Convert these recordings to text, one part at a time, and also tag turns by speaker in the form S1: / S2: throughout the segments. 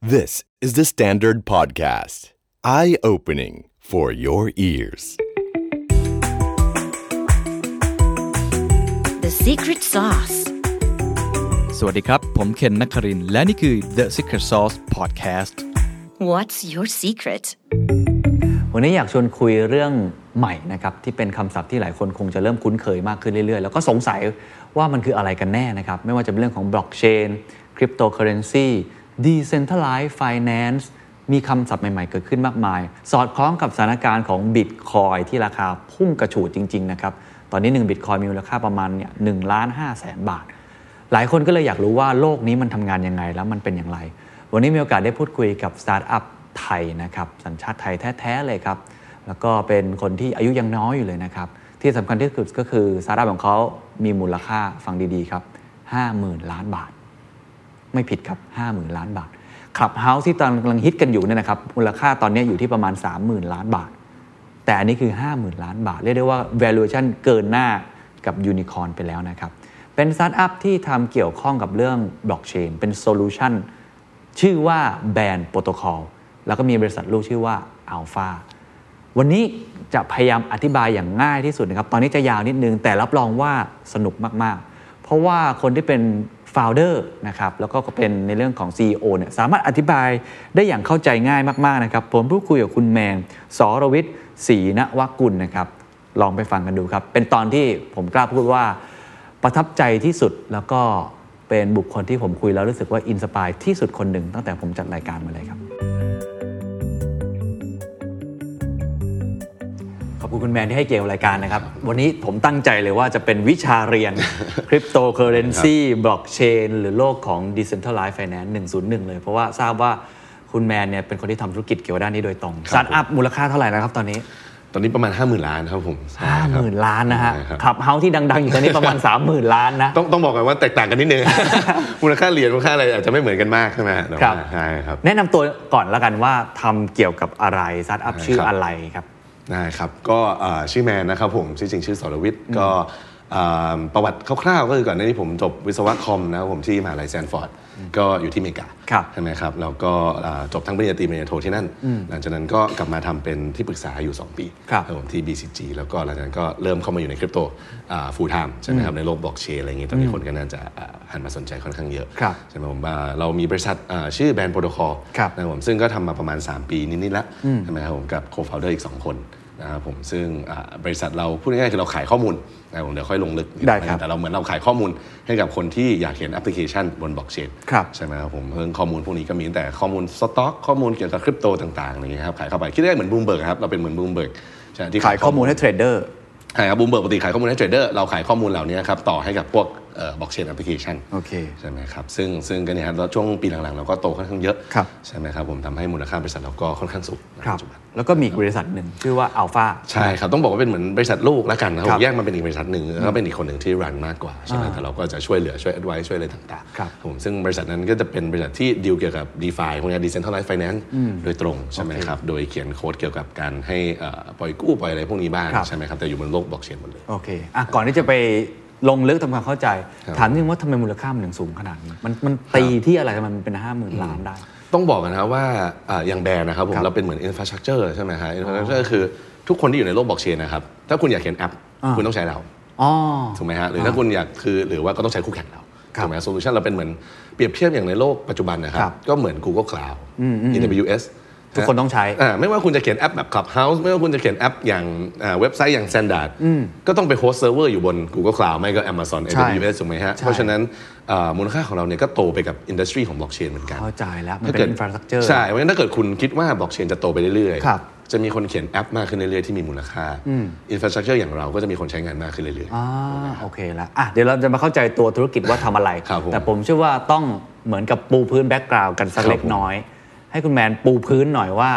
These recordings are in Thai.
S1: This is the Standard Podcast. Eye opening for your ears.
S2: The secret sauce.
S3: สวัสดีครับ ผมเคนนักครินทร์และนี่คือ The Secret Sauce Podcast
S2: What's your secret?
S4: วันนี้อยากชวนคุยเรื่องใหม่นะครับที่เป็นคำศัพท์ที่หลายคนคงจะเริ่มคุ้นเคยมากขึ้นเรื่อยๆ แล้วก็สงสัยว่ามันคืออะไรกันแน่นะครับ ไม่ว่าจะเป็นเรื่องของบล็อกเชนคริปโตเคอเรนซีดิเซนทัลไลฟ์ฟินแลนซ์มีคำศัพท์ใหม่ๆ เกิดขึ้นมากมาย สอดคล้องกับสถานการณ์ของบิตคอยที่ราคาพุ่งกระฉูดจริงๆนะครับตอนนี้1บิตคอยมีมูลค่าประมาณเนี่ยหนึ่งล้านห้าแสนบาท หลายคนก็เลยอยากรู้ว่าโลกนี้มันทำงานยังไงแล้วมันเป็นอย่างไร วันนี้มีโอกาสได้พูดคุยกับสตาร์ทอัพไทยนะครับ สัญชาติไทยแท้ๆเลยครับ แล้วก็เป็นคนที่อายุยังน้อยอยู่เลยนะครับ ที่สำคัญที่สุดก็คือสตาร์ทอัพของเขามีมูลค่าฟังดีๆครับ 50,000 ล้านบาท ไม่ผิดครับ 50,000 ล้านบาทคลับเฮาส์ที่ตอนกำลังฮิตกันอยู่เนี่ยนะครับ มูลค่าตอนนี้อยู่ที่ประมาณ 30,000 ล้านบาท แต่อันนี้คือ 50,000 ล้านบาท เรียกได้ว่า valuation เกินหน้ากับยูนิคอร์นไปแล้วนะครับ เป็นสตาร์ทอัพที่ทำเกี่ยวข้องกับเรื่องบล็อกเชนเป็นโซลูชันชื่อว่าแบรนด์โปรโตคอลแล้วก็มีบริษัทลูกชื่อว่า Alpha วันนี้จะพยายามอธิบายอย่างง่ายที่สุดนะครับ ตอนนี้จะยาวนิดนึง แต่รับรองว่าสนุกมาก ๆ เพราะว่าคนที่เป็นโฟลเดอร์นะครับ แล้วก็เป็นในเรื่องของ CEO เนี่ยสามารถอธิบายได้อย่างเข้าใจง่ายมาก ๆ นะครับ ผมพูดคุยกับคุณแมนสรวิทย์ศรีนวกุลนะครับ ลองไปฟังกันดูครับ เป็นตอนที่ผมกล้าพูดว่า ประทับใจที่สุดแล้วก็เป็นบุคคลที่ผมคุยแล้วรู้สึกว่าอินสปายที่สุดคนหนึ่งตั้งแต่ผมจัดรายการมาเลยครับ ขอบคุณคุณแมนที่ให้เกียรติรายการนะครับ วันนี้ผมตั้งใจเลยว่าจะเป็นวิชาเรียน คริปโตเคอเรนซีบล็อกเชนหรือโลกของ Decentralized Finance 101 เลย เพราะว่าทราบว่าคุณแมนเนี่ยเป็นคนที่ทำธุรกิจเกี่ยวกับด้านนี้โดยตรงสตาร์ทอัพมูลค่าเท่าไหร่นะครับตอนนี้
S5: ตอนนี้ประมาณ 5 0,000 ล้านครับผม
S4: ห้าหมื่นล้านนะฮะ
S5: ใช่ครับ
S4: ขับเฮาที่ดัง ๆ อยู่ตอนนี้ประมาณ 3 0,000 ล้านนะ
S5: ต้องต้องบอกกันว่าแตกต่างกันนิดนึง มูลค่าเหรียญมูลค่าอะไรอาจจะไม่เหมือนกันมากใช่ไหมแต่
S4: ครับ
S5: ว่าใช่ครับ
S4: แนะนำตัวก่อนแล้วกันว่าทำเกี่ยวกับอะไรสตาร์ทอัพ
S5: ได้
S4: ชื่อ
S5: ครับ
S4: อะไรครับ
S5: ได้ครับ ก็เอ่อชื่อแมนนะครับผมชื่อจริงชื่อสรวิทย์ก็เอ่อประวัติคร่าวๆ ก็คือก่อนหน้านี้ผมจบวิศวะคอมนะครับผมที่มหาลัยแซนฟอร์ด ก็อยู่ที่อเมริกา
S4: ครับ
S5: ใช่ไหมครับแล้วก็เอ่อจบทั้งปริญญาตรีปริญญาโทที่นั่น หลังจากนั้นก็กลับมาทำเป็นที่ปรึกษาอยู่ 2 ปี
S4: ครับ
S5: ผมที่ BCG แล้วก็หลังจากนั้นก็เริ่มเข้ามาอยู่ในคริปโตฟูลไทม์ใช่ไหมครับในโลกบล็อกเชนอะไรอย่างเงี้ยตอนนี้คนก็น่าจะอ่าหันมาสนใจค่อนข้างเยอะ
S4: ครับ
S5: ใช่ไหมผมว่าเรามีบริษัทอ่าชื่อแบรนด์โปรโตคอล
S4: ครับ
S5: นะครับผมซึ่งก็ทำมาประมาณ 3 ปีนิดๆแล้วใช่ไหมครับผมกับโคฟาวเดอร์อีก 2 คนนะครับผมซึ่งอ่าบริษัทเราพูดง่ายๆคือเราขายข้อมูลนะครับผมเดี๋ยวค่อยลงลึก
S4: ได้ครับ
S5: แต่เราเหมือนเราขายข้อมูลให้กับคนที่อยากเห็นแอปพลิเคชันบนบล็อกเชน
S4: ครับ
S5: ใช่ไหมครับผมเพิ่งข้อมูลพวกนี้ก็มีตั้งแต่ข้อมูลสต็อกข้อมูลเกี่ยวกับคริปโตต่างๆอะไรอย่างเงี้ยครับขายเข้าไปคิดได้เหมือนบูมเบิร์กครับเราเป็นเหมือน Bloomberg ใช่ที่
S4: ขายข้อมูลให้เทรดเดอร์
S5: ใช่ครับบูมเบิร์กปกติขายข้อมูลให้เทรดเดอร์เราขายข้อมูลเหล่านี้ครับต่อให้กับพวกบล็อกเชนแอปพลิเคชัน
S4: โอเค
S5: ใช่ไหมครับซึ่งซึ่งก็เนี่ยครับแล้วช่วงปีหลังๆ เราก็โตค่อนข้างเยอะ
S4: ครับ
S5: ใช่ไหมครับผมทำให้มูลค่าบริษัทเราก็ค่อนข้างสูงใน
S4: ครับ
S5: ปัจจุบัน
S4: แล้วก็มีอีกบริษัทหนึ่งชื่อว่าอัลฟา
S5: ใช่ครับ ต้องบอกว่าเป็นเหมือนบริษัทลูกแล้วกันนะครั
S4: ครั
S5: บผ
S4: บ
S5: มแยกมาเป็นอีกบริษัทหนึ่งแล้วก็เป็นอีกคนหนึ่งที่รันมากกว่าใช่ไหมแต่เราก็จะช่วยเหลือช่วย advice ช่วยอะไรต่างๆ
S4: ครับ
S5: ผมซึ่งบริษัทนั้นก็จะเป็นบริษัทที่ดีลเกี่ยวกับ DeFi พวกนี้ Decentralized Finance โดยตรงใช่ไหมครับ โดยเขียนโค้ดเกี่ยวกับการให้เอ่อปล่อยกู้ปล่อยอะไรพวกนี้บ้าง
S4: ครับ
S5: ใช่ไหมครับแต่อยู่บนโลกบล็อกเชนหมดเลย
S4: โอเคอ่ะก่อนที่จะไปลงลึกทำความเข้าใจ
S5: ครับ
S4: ถามนิดนึงว่าทำไมมูลค่ามันถึงสูงขนาดนี้ มันมันตีที่อะไรทำไมมันเป็นห้าหมื่นล้านได้
S5: ต้องบอกกันนะครับว่าอ่าอย่างแบรนด์นะครับผ
S4: ค
S5: ม
S4: รับ
S5: เราเป็นเหมือน infrastructure ใช่ไหมฮะ infrastructure คือทุกคนที่อยู่ในโลกบล็อกเชนนะครับถ้าคุณอยากเห็นแอป
S4: อ่า
S5: คุณต้องใช้เรา
S4: อ๋อ
S5: ถูกไหมฮะหรือถ้าคุณอยากคือหรือว่าก็ต้องใช้คู่แข่งเรา
S4: ครับ
S5: ถูกไหมโซลูชันเราเป็นเหมือนเปรียบเทียบอย่างในโลกปัจจุบันนะครั
S4: ครับ บ
S5: ก็เหมือน Google Cloud AWS
S4: ทุกคนต้องใช้
S5: าไม่ว่าคุณจะเขียนแอปแบบ Clubhouse ไม่ว่าคุณจะเขียนแอปอย่างอ่าเว็บไซต์อย่าง Standard ก็ต้องไปโฮสต์เซิร์ฟเวอร์อยู่บน Google Cloud ไม่ก็ Amazon
S4: ใช่
S5: AWS ถูกไหมฮะ
S4: ใช่
S5: เพราะฉะนั้นอ่ามูลค่าของเราเนี่ยก็โตไปกับอินดัสทรีของบล็อกเชนเหมือนกัน
S4: เข้าใจแล้วมัน
S5: ถ้า
S4: เป็น infrastructure
S5: ใช่ เพราะฉะนั้นถ้าเกิดคุณคิดว่าบล็อกเชนจะโตไปเรื่อย
S4: ครับ
S5: จะมีคนเขียนแอปมากขึ้นเรื่อยๆที่มีมูลค่าอินฟราสตรักเจอร์อย่างเราก็จะมีคนใช้งานมากขึ้นเรื่อย
S4: อ่าโอเคแล้วอ่ะเดี๋ยวเราจะมาเข้าใจตัวธุรกิจว่าทำอะไร
S5: ครับผม
S4: แต่ผมเชื่อว่าต้องเหมือนกับปูพื้นแบ็กกราว n ์กันสัก
S5: ครับ
S4: เล็กน้อย ให้คุณแมนปูพื้นหน่อยว่า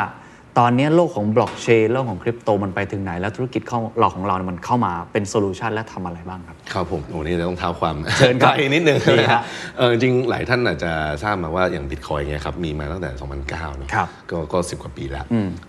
S4: ตอนนี้โลกของบล็อกเชนโลกของคริปโตมันไปถึงไหน แล้วธุรกิจของเราของเราเนี่ยมันเข้ามาเป็นโซลูชันและทำอะไรบ้างครับ
S5: ครับผมโอ้นี่เดี๋ยวต้องเท้าความ
S4: เชิญ ครับ
S5: ไกลนิดนึง
S4: ดีฮะ
S5: เออจริงๆหลายท่านอาจจะทราบมาว่าอย่างบิตคอยเนี่ยครับมีมาตั้งแต่ 2009เนอะ
S4: ครับ
S5: ก็ก็สิบกว่าปีแล้ว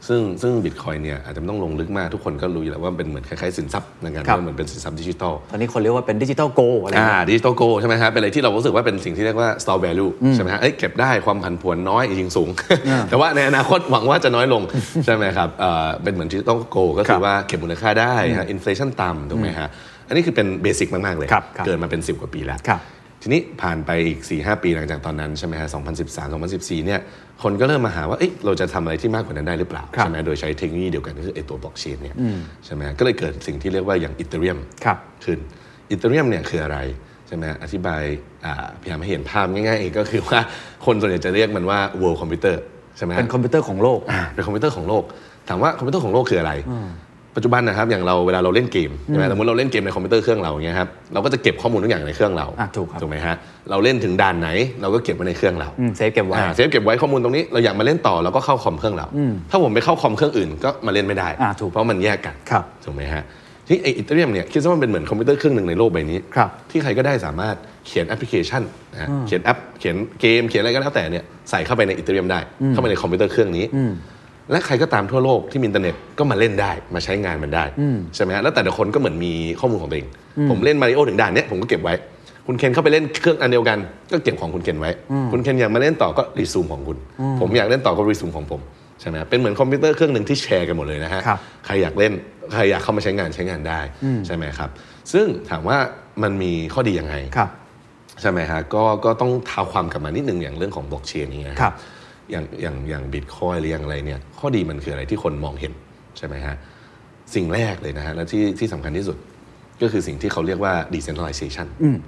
S5: ซึ่งซึ่งบิตคอยเนี่ยอาจจะไม่ต้องลงลึกมากทุกคนก็รู้อยู่แล้วว่ามันเป็นเหมือนคล้ายๆสินทรัพย์ในการ
S4: ครับ
S5: เหมือนเป็นสินทรัพย์ดิจิทัล
S4: ตอนนี้คนเรียกว่าเป็นดิจิตอลโกอะไรอย่าง
S5: อ่า
S4: เงี้ย
S5: ดิจิตอลโกใช่ไหมฮะเป็นอะไรที่เรารู้สึกว่าเป็นสิ่งที่เรียกว่า store value ใช่ไหมฮะเอ้ยเก็บได้ความผันผวนน้อยจริงๆสูง แต่ว่าในอนาคตหวังว่าจะน้อยลง ใช่ไหมครับเอ่อเป็นเหมือนดิจิตอลโกก็
S4: ครั
S5: คือบ ว่าเก็บมูลค่าได้ฮะอินฟลชันต่ำถูกไหมฮะอันนี้คือเป็นเบสิกมาก ๆ เลย
S4: ครับครับ
S5: เกิดมาเป็น 10 กว่าปีแล้ว
S4: ครับ
S5: ทีนี้ผ่านไปอีก 4 5 ปีหลังจากตอนนั้นใช่ไหมฮะ2013 2014เนี่ยคนก็เริ่มมาหาว่าเอ๊ะเราจะทำอะไรที่มากกว่านั้นได้หรือเปล่า
S4: ครับ
S5: ใช่ไหมโดยใช้เทคโนโลยีเดียวกันก็คือไอตัวบล็อกเชนเนี่ยใช่ไหมฮะก็เลยเกิดสิ่งที่เรียกว่าอย่างอีเทเรียม
S4: ครับ
S5: ขึ้นอีเทเรียมเนี่ยคืออะไร ใช่ไหมอธิบายอ่าพยายามให้เห็นภาพง่ายๆเองก็คือว่าคนส่วนใหญ่จะเรียกมันว่า world computer ใช่ไหมฮะ
S4: เป็นคอมพิวเตอร์ของโลก
S5: อ่าเป็นคอมพิวเตอร์ของโลก ถามว่าคอมพิวเตอร์ของโลกคืออะไร ปัจจุบันนะครับอย่างเราเวลาเราเล่นเกมใช่ไหมสมมติเราเล่นเกมในคอมพิวเตอร์เครื่องเราอย่างเงี้ยครับเราก็จะเก็บข้อมูลทุกอย่างในเครื่องเรา
S4: อ่ะถูกครับ
S5: ถูกไหมฮะเราเล่นถึงด่านไหน เราก็เก็บไว้ในเครื่องเรา
S4: อืมเซฟเก็บไว้
S5: อ่าเซฟเก็บไว้ข้อมูลตรงนี้เราอยากมาเล่นต่อเราก็เข้าคอมเครื่องเรา ถ้าผมไปเข้าคอมเครื่องอื่นก็มาเล่นไม่ได้
S4: อ่าถูก
S5: เพราะมันแยกกัน
S4: ครับ
S5: ถูกไหมฮะทนี่ไออิตาเลียมเนี่ยคิดซะว่ามันเป็นเหมือนคอมพิวเตอร์เครื่องหนึ่งในโลกใบนี้
S4: ครับ
S5: ที่ใครก็ได้สามารถเขียนแอปพลิเคชันนะฮะเขียนแอปเขียนเกมเขียนอะไรก็แล้วแต่เนี่ยใส่เข้าไปในอิตาเลียมได้ เข้าไปในคอมพิวเตอร์เครื่องนี้ และใครก็ตามทั่วโลกที่มีอินเทอร์เน็ตก็มาเล่นได้มาใช้งานมันได้ใช่ไหมฮะแล้วแต่ละคนก็เหมือนมีข้อมูลของตัวเอง ผมเล่นมาริโอถึงด่านเนี้ยผมก็เก็บไว้ คุณเคนเข้าไปเล่นเครื่องอันเดียวกัน ก็เก็บของคุณเคนไว้ คุณเคนอยากมาเล่นต่อก็รีซูมของคุณ ผมอยากเล่นต่อก็รีซูมของผมใช่ไหมเป็นเหมือนคอมพิวเตอร์เครื่องหนึ่งที่แชร์กันหมดเลยนะฮะ
S4: ครับ
S5: ใครอยากเล่นใครอยากเข้ามาใช้งานใช้งานได้ใช่ไหมครับ ซึ่งถามว่ามันมีข้อดียังไง
S4: ครับ
S5: ใช่ไหมฮะก็ก็ต้องเท้าความกลับมานิดนึงอย่างเรื่องของบล็อกเชนนี้ยนะฮะ
S4: ครับ
S5: อย่างอย่างอย่างบิตคอยหรืออย่างอะไรเนี่ยข้อดีมันคืออะไรที่คนมองเห็นใช่ไหมฮะ สิ่งแรกเลยนะฮะ และที่ที่สำคัญที่สุดก็คือสิ่งที่เขาเรียกว่า decentralization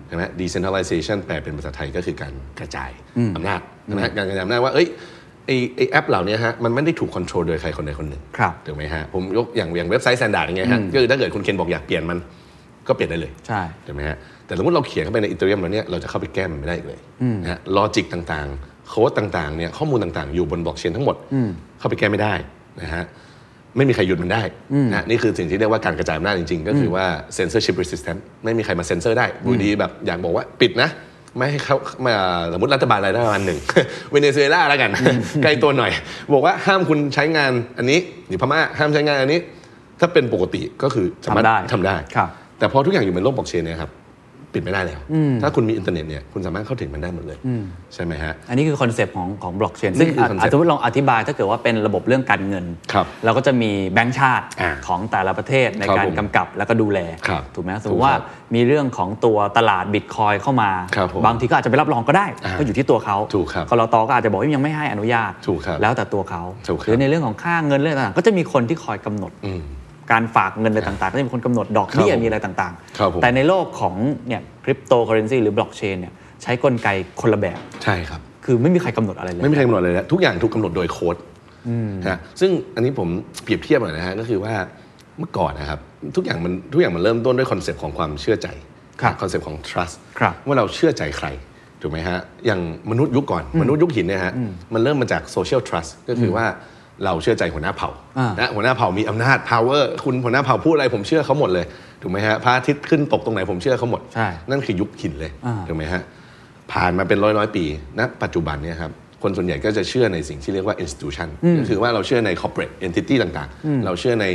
S5: ใช่ไหม decentralization แปลเป็นภาษาไทยก็คือการกระจายอำนาจใช่ไหมฮะการกระจายอำนาจว่าเอ้ยไอไอแอปเหล่านี้ฮะมันไม่ได้ถูกคอนโทรลโดยใครคนใดคนหนึ่ง
S4: ครับ
S5: ถูกไหมฮะ ผมยกอย่างอย่างเว็บไซต์ standard อย่างเงี้ยฮะก็คือถ้าเกิดคุณเคนบอกอยากเปลี่ยนมันก็เปลี่ยนได้เลย
S4: ใช่
S5: ใช่ไหมฮะแต่สมมติเราเขียนเข้าไปในอีเทเรียมแล้วเนี่ยเราจะเข้าไปแก้มันไม่ได้อีกเลยนะฮะลอจิกต่างๆ โค้ดต่างๆเนี่ยข้อมูลต่างๆ อยู่บนบล็อกเชนทั้งหมดเข้าไปแก้ไม่ได้นะฮะไม่มีใครหยุดมันได้นะนี่คือสิ่งที่เรียกว่าการกระจายอำนาจจริงๆ ก็คือว่า censorship resistant ไม่มีใครมาเซ็นเซอร์ได้บูดีแบบอยากบอกว่าปิดนะ ไม่ให้เขามาสมมติรัฐบาลอะไรรัฐบาลหนึ่ง เวเนซุเอลาแล้วกัน ใกล้ตัวหน่อย บอกว่าห้ามคุณใช้งานอันนี้หรือพม่าห้ามใช้งานอันนี้ ถ้าเป็นปกติก็คือสามารถ
S4: ทำได้
S5: ทำได้
S4: ครับ
S5: แต่พอทุกอย่างอยู่บนโลกบล็อกเชนเนี่ยครับปิดไม่ได้แล้ว ถ้าคุณมีอินเทอร์เน็ตเนี่ยคุณสามารถเข้าถึงมันได้หมดเลย ใช่ไหมฮะ
S4: อันนี้คือคอนเซปต์ของของบล็อกเชนซึ่ง
S5: นี่คือ concept
S4: อ่ะสมมติลองอธิบายถ้าเกิดว่าเป็นระบบเรื่องการเงิน
S5: ครับ
S4: เราก็จะมีแบงก์ชาติ
S5: อ่า
S4: ของแต่ละประเทศใน
S5: ครับ
S4: การ
S5: ผม
S4: กำกับแล้วก็ดูแล
S5: ครับ
S4: ถูกไหม
S5: ถูก
S4: สมมติว่า
S5: ครับ
S4: มีเรื่องของตัวตลาดบิตคอยเข้ามา
S5: ครับผม
S4: บางทีก็อาจจะไปรับรองก็ได้
S5: อ่า
S4: ก็อยู่ที่ตัวเขา
S5: ถูกครับ
S4: กรตก็อาจจะบอกว่ายังไม่ให้อนุญาต
S5: ถูกครับ
S4: แล้วแต่ตัวเขา
S5: ถูกครับ
S4: หรือในเรื่องของค่าเงินเรื่องต่างๆก็จะมีคนที่คอยกำหนด
S5: อืม
S4: การฝากเงินอะไรต่างๆ ก็จะมีคนกำหนดดอกเบี้ย
S5: ครับผม
S4: มีอะไรต่าง
S5: ครับผม
S4: ๆ แต่ในโลกของเนี่ยคริปโตเคอเรนซีหรือบล็อกเชนเนี่ยใช้กลไกคนละแบบ
S5: ใช่ครับ
S4: คือไม่มีใครกำหนดอะไรเลย
S5: ไม่มีใครกำหนดเลยนะทุกอย่างถูกกำหนดโดยโค้ดฮะซึ่งอันนี้ผมเปรียบเทียบหน่อยนะฮะก็คือว่าเมื่อก่อนนะครับทุกอย่างมันทุกอย่างมันเริ่มต้นด้วยคอนเซปต์ของความเชื่อใจ
S4: ครับ
S5: อนเซปต์ของ trust
S4: ครับ
S5: ว่าเราเชื่อใจใครถูกไหมฮะอย่างมนุษย์ยุคก่อน มนุษย์ยุคหินเนี่ยฮะมันเริ่มมาจาก social trust ก็คือว่าเราเชื่อใจหัวหน้าเผ่า
S4: อ่า
S5: นะหัวหน้าเผ่ามีอำนาจ power คุณหัวหน้าเผ่าพูดอะไรผมเชื่อเขาหมดเลยถูกไหมฮะพระอาทิตย์ขึ้นตกตรงไหนผมเชื่อเขาหมด
S4: ใช่
S5: นั่นคือยุคหินเลย
S4: อ่า
S5: ถูกไหมฮะผ่านมาเป็นร้อยร้อยๆปีณปัจจุบันเนี่ยครับคนส่วนใหญ่ก็จะเชื่อในสิ่งที่เรียกว่า institution ก็คือว่าเราเชื่อใน corporate entity ต่างๆ เราเชื่อใน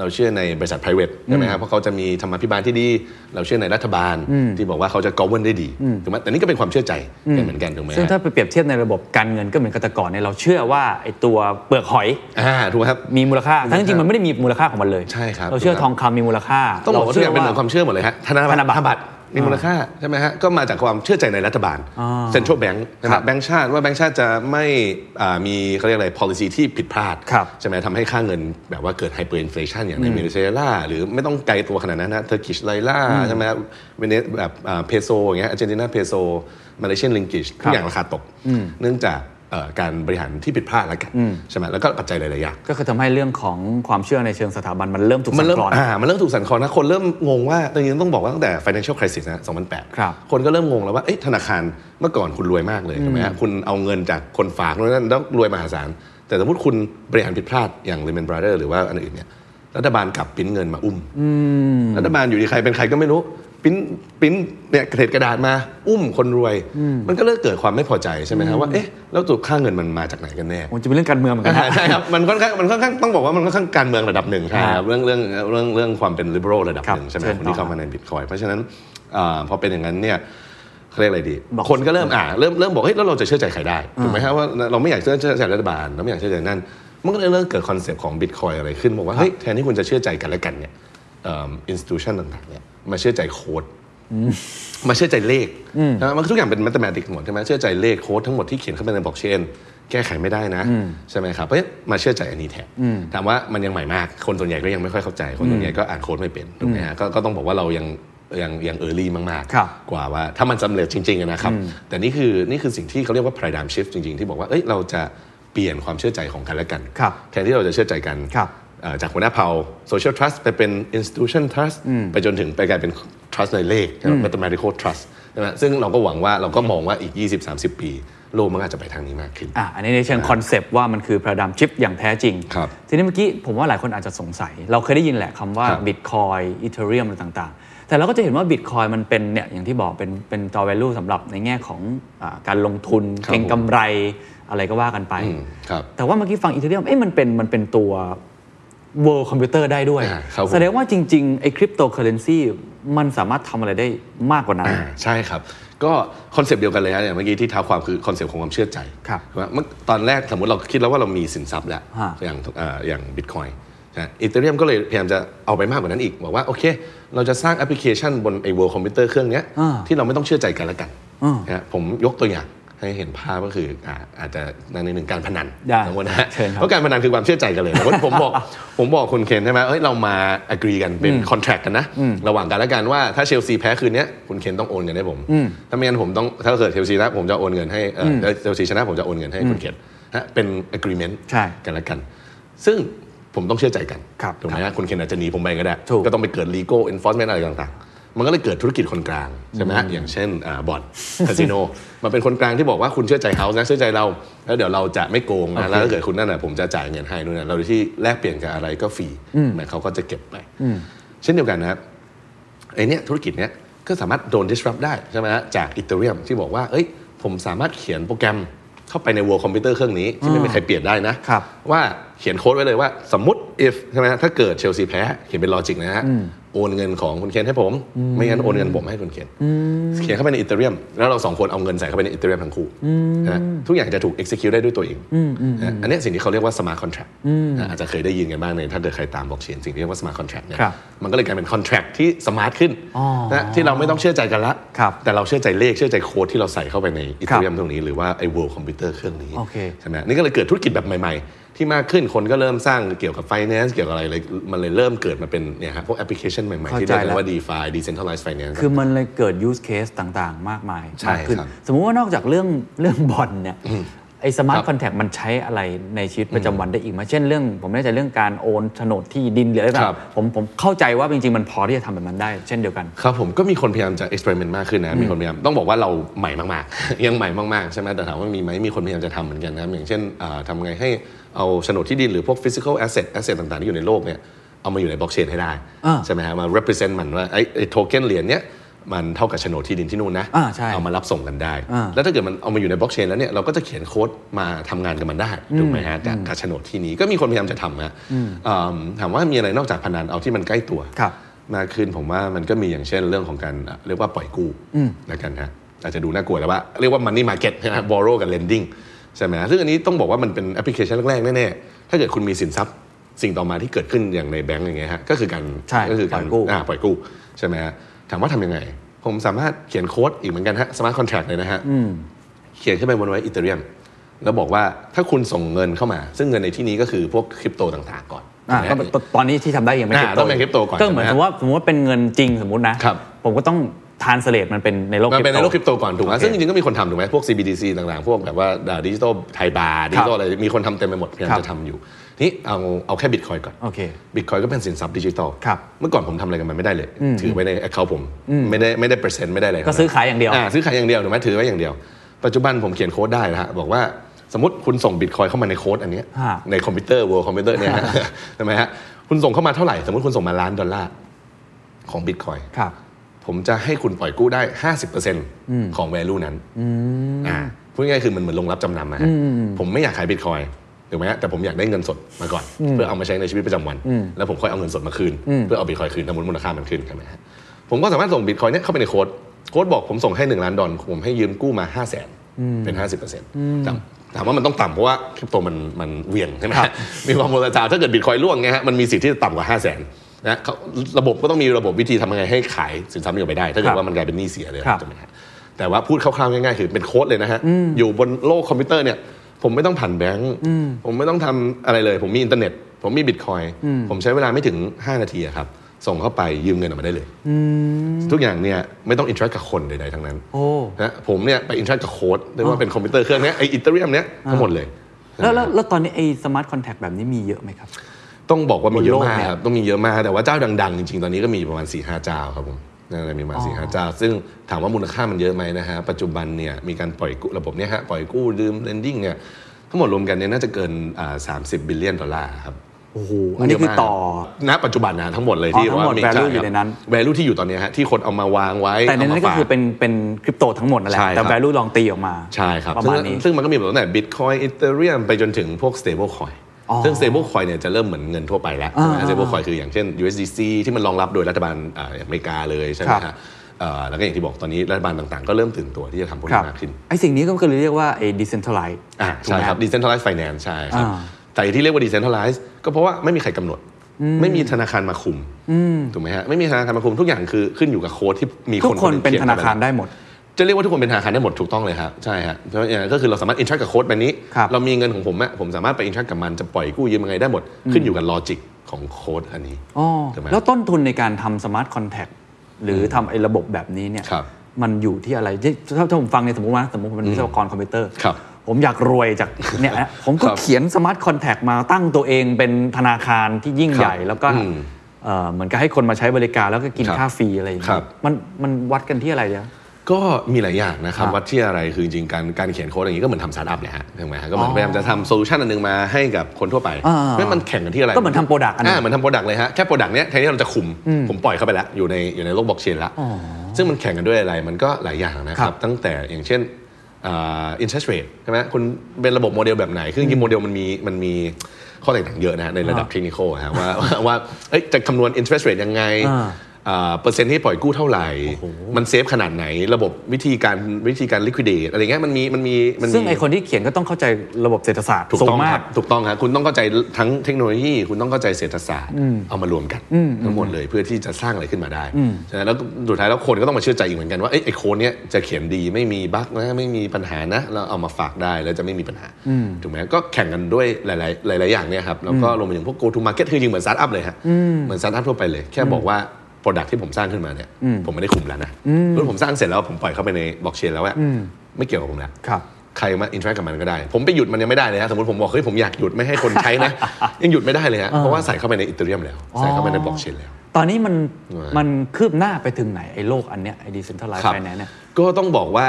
S5: เราเชื่อในบริษัท private ใช่ไหมครับเพราะเขาจะมีธรรมาภิบาลที่ดี เราเชื่อในรัฐบาลที่บอกว่าเขาจะ govern ได้ดีถูกไหมแต่นี่ก็เป็นความเชื่อใจกันเหมือนกันถูกไหมฮะ
S4: ซึ่งถ้าไปเปรียบเทียบในระบบการเงินก็เหมือนกับแต่ก่อนเนี่ยเราเชื่อว่าไอ้ตัวเปลือกหอย
S5: อ่าถูกไหมครับ
S4: มีมูลค่า ทั้งจริงๆมันไม่ได้มีมูลค่าของมันเลย
S5: ใช่ครับ
S4: เราเชื่อทองคำมีมูลค่า
S5: ต้องบอกว่าทุกอย่างเป็นเหมื
S4: ร
S5: อนความเชื่อหมดเลยฮะธนบัตร
S4: ธนบัตร
S5: ธนบัตรมีมูลค่าใช่ไหมฮะก็มาจากความเชื่อใจในรัฐบาลเซ็นทรัลแบงก์นะค
S4: ครั
S5: รับบ แบงก์ชาติว่าแบงก์ชาติจะไม่อ่ามีเขาเรียกอะไร policy ที่ผิดพลาด
S4: ครับ
S5: ใช่ไหมทำให้ค่าเงินแบบว่าเกิด hyperinflation อย่างในเวเนซุเอลาหรือไม่ต้องไกลตัวขนาดนั้นนะเทอร์กิชไลล่าใช่ไหมเวเนแบบเพโซอย่างเงี้ยอาร์เจนตินาเพโซมาเลเซียนลิงกิช
S4: ค
S5: ทุ
S4: รับ
S5: กอย่างราคาตก เนื่องจากเอ่อการบริหารที่ผิดพลาดแล้วกันใช่ไหมแล้วก็ปัจจัยหลายๆอย่าง
S4: ก็คือทำให้เรื่องของความเชื่อในเชิงสถาบันมันเริ่มถูกสั่
S5: มัน
S4: น
S5: เริ่ม
S4: คลอน
S5: อ่ามันเริ่มถูกสั่นคลอนนะคนเริ่มงงว่าจริงๆต้องบอกว่าตั้งแต่ financial crisis นะ2008
S4: ครับ
S5: คนก็เริ่มงงแล้วว่าเอ๊ะธนาคารเมื่อก่อนคุณรวยมากเลยใช่ไหมฮะคุณเอาเงินจากคนฝากนู่นนั่นแล้วรวยมหาศาล แต่สมมติคุณบริหารผิดพลาดอย่าง Lehman Brothers หรือว่าอันอื่นเนี่ยรัฐบาลกลับปริ้นเงินมาอุ้มรัฐบาลอยู่ดีใครเป็นใครก็ไม่รู้ปริ้นปริ้นเนี่ยเศษกระดาษมาอุ้มคนรวย มันก็เริ่มเกิดความไม่พอใจใช่ไหมครับว่าเอ๊ะแล้วตัวค่าเงินมันมาจากไหนกันแน่
S4: มันจะเป็นเรื่องการเมืองเหมือนกันนะ
S5: ใช่ครับ มันค่อนข้าง มันค่อนข้างต้องบอกว่ามันค่อนข้างการเมืองระดับหนึ่งใช่ครับเรื่องเรื่องเรื่องเรื่องความเป็น liberal ระดับหนึ่ง
S4: ครับ
S5: ใช่ไหม
S4: เชิญ
S5: ค
S4: ต่
S5: น
S4: อ
S5: ที่เข้ามาในบิตคอยเพราะฉะนั้นอ่าพอเป็นอย่างนั้นเนี่ยเขาเรียกอะไรดี
S4: บอก
S5: คนก็เริ่มอ่าเริ่มเริ่มบอกเฮ้ยแล้วเราจะเชื่อใจใครได้ถูกไหมครับว่าเราไม่อยากเชื่อใจรัฐบาลเราไม่อยากเชื่อใจนั่นมันก็เลยเริ่มเกิดคอนเซปต์ของบิตคอยอะไรขึ้นบอกว่าเฮ้ยแทนที่คุณจะเชื่อใจกันและกันเนี่ยอินสติทูชันต่างๆเนี่ยมาเชื่อใจโค้ด มาเชื่อใจเลขนะมันทุกอย่างเป็นแมทแมติกหมดใช่ไหมเชื่อใจเลขโค้ดทั้งหมดที่เขียนเข้าไปในบล็อกเชนแก้ไขไม่ได้นะ ใช่ไหมครับเพราะฉะนั้นมาเชื่อใจอันนี้แทนถามว่ามันยังใหม่มาก คนส่วนใหญ่ก็ยังไม่ค่อยเข้าใจ คนส่วนใหญ่ก็อ่านโค้ดไม่เป็นถูกไหมฮะก็ก็ต้องบอกว่าเรายังยังยังเออร์ลี่มาก
S4: ครับ
S5: ๆ กว่าว่าถ้ามันสำเร็จจริงๆอะนะครับ แต่นี่คือนี่คือสิ่งที่เขาเรียกว่า paradigm shift จริงๆ ที่บอกว่าเอ้ยเราจะเปลี่ยนความเชื่อใจของกันและกัน
S4: ครับ
S5: แทนที่เราจะเชื่อใจกัน
S4: ครับ
S5: เอ่อจากหัวหน้าเผ่า social trust ไปเป็น institution trust ไปจนถึงไปกลายเป็น trust ในเลข mathematical trust ใช่ไหมซึ่งเราก็หวังว่าเราก็มองว่าอีก 20-30 ปี โลกมันก็อาจจะไปทางนี้มากขึ้น
S4: อ่ะอันนี้ในเชิงคอนเซปต์ว่ามันคือพระดามชิปอย่างแท้จริง
S5: ครับ
S4: ทีนี้เมื่อกี้ผมว่าหลายคนอาจจะสงสัย เราเคยได้ยินแหละคำว่า
S5: ครับ
S4: บิตคอยอีเทเรียมอะไรต่างๆ แต่เราก็จะเห็นว่าบิตคอยมันเป็นเนี่ยอย่างที่บอกเป็นเป็นตัว value สำหรับในแง่ของอาการลงทุน
S5: ครับ
S4: เก็งกำไรอะไรก็ว่ากันไป
S5: อืมครับ
S4: แต่ว่าเมื่อกี้ฟังอีเทเรียมเอ๊ะมันเป็นมันเป็นตัว world computer ได้ด้วย
S5: อ่าครับผม
S4: แสดงว่าจริงๆไอ้คริปโตเคอเรนซีมันสามารถทำอะไรได้มากกว่านั้น
S5: อ่าใช่ครับ ก็คอนเซปต์เดียวกันเลยนะอย่างเมื่อกี้ที่ท้าความคือคอนเซปต์ของความเชื่อใจ
S4: ครับ
S5: ว่าเมื่อตอนแรกสมมติเราคิดแล้วว่าเรามีสินทรัพย์แล้ว
S4: ฮะ
S5: อย่างเอ่ออย่างบิตคอยอีเทเรียมก็เลยพยายามจะเอาไปมากกว่านั้นอีก บอกว่า โอเค เราจะสร้างแอปพลิเคชันบนไอเวิร์คอมพิวเตอร์เครื่องเนี้ย
S4: อ่า
S5: ที่เราไม่ต้องเชื่อใจกันและกัน
S4: อ่าน
S5: ฮะผมยกตัวอย่างให้เห็นภาพก็คืออ่าอาจจะในหนึ่งการพนัน
S4: ได้
S5: สมมตินะฮะ
S4: เชิญครับ
S5: เพราะการพนันคือความเชื่อใจกันเลยสมม ติผมบอก ผมบอกคุณเคนใช่ไหมเอ้ยเรามา agree กันเป็น contract กันนะระหว่างกันและกันว่าถ้าเชลซีแพ้คืนเนี้ยคุณเคนต้องโอนเงินให้ผม ถ้าไม่งั้นผมต้องถ้าเกิดเชลซีนะผมจะโอนเงินให้เอ่อถ้าเชลซีชนะผมจะโอนเงินให้คุณเคนฮะเป็น agreement
S4: ใช่
S5: กันและกัน ซึ่งผมต้องเชื่อใจกัน
S4: ครับ
S5: ถูกไหมฮะคุณเคนอาจจะหนีผมไปก็ได้
S4: ถูก
S5: ก็ต้องไปเกิด legal enforcement อะไรต่างๆ มันก็เลยเกิดธุรกิจคนกลางใช่ไหมฮะอย่างเช่นอ่าบ่อนคาสิโน มันเป็นคนกลางที่บอกว่าคุณเชื่อใจเขานะเชื่อใจเรา แล้วเดี๋ยวเราจะไม่โกงนะแล้วถ้าเกิดคุณนั่นน่ะผมจะจ่ายเงินให้นู่นน่ะเราที่แลกเปลี่ยนกับอะไรก็ฟรีนะเขาก็จะเก็บไป เช่นเดียวกันนะครับ ไอเนี้ยธุรกิจเนี้ยก็สามารถโดน disrupt ได้ใช่ไหมฮะจากอีเทเรียมที่บอกว่า เอ้ย ผมสามารถเขียนโปรแกรมเข้าไปใน World คอมพิวเตอร์เครื่องนี้ ที่ไม่มีใครเปลี่ยนได้นะ
S4: ครับ
S5: ว่าเขียนโค้ดไว้เลยว่าสมมติ if ใช่ไหมฮะถ้าเกิดเชลซีแพ้ เขียนเป็นลอจิกนะฮะ โอนเงินของคุณเคนให้ผม ไม่งั้นโอนเงินผมให้คุณเคนเขียนเข้าไปในอีเทเรียมแล้วเราสองคนเอาเงินใส่เข้าไปในอีเทเรียมทั้งคู่นะฮะทุกอย่างจะถูก execute ได้ด้วยตัวเองนะฮะอันเนี้ยสิ่งที่เขาเรียกว่า smart contract นะอาจจะเคยได้ยินกันบ้างในถ้าเกิดใครตาม blockchain สิ่งที่เรียกว่า smart contract เนี่ย
S4: ครับ
S5: มันก็เลยกลายเป็นคอนแท c t ที่สมาร์ทขึ้น
S4: อ๋อ
S5: นะที่เราไม่ต้องเชื่อใจกันละ
S4: ครับ
S5: แต่เราเชื่อใจเลขเชื่อใจโค้ดที่เราใส่เข้าไปในอีเทเรียม
S4: ครับ
S5: ตรงนี้หรือว่าไอ้ World คอมพิวเตอร์เครื่องนี้
S4: โอเค
S5: ใช่ไหมนี่ก็เลยเกิดธุรกิจแบบใหม่ ๆ ที่มากขึ้นคนก็เริ่มสร้างเกี่ยวกับ finance เกี่ยวกับอะไรเลยมันเลยเริ่มเกิดมาเป็นเนี่ยฮะพวกแอปพลิเคชันใหม่ๆ ที่เรียกกันว่า DeFi decentralized finance
S4: คือมันเลยเกิด use case ต่างๆ มากมาย
S5: ใช่
S4: มากขึ้น
S5: ครับ
S4: สมมุติว่านอกจากเรื่องเรื่องบอลเนี่ยไอ้สมาร์ท
S5: ครับ
S4: คอนแทคมันใช้อะไรในชีวิตประจำวันได้อีกไหมเช่นเรื่อง ผมไม่แน่ใจเรื่องการโอนโฉนดที่ดินหรืออะไร
S5: ค
S4: แบ
S5: รับ
S4: บผมผมเข้าใจว่าจริง ๆ มันพอที่จะทำแบบนั้นได้ เช่นเดียวกัน
S5: ครับผมก็มีคนพยายามจะ experiment มากขึ้นนะมีคนพยายามต้องบอกว่าเราใหม่มากๆ ยังใหม่มากๆ ใช่ไหมแต่ถามว่ามีไหมมีคนพยายามจะทำเหมือนกันนะครับอย่างเช่นเอ่อทำไงให้เอาโฉนดที่ดินหรือพวก physical asset asset ต่างๆ ที่อยู่ในโลกเนี่ยเอามาอยู่ในบล็อกเชนให้ได้
S4: อ่า
S5: ใช่ไหมฮะมา represent มันว่าไอ้โทเก้นเหรียญเนี้ยมันเท่ากับโฉนดที่ดินที่นู่นนะ
S4: อ่าใช่
S5: เอามารับส่งกันได้
S4: อ่า
S5: แล้วถ้าเกิดมันเอามาอยู่ในบล็อกเชนแล้วเนี่ยเราก็จะเขียนโค้ดมาทำงานกับมันได้ถูกไหมฮะกับกับโฉนดที่นี้ก็มีคนพยายามจะทำฮะเอิ่มถามว่ามีอะไรนอกจากพนันเอาที่มันใกล้ตัว
S4: ครับ
S5: มากขึ้นผมว่ามันก็มีอย่างเช่นเรื่องของการเอ่อเรียกว่าปล่อยกู้แล้วกันฮะอาจจะดูน่ากลัวแต่ว่า เรียกว่า money market ใช่ไหม borrow กับ lending ใช่ไหมซึ่งอันนี้ต้องบอกว่ามันเป็นแอปพลิเคชันแรก ๆ แน่ ๆ ถ้าเกิดคุณมีสินทรัพย์สิ่งต่อมาที่เกิดขึ้นอย่างในแบงก์อย่างเงี้ยฮะก็คือการ
S4: ใช่
S5: ก็คืการ
S4: ปล่อยกู้
S5: าปล่อยกู้ใช่ไหมฮะถามว่าทำยังไง ผมสามารถเขียนโค้ดอีกเหมือนกันฮะ smart contract เลยนะฮะ เขียนขึ้นไปบนไว้อีเทเรียมแล้วบอกว่าถ้าคุณส่งเงินเข้ามา ซึ่งเงินในที่นี้ก็คือพวกคริปโตต่างๆก่อน
S4: อ่ะ
S5: นะ
S4: ก็
S5: ฮะ
S4: ตอนนี้ที่ทำได้ยังไม่
S5: อ่า
S4: คริปโต
S5: ต้องเป็นคริปโตก่อน
S4: ก็เหมือน
S5: ใช่
S4: สมม
S5: ไหม
S4: ติว่าสมมติว่าเป็นเงินจริงสมมตินะครับ ผมก็ต้องทานสเลตมันเป็นในโลกค
S5: มั
S4: ริปโต
S5: นเป็นในโลกคริปโตก่อนถูกไหม
S4: โอเค
S5: ซึ่งจริงๆก็มีคนทำถูกไหมพวก CBDC ต่างๆ พวกแบบว่าดิจิตอลไทยบาร์ดิจิตอลอะไร มีคนทำเต็มไปหมดพยายาม
S4: ครับ
S5: จะทำอยู่ นี่เอาเอาแค่บิตคอยก่อน
S4: โอเค
S5: บิตคอยก็เป็นสินทรัพย์ดิจิตอล
S4: ครับ
S5: เมื่อก่อนผมทำอะไรกับมันไม่ได้เลย ถือไว้ในแอคเคาท์ผม ไม่ได้ไม่ได้เปอร์เซ็นต์ไม่ได้อะไร
S4: ก็ซื้อขายอย่างเดียว
S5: ซื้อขายอย่างเดียวถูกไหมถือไว้อย่างเดียว ปัจจุบันผมเขียนโค้ดได้นะฮะบอกว่า สมมติคุณส่งบิตคอยเข้ามาในโค้ดอันเนี้ย
S4: ฮะ
S5: ในคอมพิวเตอร์ world คอมพิวเตอร์เนี่ยฮะใช่ไหมฮะคุณส่งเข้ามาเท่าไหร่ สมมติคุณส่งมาล้านดอลลาร์ของบิตคอย
S4: ครับ
S5: ผมจะให้คุณปล่อยกู้ได้ 50%ของ value นั้นอ่าพูดง่ายๆคือมันเหมือนลงรับจำนำอะฮะผมไม่อยากขายบิตคอยถูกไหมฮะแต่ผมอยากได้เงินสดมาก่อน เพื่อเอามาใช้ในชีวิตประจำวัน แล้วผมค่อยเอาเงินสดมาคืน เพื่อเอาบิตคอยคืนสมมติมูลค่ามันขึ้นใช่ไหมฮะผมก็สามารถส่งบิตคอยเนี่ยเข้าไปในโค้ดโค้ดบอกผมส่งให้ 1 ล้านดอลผมให้ยืมกู้มา 5 0 0แสนเป็น 50%ครับถามว่ามันต้องต่ำเพราะว่าคริปโตมันมันเหวียงใช่ไหมฮะมีความโมลจาถ้าเกิดบิตคอยล่วงไงฮะมันมีสิทธิ์ที่จะต่ำกว่า 5 0 0แสนนะเขาระบบก็ต้องมีระบบวิธีทำยังไงให้ขายสินทรัพย์นี้ออกไปได้ ถ้าเกิ
S4: ครั
S5: ด
S4: บ
S5: ว่ามันกลายเป็นหนี้เสียเลย
S4: ครับ
S5: ใช่ไหมฮะแต่ว่าพูดคร่าวๆง่ายๆคือเป็นโค้ดเลยนะฮะอยู่บนโลกคอมพิวเตอร์เนี่ยผมไม่ต้องผ่านแบงค์ผมไม่ต้องทำอะไรเลย ผมมีอินเทอร์เน็ต ผมมีบิตคอยผมใช้เวลาไม่ถึง 5 นาทีอะครับส่งเข้าไปยืมเงินออกมาได้เลย ทุกอย่างเนี่ยไม่ต้องอินทรัคกับคนใดๆทั้งนั้น
S4: โอ้
S5: นะผมเนี่ยไปอินทรัคกับโค้ดเรียกว่าเป็นคอมพิวเตอร์เครื่องเนี้ยไออินเตอร์เรียมเนี้ยทั้งหมดเลย
S4: แล้วแล้วแล้วตอนนี้ไอ้สมาร์ทคอนแทคแบบนี้มีเยอะไหมครับ
S5: ต้องบอกว่ามีเย
S4: บนโล
S5: อะ
S4: ก
S5: มาก
S4: เนี่ย
S5: ครับต้องมีเยอะมากแต่ว่าเจ้าดังๆ จริงๆ ตอนนี้ก็มีอยู่ประมาณ4ี่ห้าเจ้าครับผมน่าจะมีประมาณสี่ห้าเจ้า ซึ่งถามว่ามูลค่ามันเยอะไหมนะฮะปัจจุบันเนี่ยมีการปล่อยกู้ระบบเนี่ยฮะปล่อยกู้ดืมเลนดิ้งเนี่ยทั้งหมดรวมกันเนี่ยน่าจะเกินสามสิบบิลเลียนดอลลาร์ครับ
S4: โอ้โหอันนี้คือต่อ
S5: ณปัจจุบันนะทั้งหมดเลย
S4: อ๋อ
S5: ที่
S4: ทั้งหมด
S5: มี
S4: value
S5: ครับ
S4: อยู่ในนั้น
S5: value ที่อยู่ตอนเนี้ยฮะที่คนเอามาวางไว้
S4: แต่ในนั้น
S5: เามา
S4: ก็
S5: ฝา
S4: คือเป็นเป็นคริปโตทั้งหมดนั่นแหละ
S5: ใช่ครับ
S4: แต่ value ลองตีออกมา
S5: ใช่ครับ
S4: ประ
S5: ซึ่
S4: มาง ณนี้
S5: ซึ่งมันก็มีแบบตั้งแต่บิตคอยอีเทเรียมไปจนถึงพวก stable coin
S4: อ๋อ
S5: ซึ่ง stable coin เนี่ยจะเริ่มเหมือนเงินทั่วไปแล้ว
S4: อ่า
S5: stable coin คืออย่างเช่น USDC ที่มันรองรับโดยรัฐบาลอ่าอเมริกาเลยใช่ไหม
S4: ครั
S5: ฮะ
S4: บ
S5: เอ่อแล้วก็อย่างที่บอกตอนนี้รัฐบาลต่างๆ ก็เริ่มตื่นตัวที่จะทำพวก
S4: ครับ
S5: นี้มากขึ้น
S4: ไอ้สิ่งนี้ก็คือเรียกว่าไอ้ decentralized
S5: อ่า
S4: ถูกไห
S5: ใช่
S4: ม
S5: ครับ decentralized finance ใช่ครับ
S4: อ่า
S5: แต่ที่เรียกว่า decentralized ก็เพราะว่าไม่มีใครกำหนด ไม่มีธนาคารมาคุมถูกไหมฮะไม่มีธนาคารมาคุมทุกอย่างคือขึ้นอยู่กับโค้ดที่มี
S4: ทุกคน
S5: หง
S4: เป็น
S5: ขีย
S4: ธ
S5: ม
S4: นา
S5: แล้ว
S4: คารได้หมด
S5: จะเรียกว่าทุกคนเป็นธนาคารได้หมดถูกต้องเลยครับใช่ฮะเพราะอย่างนั้นก็คือเราสามารถอินทรัคกับโค้ดแบบนี้
S4: ครับ
S5: เรามีเงินของผมอะผมสามารถไปอินทรัคกับมันจะปล่อยกู้ยืมยังไงได้หมด ขึ้นอยู่กับลอจิกของโค้ดอันนี้
S4: อ๋อ
S5: ถูกไหม
S4: แล้วต้นทุนในการทำสมาร์ทคอนแทคหรือทำไอ้ระบบแบบนี้เนี่ย
S5: ครับ
S4: มันอยู่ที่อะไรที่ถ้าถ้าผมฟังในยสมมติว่าสมมติผมเป็นวิศวกรคอมพิวเตอร์
S5: ครับ
S4: ผมอยากรวยจากเนี่ยนะ ผมก็
S5: ครับ
S4: เขียนสมาร์ทคอนแทคมาตั้งตัวเองเป็นธนาคารที่ยิ่ง
S5: ครับ
S4: ใหญ่ แล้วก็
S5: อืม
S4: เอ่อเหมือนกับให้คนมาใช้บริการแล้วก็กิน
S5: ครับ
S4: ค่าฟรีอะไรอย่าง
S5: ครั
S4: เงี้
S5: บ
S4: ยมันมันวัดกันที่อะไรเนี่ย
S5: ก็มีหลายอย่างนะครับ
S4: ครับ
S5: วัดที่อะไรคือจริงๆการการเขียนโค้ดอย่างนี้ก็เหมือนทำสตาร์ทอัพแหละฮะถูกไหมฮะก็เหมือ
S4: อ๋
S5: น
S4: อ
S5: พยายามจะทำโซลูชันอันหนึงมาให้กับคนทั่วไป
S4: อ่า
S5: ไม่มันแข่งกันที่อะไร
S4: ก็เหมือนทำ product อันหนึ่ง
S5: อ่าเหมือนทำโปรดักต์เลยฮะแค่โปรดักต์เนี้ยแทนที่เราจะคุมผมปล่อยเข้าไปแล้วอยู่ในอยู่ในโลกบล็อกเชนแล้วซึ่งมันแข่งกันด้วยอะไรมันก็หลายอย่างนะค
S4: ครั
S5: รับบ ตั้งแต่อย่างเช่นอินเทอร์เรทใช่ไหมคุณเป็นระบบโมเดลแบบไหนคือจริงๆโมเดลมันมีมันมีข้อแตกต่างเยอะนะฮะในระดับเทคนิคฮะว่าว่าว่าเอ้ยจะคำนวณ interest rate ยังไง
S4: อ่า
S5: อ่าเปอร์เซ็นต์ที่ปล่อยกู้เท่าไหร่ มันเซฟขนาดไหน ระบบวิธีการวิธีการลิควิดเดตอะไรเงี้ยมันมีมันมีมัมี
S4: ซึ่งไอคนที่เขียนก็ต้องเข้าใจระบบเศรษฐศาสตร์
S5: ถูก
S4: สู
S5: ต้อง งค
S4: มา
S5: รั
S4: ก
S5: บถูกต้องครับคุณต้องเข้าใจทั้งเทคโนโลยี คุณต้องเข้าใจเศรษฐศาสตร์เอามารวมกันทั้งหมดเลยเพื่อที่จะสร้างอะไรขึ้นมาได้ใช่ไหมแล้วสุดท้ายแล้วคนก็ต้องมาเชื่อใจอีกเหมือนกันว่าเอ้ยไอ้โค้ดเนี้ยจะเขียนดีไม่มีบั๊กนะไม่มีปัญหานะเราเอามาฝากได้แล้วจะไม่มีปัญหาถูกไหมก็แข่งกันด้วยหลาย ๆ หลาย ๆ อย่างเนี่ยครับแล้วก็รวมไปถึงพวก go to market คือจริงเหมือน startup เลยฮะเหมือน startup ทั่วไปเลยแค่บอกว่า โปรดักที่ผมสร้างขึ้นมาเนี่ยผมไม่ได้คุมแล้วนะเมื่อผมสร้างเสร็จแล้วผมปล่อยเข้าไปในบล็อกเชนแล้วอะไม่เกี่ยวกับผมแล้ว
S4: ครับ
S5: ใครมาอินทร c t กับมันก็ได้ ผมไปหยุดมันยังไม่ได้เลยฮะสมมติผมบอกเฮ้ยผมอยากหยุดไม่ให้คนใช้นะ ยังหยุดไม่ได้เลยฮะเพราะว่าใส่เข้าไปในอิตาเรียมแล้ว ใส่เข้าไปในบล็อกเชนแล้ว
S4: ตอนนี้มัน
S5: เออ
S4: มันคืบหน้าไปถึงไหนไอ้โลกอันเนี้ยไอ้ decentralized
S5: ครับ
S4: finance เนี่ย
S5: ก็ต้องบอกว่า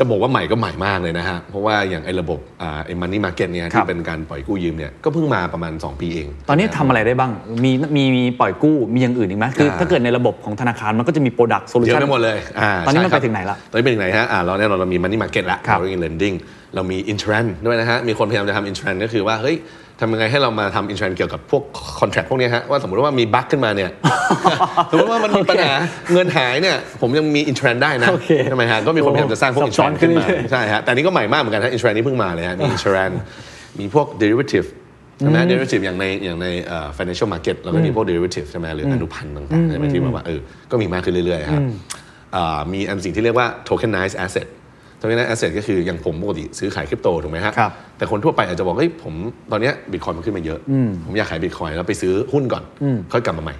S5: จะบอกว่าใหม่ก็ใหม่มากเลยนะฮะ เพราะว่าอย่างไอ้ระบบอ่าไอ้มันนี่มาเก็ตเนี่ย
S4: ครั
S5: ที่
S4: บ
S5: เป็นการปล่อยกู้ยืมเนี่ยก็เพิ่งมาประมาณ 2 ปีเอง
S4: ตอนนี้ทำอะไรได้บ้าง มีมีมีปล่อยกู้ มีอย่างอื่นอีกไหม คือ
S5: อ่า
S4: ถ้าเกิดในระบบของธนาคารมันก็จะมีโปรดักต์โซลู
S5: เย
S4: ชั
S5: อะ
S4: น
S5: ไปหมดเลยา
S4: ตอนนี้
S5: ใช่
S4: มัน
S5: ครับ
S4: ไปถึงไหนละ
S5: ตอนนี้ไปถึงไหนฮะอ่าเราแน่นอนเรามี money market ละ
S4: ครับ
S5: เรามี lending เรามี insurance ด้วยนะฮะ มีคนพยายามจะทำ insurance ก็คือว่า เฮ้ยทำยังไงให้เรามาทำ insurance เกี่ยวกับพวก contract พวกเนี้ยฮะ ว่าสมมติว่ามีบั๊กขึ้นมา เนี่ย สมมติว่ามันมีปัญหาเงินหายเนี่ย ผมยังมี insurance ได้นะ
S4: โอเค
S5: ใช่ไหมฮะ ก็มีคนพยายามจะสร้างพวก
S4: ซับซ้อน
S5: insurance ขึ้นมา ใช่ฮะ แต่อันนี้ก็ใหม่มากเหมือนกันฮะ insurance นี่เพิ่งมาเลยฮะ มี insurance มีพวก derivative ใช่ไหม derivative อย่างในอย่างในเอ่อ financial market เราก็มีพวก derivative ใช่ไหมหรืออนุพันธ์ต่างๆใช่ไหมที่แบบว่าเออ ก็มีมากขึ้นเรื่อยๆครับอ่ามีอันสิ่งที่เรียกว่า tokenized asset tokenized asset ก็คืออย่างผมปกติซื้อขายคริปโตถูกไหมฮะ
S4: ครับ
S5: แต่คนทั่วไปอาจจะบอกเฮ้ยผมตอนเนี้บิตคอย Bitcoin มันขึ้นมาเยอะ ผมอยากขายบิตคอยแล้วไปซื้อหุ้นก่อน ค่อยกลับมาใหม่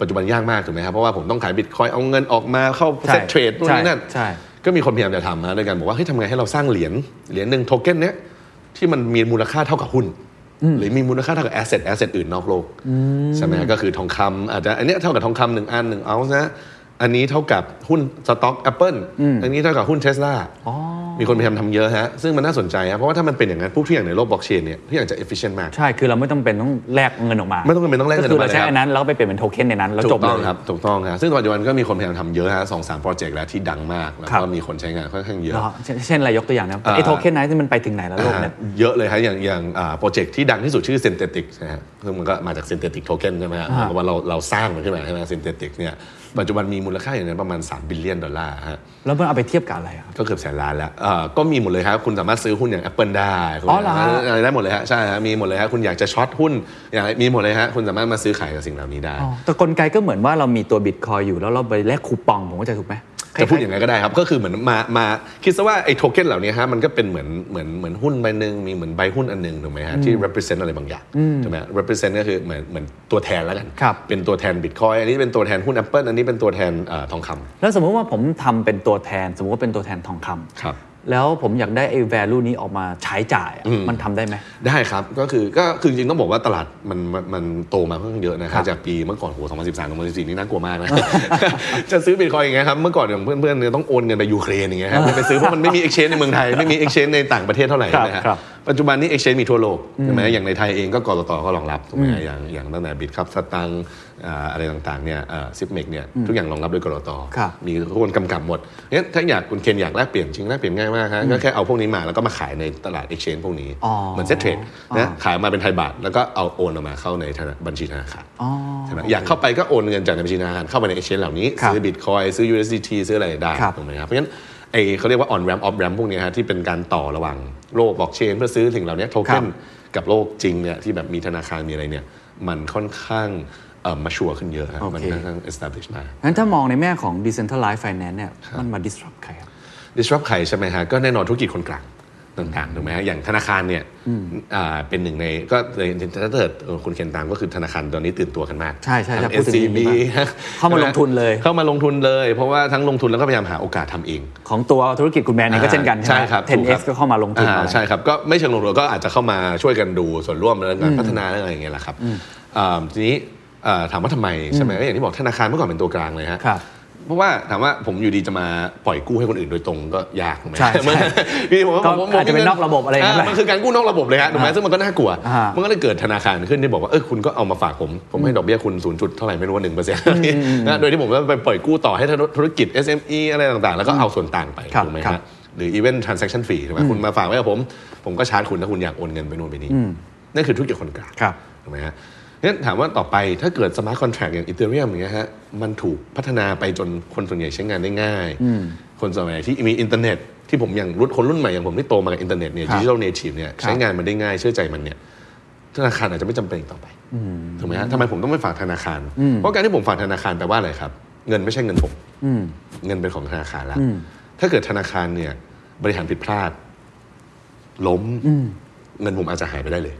S5: ปัจจุบันยากมากถูกไหมครับ เพราะว่าผมต้องขายบิตคอยเอาเงินออกมาเข้า
S4: ใช่
S5: เซ็ตเทรดนู่นนี่นั่น
S4: ใช่ใช่
S5: ก็มีคนพยายามจะทำนะด้วยกันบอกว่าเฮ้ยทำไงให้เราสร้างเหรียญเหรียญหนึ่งโทเก้นเนี้ยที่มันมีมูลค่าเท่ากับหุ้น หรือมีมูลค่าเท่ากับแอสเซทแอสเซทอื่นนอกโลกใช่ไหมก็คือทองคำอาจจะอันเนี้ยเท่ากับทองคำหนึ่งอันหนึ่งเอานะ อันนี้เท่ากับหุ้นสต็อก Apple อันนี้เท่ากับหุ้นเทสลามีคนพยายามทำเยอะฮะ ซึ่งมันน่าสนใจฮะ เพราะว่าถ้ามันเป็นอย่างนั้นปุ๊บทุกอย่างในโลกบล็อกเชนเนี่ยทุกอย่างจะ efficient มาก
S4: ใช่คือเราไม่ต้องเป็นต้องแลกเงินออกมา
S5: ไม่ต้องเป็นต้องแลกเงินออกมา
S4: คือเราใช้
S5: เลยครับ
S4: อันนั้นแล้วก็ไปเปลี่ยนเป็นโทเค็นในนั้นแล้ว
S5: ถู
S4: จบ
S5: กต้อง
S4: เลย
S5: ครับ ถูกต้องครับ ซึ่งปัจจุบันก็มีคนพยายามทำเยอะฮะสองสามโปรเจกต์แล้วที่ดังมาก แล้ว
S4: ครั
S5: ก็
S4: บ
S5: มีคนใช้งานค่อนข้างเยอะ
S4: เหรอเช่นเช่นอะไรยกตัวอย่างนะครับ
S5: อ่า
S4: ไอ้โทเค็นไนซ์นี่มันไปถึงไหนแล้วโลกเนี่ย
S5: อ่าเยอะเลยฮะอย่างอย่างโปรเจกต์ที่ดังที่สุดชื่อ Synthetic นะฮะซึ่งมันก็มาจาก Synthetic Token ใช่ไหมฮะ
S4: อ่า
S5: เพราะว่าเราเราสร้างมันขึ้นมาใช่ไหม Synthetic เนี่ยปัจจุบันมีมูลค่าอย่างนั้นประมาณ3 billion ดอลลาร์ฮะ
S4: แล้วมันเอาไปเทียบกับอะไรอะครับ
S5: ก็เกือบแสนล้านแล้วเอ่อก็มีหมดเลยครับ คุณสามารถซื้อหุ้นอย่าง Apple ได้คุณ
S4: อ๋อเหรอฮะ
S5: อะไรได้หมดเลยฮะ ใช่ฮะ มีหมดเลยฮะ คุณอยากจะช็อตหุ้นอย่างไรมีหมดเลยฮะ คุณสามารถมาซื้อขายกับสิ่งเหล่านี้ได้
S4: อ๋อแต่กลไกก็เหมือนว่าเรามีตัวบิตคอยอยู่แล้วเราไปแลกคูปองผมเข้าใจถูกไหม
S5: จะพูดอย่างไรก็ได้ครับ ก็คือเหมือนมา มาคิดซะว่าไอ้โทเค็นเหล่านี้ฮะ มันก็เป็นเหมือน เหมือน เหมือนหุ้นใบหนึ่งมีเหมือนใบหุ้นอันหนึ่งถูกไหมฮะ ที่ represent อะไรบางอย่างใช่ไหม represent ก็คือเหมือน เหมือนตัวแทนแล้วกัน เป็นตัวแทนบิตคอยอันนี้เป็นตัวแทนหุ้น Apple อันนี้เป็นตัวแทนเอ่อทองคำ
S4: แล้วสมมุติว่าผมทำเป็นตัวแทน สมมุติว่าเป็นตัวแทนทองคำ
S5: ครับ
S4: แล้วผมอยากได้ไอ้ value นี้ออกมาใช้จ่ายอะมันทำได้ไหม
S5: ได้ครับ ก็คือก็คือจริงๆต้องบอกว่าตลาดมันมันมันโตมาค่อนข้างเยอะนะครับจากปีเมื่อก่อนโห2013 2014 นี่น่ากลัวมากนะ จะซื้อบิตคอยน์อย่างเงี้ยครับเมื่อก่อนอย่างเพื่อนๆเนี่ยต้องโอนเงินไปยูเครนอย่างเงี้ยครับไปซื้อเพราะมันไม่มี exchange ในเมืองไทย ไม่มี exchange ในต่างประเทศเท่าไหร่นะ
S4: ครั
S5: ฮะ
S4: บครับ
S5: ปัจจุบันนี้ exchange มีทั่วโลกใช่ไหมอย่างในไทยเองก็กรตก็รองรับถูกไหมฮะอย่างอย่างตั้งแต่บิตครับสตังค์อ่าอะไรต่างๆเนี่ยซิปเมกเนี่ยทุกอย่างรองรับด้วยกรต
S4: ครับ
S5: มีทุกคนกำกับหมดงั้นถ้าอยากคุณเคนอยากแลกเปลี่ยนจริงแลกเปลี่ยนง่ายมากฮะก็แค่เอาพวกนี้มาแล้วก็มาขายในตลาด exchange พวกนี้
S4: อ๋อ
S5: เหมือนเซ็ตเทรด
S4: อ่า
S5: นะขายออกมาเป็นไทยบาท แล้วก็เอาโอนออกมาเข้าในธนาบัญชีธนาคาร
S4: อ๋อ
S5: ใช่ไหมอยากเข้าไปก็โอนเงินจากในบัญชีธนาคารเข้าไปในเอเชนเหล่านี้
S4: ครับ
S5: ซื้อบิตคอยซื้อ USDT ซื้ออะไรได้
S4: ครับ
S5: ถูกไหมครับเพราะฉะนั้นไอเขาเรียกว่า on ramp off ramp พวกเนี้ยฮะที่เป็นการต่อระหว่างโลกบล็อกเชนเพื่อซื้อถึงเหล่านี้โท
S4: ครั
S5: เค็น
S4: บ
S5: กับโลกจริงเนี่ยที่แบบมีธนาคารมีอะไรเนี่ยมันค่อนข้างเอ่อมาชัวร์ขึ้นเยอะฮะมันค่อนข้าง establish มาก
S4: งั้นถ้ามองในแง่ของ decentralized finance เนี่ยมันมา disrupt ใครครับ
S5: disrupt ใครใช่ไหมฮะ ก็แน่นอนธุรกิจคนกลางต่างๆถูกไหมฮะ อย่างธนาคารเนี่ยอ่าเป็นหนึ่งในก็เลยถ้าเกิดเอ่อคุณเคนตามก็คือธนาคารตอนนี้ตื่นตัวกันมาก
S4: ใช่ใช่จะ
S5: ทั้ง
S4: พูดถึง
S5: SCB
S4: เรื่องนี้บ้างเข้ามาลงทุนเลย
S5: เข้ามาลงทุนเลย เพราะว่าทั้งลงทุนแล้วก็พยายามหาโอกาสทำเอง
S4: ของตัวธุรกิจคุณแมนเองก็เช่นกันใช่ไหม
S5: ครับถูครั
S4: 10x
S5: บ
S4: ก็เข้ามาลงทุน
S5: อ่า
S4: เอา
S5: ใช่ครับ ก็ไม่เชิงลงทุนก็อาจจะเข้ามาช่วยกันดูส่วนร่วมเรื่องการพัฒนาเรื่องอะไรอย่างเงี้ยแหละครับอ่าทีนี้อ่าถามว่าทำไมใช่ไหมก็อย่างที่บอกธนาคารเมื่อก่อนเป็นตัวกลางเลยฮะ
S4: ครับ
S5: เพราะว่าถามว่าผมอยู่ดีจะมาปล่อยกู้ให้คนอื่นโดยตรงก็ยากถูกไหม
S4: ใช่ใช่
S5: พี่ผมว่า
S4: ก็
S5: ผมผม
S4: อาจจะเป็นนอกระบบอะไรอย่างเงี้ย
S5: ามันคือการกู้นอกระบบเลยฮะถูกไหมซึ่งมันก็น่ากลัว
S4: อ่ามั
S5: มันก็เลยเกิดธนาคารขึ้นที่บอกว่าเออคุณก็เอามาฝากผมผมให้ดอกเบี้ยคุณศูนย์จุดเท่าไหร่ไม่รู้ว่าหนึ่งเปอร์เซ็นต์โดยที่ผมก็ไปปล่อยกู้ต่อให้ธุรกิจ SME อะไรต่างๆ แล้วก็เอาส่วนต่างไป
S4: ครับ
S5: ถูกไหม
S4: ครับ
S5: ฮะหรือ even transaction fee ถูกไหมคุณมาฝากไว้กับผม ผมก็ชาร์จคุณถ้าคุณอยากโอนเงินไปนู่นไปนี่ นั่นคือธุรกิจคนกลาง
S4: ครับ
S5: ถูกไหมฮะงั้นถามว่าต่อไปถ้าเกิด smart contract อย่าง Ethereum อย่างเงี้ยฮะมันถูกพัฒนาไปจนคนส่วนใหญ่ใช้งานได้ง่าย คนส่วนใหญ่ที่มีอินเทอร์เน็ต ที่ผมอย่างรุ่นคนรุ่นใหม่อย่างผมที่โตมากับอินเทอร์เน็ตเนี่ย
S4: ครับ
S5: ดิจิทัลเนทีฟเนี่ย
S4: ครับ
S5: ใช้งานมันได้ง่ายเชื่อใจมันเนี่ย ธนาคารอาจจะไม่จำเป็นอีกต่อไปถูกไหมฮะทำไมผมต้องไปฝากธนาคาร เพราะการที่ผมฝากธนาคารแปลว่าอะไรครับ เงินไม่ใช่เงินผมเงินเป็นของธนาคารแล้วถ้าเกิดธนาคารเนี่ย บริหารผิดพลาด ล้มเงินผมอาจจะหายไปได้เลย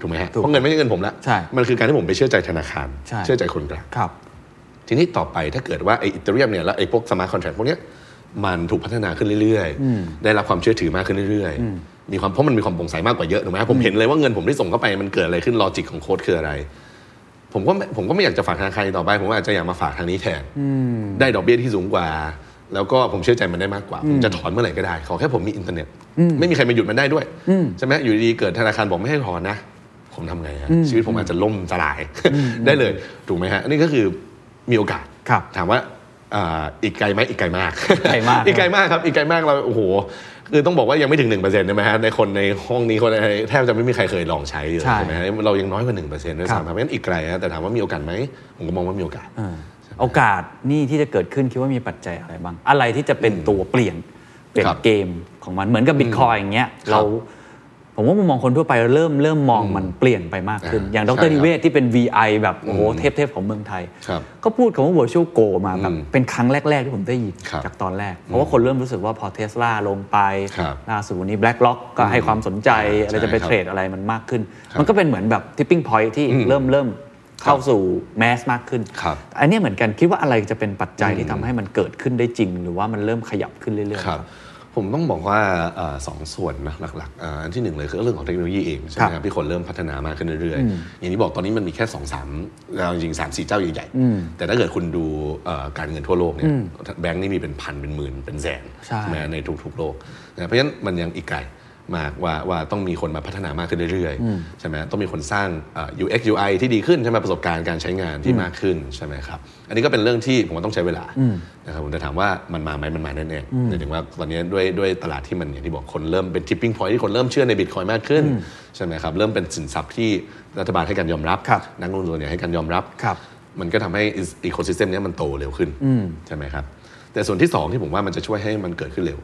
S5: ถูกไหมฮะ
S4: ถูก
S5: เพราะเงินไม่ใช่เงินผมละ
S4: ใช่
S5: มันคือการที่ผมไปเชื่อใจธนาคาร
S4: ใช่
S5: เชื่อใจคนกลาง
S4: ครับ
S5: ทีนี้ต่อไปถ้าเกิดว่าไออิตาเลียมเนี่ยแล้วไอพวกสมาร์ทคอนแทรคพวกเนี้ยมันถูกพัฒนาขึ้นเรื่อยๆ ได้รับความเชื่อถือมากขึ้นเรื่อยๆ มีความเพราะมันมีความโปร่งใสมากกว่าเยอะถูกไหมครับผมเห็นเลยว่าเงินผมที่ส่งเข้าไปมันเกิดอะไรขึ้นลอจิกของโค้ดคืออะไร ผมก็ไม่ผมก็ไม่อยากจะฝากธนาคารอีกต่อไป ผมอาจจะอยากมาฝากทางนี้แทนได้ดอกเบี้ยที่สูงกว่า แล้วก็ผมเชื่อใจมันได้มากกว่า ผมจะถอนเมื่อไหร่ก็ได้ ขอแค่ผมมีอินเทอร์เน็ต ไม่มีใครมาหยุดมันได้ด้วยใช่ไหมอยู่ดีๆเกิดธนาคารบอกไม่ให้ถอนนะ ผมทำไงฮะชีวิตผมอาจจะล่มสลาย ได้เลยถูกไหมฮะอันนี่ก็คือมีโอกาส
S4: ครับ
S5: ถามว่าอ่าอีกไกลไหมอีกไกลมาก
S4: ไกลมาก
S5: อีกไกลมากครับอีกไกลมากเราโอ้โหคือต้องบอกว่ายังไม่ถึง1%เปอร์เซ็นต์ใช่ไหมฮะในคนในห้องนี้คนในแทบจะไม่มีใครเคยลองใช้เลย
S4: ใช่
S5: ใช่ไหมฮะเรายังน้อยกว่า1%ด้วยซ้ำครับเพราะฉะนั้นอีกไกลฮะแต่ถามว่ามีโอกาสไหมผมก็มองว่ามีโอกาส
S4: อ่าโอกาสนี่ที่จะเกิดขึ้นคิดว่ามีปัจจัยอะไรบ้าง อะไรที่จะเป็นตัวเปลี่ยนเปลี่ยน
S5: ครับ
S4: เกมของมันเหมือนกับบิตคอยอย่างเงี้ย
S5: ครับ
S4: เราผมว่ามุมมองคนทั่วไปเริ่มเริ่มมองมันเปลี่ยนไปมากขึ้น
S5: อ่า
S4: อย่างด
S5: ใช่ครั
S4: ร
S5: บ
S4: นิเวศที่เป็น VI แบบโอ้โหเทพเทพๆของเมืองไทย
S5: ครับ
S4: ก็พูดคำว่า virtual go มาแบบ
S5: อืม
S4: เป็นครั้งแรก ๆ ที่ผมได้ยิน
S5: ครับ
S4: จากตอนแรก เพราะว่าคนเริ่มรู้สึกว่าพอเทสลาลงไป
S5: ครับ
S4: ล่าสุดนี้ BlackRock ก็ให้ความสนใจ
S5: ใช่
S4: อะไรจะไป
S5: ครั
S4: เท
S5: บ
S4: รดอะไรมันมากขึ้น มันก็เป็นเหมือนแบบ tipping point ที่เริ่มเริ่มเข้าสู่แมสมากขึ้น
S5: ครับ
S4: อันเนี้ยเหมือนกันคิดว่าอะไรจะเป็นปัจจัยที่ทำให้มันเกิดขึ้นได้จริง หรือว่ามันเริ่มขยับขึ้นเรื่อยๆ
S5: ครับ ผมต้องบอกว่าเอ่อสองส่วนนะหลักๆเอ่ออันที่หนึ่งเลยคือเรื่องของเทคโนโลยีเองใช่ไห
S4: ค
S5: มค
S4: รั
S5: รั
S4: บบ
S5: ที่คนเริ่มพัฒนามากขึ้นเรื่อยๆ อย่างที่บอกตอนนี้มันมีแค่สองสามเอาจริงสามสี่เจ้าใหญ่ๆ แต่ถ้าเกิดคุณดูเอ่อการเงินทั่วโลกเนี่ยแบงก์นี่มีเป็นพันเป็นหมื่นเป็นแสน
S4: ใช่
S5: ไหมในทุกๆโลกนะเพราะฉะนั้นมันยังอีกไกลมากว่าว่าต้องมีคนมาพัฒนามากขึ้นเรื่อยๆใช่ไหมต้องมีคนสร้างเอ่อ UX UI ที่ดีขึ้นใช่ไหมประสบการณ์การใช้งานที่มากขึ้นใช่ไหมครับอันนี้ก็เป็นเรื่องที่ผมว่าต้องใช้เวลา นะครับผมจะถามว่ามันมาไหมมันมาแน่ๆหมายถึงว่าตอนนี้ด้วยด้วยตลาดที่มันอย่างที่บอกคนเริ่มเป็น tipping point ที่คนเริ่มเชื่อในบิตคอยมากขึ้น ใช่ไหมครับ เริ่มเป็นสินทรัพย์ที่รัฐบาลให้การยอมรับ
S4: ครับ
S5: นักลงทุนเนี่ยให้การยอมรับ
S4: ครับ
S5: มันก็ทำให้อีโคซิสเต็มนี้ยมันโตเร็วขึ้น ใช่ไหมครับ แต่ส่วนที่ 2 ที่ผมว่ามันจะช่วยให้มันเกิดขึ้นเร็ว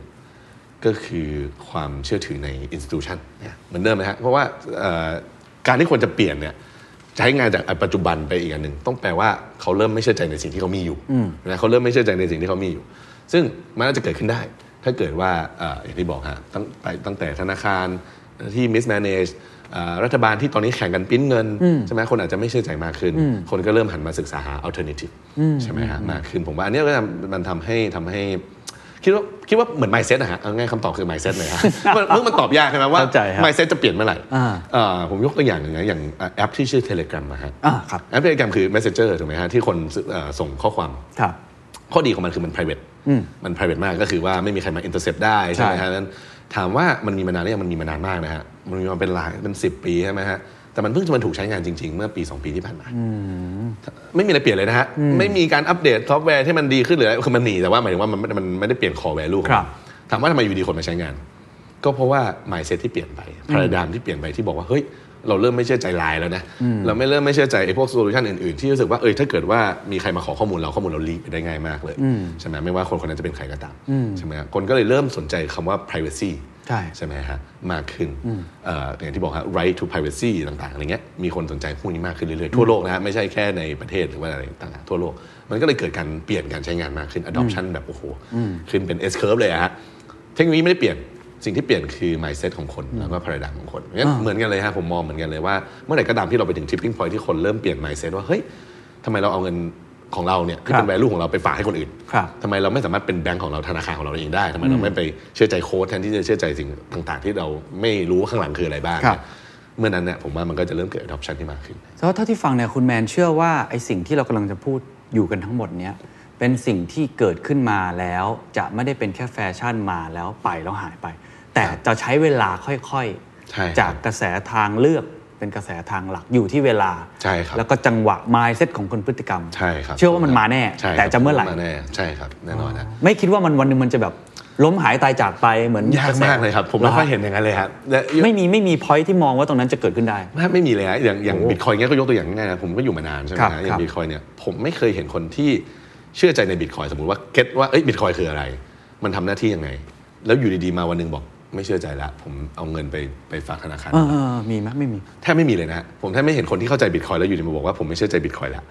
S5: ก็คือความเชื่อถือใน institution เนี่ยเหมือนเดิมนะฮะเพราะว่าเอ่อการที่ควรจะเปลี่ยนเนี่ยใช้งานจากอันปัจจุบันไปอีกอันหนึ่งต้องแปลว่าเขาเริ่มไม่เชื่อใจในสิ่งที่เขามีอยู่นะเขาเริ่มไม่เชื่อใจในสิ่งที่เขามีอยู่ ซึ่งมันน่าจะเกิดขึ้นได้ ถ้าเกิดว่าเอ่ออย่างที่บอกฮะตั้งไปตั้งแต่ธนาคารที่ mismanage เอ่อรัฐบาลที่ตอนนี้แข่งกันปริ้นเงินใช่ไหมคนอาจจะไม่เชื่อใจมากขึ้น คนก็เริ่มหันมาศึกษาหา alternative ใช่ไหมฮะมากขึ้นผมว่าอันเนี้ยก็จะมันทำให้ทำให้ คิดว่าคิดว่าเหมือน mindset นะฮะเอาง่ายคำตอบคือ mindset เลยฮะ มันเรื่องมันตอบยากใช่ไหมว่า
S4: เข้าใจครับ
S5: mindset จะเปลี่ยนเมื่อไหร่
S4: อ่า
S5: เอ่อผมยกตัวอย่างหนึ่งนะอย่างแอปที่ชื่อ Telegram นะฮะ
S4: อ่าครับ
S5: แอป Telegram คือ messenger ถูกไหมฮะที่คนเอ่อส่งข้อความ
S4: ครับ
S5: ข้อดีของมันคือมัน private มัน private มากก็คือว่าไม่มีใครมา intercept ได้ใช่ไหม
S4: ใช่
S5: ฮะนั้นถามว่ามันมีมานานหรือยังมันมีมานานมากนะฮะ มันมีมาเป็นหลายเป็น 10 ปีใช่ไหมฮะ แต่มันเพิ่งจะมาถูกใช้งานจริง ๆ เมื่อปี 2 ปีที่ผ่านมา ไม่มีอะไรเปลี่ยนเลยนะฮะ ไม่มีการอัปเดตซอฟต์แวร์ที่มันดีขึ้นหรืออะไรคือมันหนีแต่ว่าหมายถึงว่ามันมันมันไม่ได้เปลี่ยน core value ของ
S4: ค
S5: มัน
S4: รับ
S5: ถามว่าทำไมอยู่ดีคนมาใช้งาน ก็เพราะว่า mindset ที่เปลี่ยนไปพาราดามที่เปลี่ยนไปที่บอกว่าเฮ้ยเราเริ่มไม่เชื่อใจไลน์แล้วนะเราไม่เริ่มไม่เชื่อใจไอ้พวกโซลูชันอื่นๆ ที่รู้สึกว่าเอยถ้าเกิดว่ามีใครมาขอข้อมูลเราข้อมูลเราลีกไปได้ง่ายมากเลยใช่ไหมไม่ว่าคนคนนั้นจะเป็นใครก็ตามใช่ไหมฮะคนก็เลยเริ่มสนใจคำว่า privacy
S4: ใช่
S5: ใช่ไหมฮะมากขึ้นเอ่ออย่างที่บอกฮะ right to privacy ต่างๆอะไรเงี้ยมีคนสนใจพวกนี้มากขึ้นเรื่อยๆทั่วโลกนะฮะไม่ใช่แค่ในประเทศหรือว่าอะไรต่างๆทั่วโลก มันก็เลยเกิดการเปลี่ยนการใช้งานมากขึ้น adoption แบบโอ้โหขึ้นเป็น S curve เลยอะฮะเทคโนโลยีไม่ได้เปลี่ยนสิ่งที่เปลี่ยนคือ mindset ของคนแล้วก็ paradigm ของคนงั้นเหมือนกันเลยฮะผมมองเหมือนกันเลยว่าเมื่อไหร่ก็ตามที่เราไปถึง tipping point ที่คนเริ่มเปลี่ยน mindset ว่าเฮ้ยทำไมเราเอาเงินของเราเนี่ยที่เป็
S4: ครั
S5: น
S4: บ
S5: value ของเราไปฝากให้คนอื่น
S4: ครับ
S5: ทำไมเราไม่สามารถเป็นแบงก์ของเราธนาคารของเราเองได้ทำไมเราไม่ไปเชื่อใจโค้ดแทนที่จะเชื่อใจสิ่งต่างๆ ที่เราไม่รู้ว่าข้างหลังคืออะไรบ้าง
S4: ครับ
S5: เมื่อนั้นเนี่ยผมว่ามันก็จะเริ่มเกิด adoption ที่มากขึ้น
S4: แต่ว่าเท่าที่ฟังเนี่ยคุณแมนเชื่อว่าไอ้สิ่งที่เรากำลังจะพูดอยู่กันทั้งหมดเนี้ยเป็นสิ่งที่เกิดขึ้นมาแล้วจะไม่ได้เป็นแค่แฟชั่นมาแล้วไปแล้วหายไป แต่จะใช้เวลาค่อย
S5: ใช่ครับ
S4: จากกระแสทางเลือกเป็นกระแสทางหลักอยู่ที่เวลา
S5: ใช่ครับ
S4: แล้วก็จังหวะ mindset ของคนพฤติกรรม
S5: ใช่ครับ
S4: เชื่อว่ามันมาแน่
S5: ใช่คบ
S4: แต่จะเมื่อไหร่
S5: าแน่ใช่ครับแน่นอนนะ
S4: ไม่คิดว่ามันวันหนึงมันจะแบบล้มหายตายจากไปเหมือน
S5: ยากมากเลยครับ ผมไม่ค่อยเห็นอย่างนั้นเลยครับและ
S4: ไม่มีไม่มี point ที่มองว่าตรงนั้นจะเกิดขึ้นได้
S5: ไม่ไม่มีเลยฮะอย่างอย่าง
S4: โอ้
S5: บิตคอยเงี้ยก็ยกตัวอย่างง่ายนะผมก็อยู่มานานใช่ไหม
S4: ครับ
S5: ฮะอย่า
S4: ครับ
S5: งบิตคอยเนี่ยผมไม่เคยเห็นคนที่เชื่อใจในบิตคอยสมมติว่าเก็ตว่าเอ้ยบิตคอยคืออะไร มันทำหน้าที่ยังไง แล้วอยู่ดีๆมาวันหนึงบอกไม่เชื่อใจละผมเอาเงินไปไปฝากธนาคาร
S4: เออเออมีไหมไม่มี
S5: แทบไม่มีเลยนะฮะผมแทบไม่เห็นคนที่เข้าใจบิตคอยแล้วอยู่ดีมาบอกว่าผมไม่เชื่อใจบิตคอยแล้ว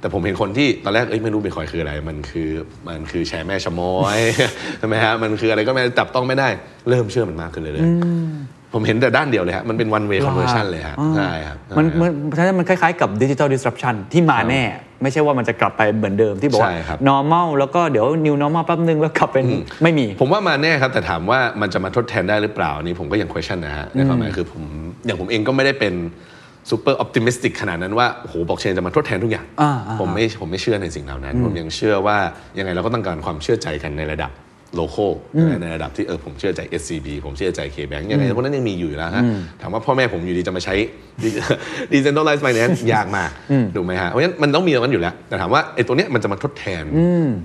S5: แต่ผมเห็นคนที่ตอนแรกเอ้ยไม่รู้บิตคอยคืออะไร มันคือมันคือแชร์แม่ชะม้อย ใช่ไหมฮะมันคืออะไรก็ไม่จับต้องไม่ได้ เริ่มเชื่อมันมากขึ้นเลยเลยๆผมเห็นแต่ด้านเดียวเลยฮะมันเป็น one way conversion เลยฮะ
S4: อ่า
S5: ใช่ครับใช่ครับ
S4: มันมันฉะนั้นมันคล้ายๆกับดิจิ t a ล disruption ที่มาแน่ ไม่ใช่ว่ามันจะกลับไปเหมือนเดิมที่บอกว่า
S5: ใช่ครับ
S4: normal แล้วก็เดี๋ยว new normal แป๊บนึงแล้วกลับเป็นไม่มี
S5: ผมว่ามาแน่ครับ แต่ถามว่ามันจะมาทดแทนได้หรือเปล่าอันนี่ผมก็ยัง question นะฮะในความหมายคือผมอย่างผมเองก็ไม่ได้เป็น super optimistic ขนาดนั้นว่าโอ้โหบล็อกเชนจะมาทดแทนทุกอย่าง
S4: อ่าอ่า
S5: ผมไม่ผมไม่เชื่อในสิ่งเหล่านั้น ผมยังเชื่อว่ายังไงเราก็ต้องการความเชื่อใจกันในระดับโลโก้ในระดับที่เออผมเชื่อใจ SCB ผมเชื่อใจ KBank ยังไงพวกนั้นยังมีอยู่อยู่แล้วฮะถามว่าพ่อแม่ผมอยู่ดีจะมาใช้ decentralized finance ยากมากถูกไหมฮะเพราะฉะนั้นมันต้องมีตรงนั้นอยู่แล้ว แต่ถามว่าไอ้ตัวเนี้ยมันจะมาทดแทน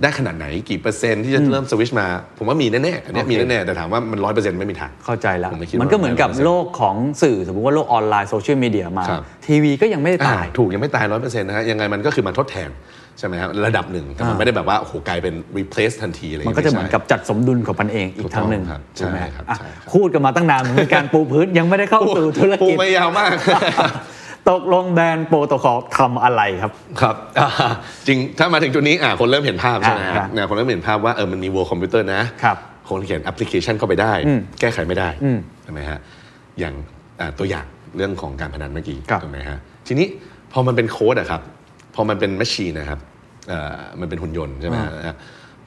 S5: ได้ขนาดไหนกี่เปอร์เซ็นต์ที่จะเริ่มสวิชมาผมว่ามีแน่ๆอันเนี้ยมีแน่ๆแต่ถามว่ามันร้อยเปอร์เซ็นต์ไม่มีทาง
S4: เข้าใจแล้ว
S5: ผมไม่คิดว่ามั
S4: มันก็เหมือนกับโลกของสื่อ สมมติว่าโลกออนไลน์โซเชียลมีเดียมา
S5: ครับ
S4: ทีวีก็ยังไม่ได้ตาย
S5: อ่ถูกยังไม่ตายร้อยเปอร์เซ็นต์นะฮะยังไงมันก็คือมาทดแทนใช่ไหมครับระดับหนึ่งแต่มันไม่ได้แบบว่าโอ้โหกลายเป็น replace ทันทีอะไรย่าง
S4: มัน
S5: งี้ย
S4: ก็จะเหมื
S5: ไใช่
S4: อนกับจัดสมดุลของมันเองอีกทางหนึ่ง
S5: ถูกต้องครับ
S4: ถูกไหม
S5: ใช่ครับ
S4: อ่ะ
S5: ใช่ครับ
S4: พูดกันมาตั้งนานมีการปูพื้นยังไม่ได้เข้าสู่ธุร
S5: ปู
S4: กิจ
S5: ไม่ยาวมาก
S4: ตกลงแบรนด์โปรโตคอลทำอะไรครับ
S5: ครับ อ่าจริงถ้ามาถึงจุดนี้อ่าคนเริ่มเห็นภาพใช่ไหม
S4: อ่า
S5: ฮะเนี่ยคนเริ่มเห็นภาพว่าเออมันมี World Computer นะครับ คนเขียนแอปพลิเคชันเข้าไปได้ แก้ไขไม่ได้ใช่ไหมฮะอย่างอ่าตัวอย่างเรื่องของการพนันเมื่อกี้
S4: ครับ
S5: ถูกไหมฮะทีนี้พอมันเป็นโค้ดอะครับ พอมันเป็นแมชชีนนะครับเอ่อมันเป็นหุ่นยนต์ใช่ไหมฮะ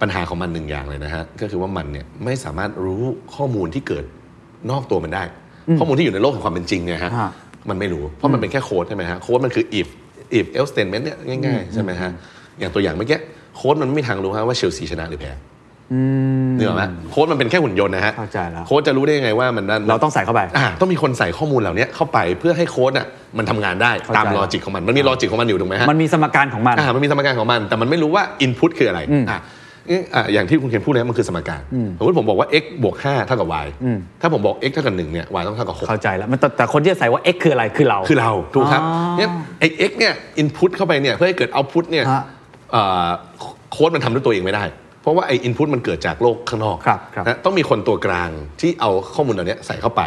S5: ปัญหาของมันหนึ่งอย่างเลยนะฮะก็คือว่ามันเนี่ยไม่สามารถรู้ข้อมูลที่เกิดนอกตัวมันได้ ข้อมูลที่อยู่ในโลกของความเป็นจริงเนี่ยฮะ
S4: ฮะ
S5: มันไม่รู้เพราะมันเป็นแค่โค้ดใช่ไหมฮะโค้ดมันคือ if if else statement เนี่ยง่ายๆใช่ไหมฮะอย่างตัวอย่างเมื่อกี้โค้ดมันไม่มีทางรู้ฮะว่าเชลซีชนะหรือแพ้เนื้ออกไหมโค้ดมันเป็นแค่หุ่นยนต์นะฮะ
S4: เข้าใจแล้ว
S5: โค้ดจะรู้ได้ยังไงว่ามันนั่น
S4: เราต้องใส่เข้าไป
S5: อ่าต้องมีคนใส่ข้อมูลเหล่านี้เข้าไปเพื่อให้โค้ดอ่ะมันทำงานได้
S4: เข้าใจ
S5: ตามลอจิกของมัน มันมีลอจิกของมันอยู่ถูกไหมฮะ
S4: มันมีสมการของมัน
S5: อ่ามันมีสมการของมัน แต่มันไม่รู้ว่าอินพุตคืออะไรอ่าเอ๊ะอ่าอย่างที่คุณเคนพูดเลยมันคือสมการสมมติผมบอกว่า x บวก5เท่ากับ y ถ้าผมบอก x เท่ากับ1เนี่ย y ต้องเท่ากับ6
S4: เข้าใจแล้วมันแต่แต่คนที่จะใส่ว่า x คืออะไรคือเรา
S5: คือเราถูกครับ
S4: อ๋อ
S5: เนี่ยไอ้ x เนี่ยอินพุตเข้าไปเนี่ยเพื่อให้เกิดเอาพุตเนี่ย
S4: ฮะ
S5: เอ่อโค้ดมันทำด้วยตัวเองไม่ได้ เพราะว่าไอ้อินพุตมันเกิดจากโลกข้างนอก
S4: ครับครับ
S5: นะต้องมีคนตัวกลางที่เอาข้อมูลเหล่านี้ใส่เข้าไป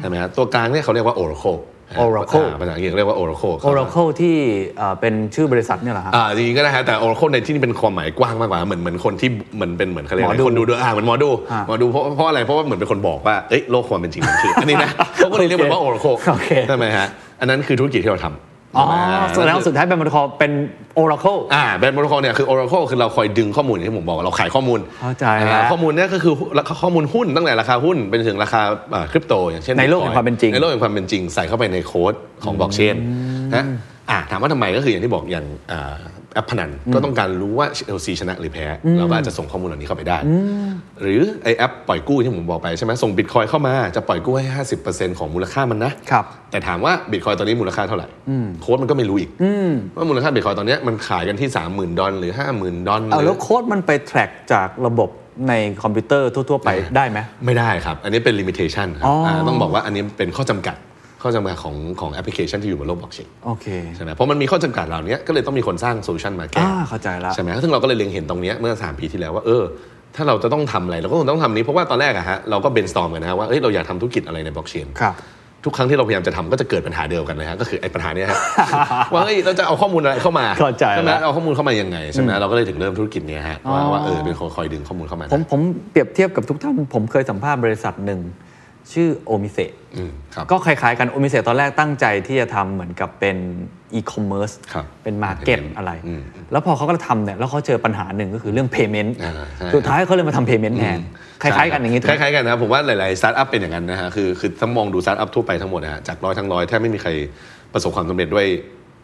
S5: ใช่ไหมครับตัวกลางเนี่ยเขาเรียกว่า Oracle นะฮะ
S4: Oracle
S5: อ่าภาษาอังกฤษเรียกว่า Oracle ครับ
S4: Oracle ที่เอ่อเป็นชื่อบริษัทเนี่ยเหรอฮะ
S5: อ่าจริงๆก็ได้ฮะแต่ Oracle ในที่นี่เป็นความหมายกว้างมากกว่าเหมือนเหมือนคนที่เหมือนเป็นเหมือนเขาเรียกอะ
S4: หมอ
S5: ไร
S4: ดู
S5: คนดูด้วยอ่าเหมือนหมอดู
S4: อ่า
S5: หมอดูเพราะเพราะอะไรเพราะว่าเหมือนเป็นคนบอกว่าเอ้ยโลกความเป็นจริงมันคืออันนี้ นะ เขาก็เลยเรียกมันว่า Oracle
S4: โอเค
S5: ใช่ไหมฮะอันนั้นคือธุรกิจที่เราทำ
S4: อ๋อ
S5: ใช่ไหม
S4: แล้วสุดท้ายเป็นมันคอเป็น Oracle
S5: อ่าแบรนด์โปรโคเนี่ยคือ Oracle คือเราคอยดึงข้อมูลอย่างที่ผมบอกว่าเราขายข้อมูล
S4: เข้าใจ
S5: อ่
S4: แล้ว
S5: ข้อมูลเนี่ยก็คือข้อมูลหุ้นตั้งแต่ราคาหุ้นเป็นถึงราคาคริปโตอย่างเช่น
S4: ในโลก
S5: Bitcoin
S4: แห่งความเป็นจริง
S5: ในโลกแห่งความเป็นจริงใส่เข้าไปในโค้ดของบล็อกเชนนะอ่ะถามว่าทำไมก็คืออย่างที่บอกอย่างอ่าแอปพนันก็ต้องการรู้ว่าเอลซีชนะหรือแพ้เราก็อาจจะส่งข้อมูลเหล่านี้เข้าไปได้ หรือไอแอปปล่อยกู้ที่ผมบอกไปใช่ไหมส่งบิตคอยเข้ามาจะปล่อยกู้ให้ 50%ของมูลค่ามันนะครับ แต่ถามว่าบิตคอยตอนนี้มูลค่าเท่าไหร่โค้ดมันก็ไม่รู้อีกว่ามูลค่าบิตคอยตอนเนี้ยมันขายกันที่ 30,000 ดอลหรือ 50,000 ดอล
S4: เอา
S5: หรือ
S4: แล้วโค้ดมันไปแทร็กจากระบบในคอมพิวเตอร์ทั่ว ๆ ไปได้ไหม
S5: ไม่ได้ครับ อันนี้เป็น limitation ครั
S4: อ๋ออ่
S5: บาต้องบอกว่าอันนี้เป็นข้อจำกัด ข้อจำกัดของของแอปพลิเคชันที่อยู่บนโลกบล็อกเชน
S4: โอเค
S5: ใช่ไหมเพราะมันมีข้อจำกัดเหล่านี้ก็เลยต้องมีคนสร้างโซลูชันมาแก้
S4: อ่าเข้าใจละ
S5: ใช่ไหมซึ่งเราก็เลยเล็งเห็นตรงเนี้ยเมื่อ 3 ปีที่แล้วว่าเออ ถ้าเราจะต้องทำอะไร เราก็คงต้องทำนี้เพราะว่าตอนแรกอะฮะเราก็เบนสตอมกันนะฮะว่าเอ้ยเราอยากทำธุรกิจอะไรในบล็อกเชน
S4: ครับ
S5: ทุกครั้งที่เราพยายามจะทำก็จะเกิดปัญหาเดียวกันเลยฮะก็คือไอ้ปัญหาเนี้ย ฮะ ว่าเฮ้ยเราจะเอาข้อมูลอะไรเข้ามา
S4: เข้าใจ
S5: ใช่ไหม
S4: ละ
S5: เอาข้อมูลเข้ามายังไงใช่ไหมเราก็เลยถึงเริ่มธุรกิจเนี้ยฮะว่าว่าเออเป็นคนคอยดึงข้อมูลเข้ามา
S4: ผมผมเปรียบเทียบกับทุกท่าน ผมเคยสัมภาษณ์บริษัทหนึ่ง ชื่อโอมิเซ
S5: อืมครับ
S4: ก็คล้ายๆกันโอมิเซตอนแรกตั้งใจที่จะทำเหมือนกับเป็นอีคอมเมิร์ซ
S5: ครับ
S4: เป็นมาเก็ตอะไร
S5: อืม
S4: แล้วพอเขาก็ทำเนี่ยแล้วเขาเจอปัญหาหนึ่งก็คือเรื่อง Payment
S5: อ่าใช่
S4: สุดท้ายเขาเลยมาทำ Payment แทนคล้าย ๆ กันอย่างนี้ถู
S5: นี้
S4: ก
S5: ค
S4: ไหม
S5: ล้ายๆกันนะครับผมว่าหลายๆสตาร์ทอัพเป็นอย่างนั้นนะฮะคือคือถ้ามองดูสตาร์ทอัพทั่วไปทั้งหมดนะฮะจากร้อยทั้งร้อยแทบไม่มีใครประสบความสำเร็จด้วย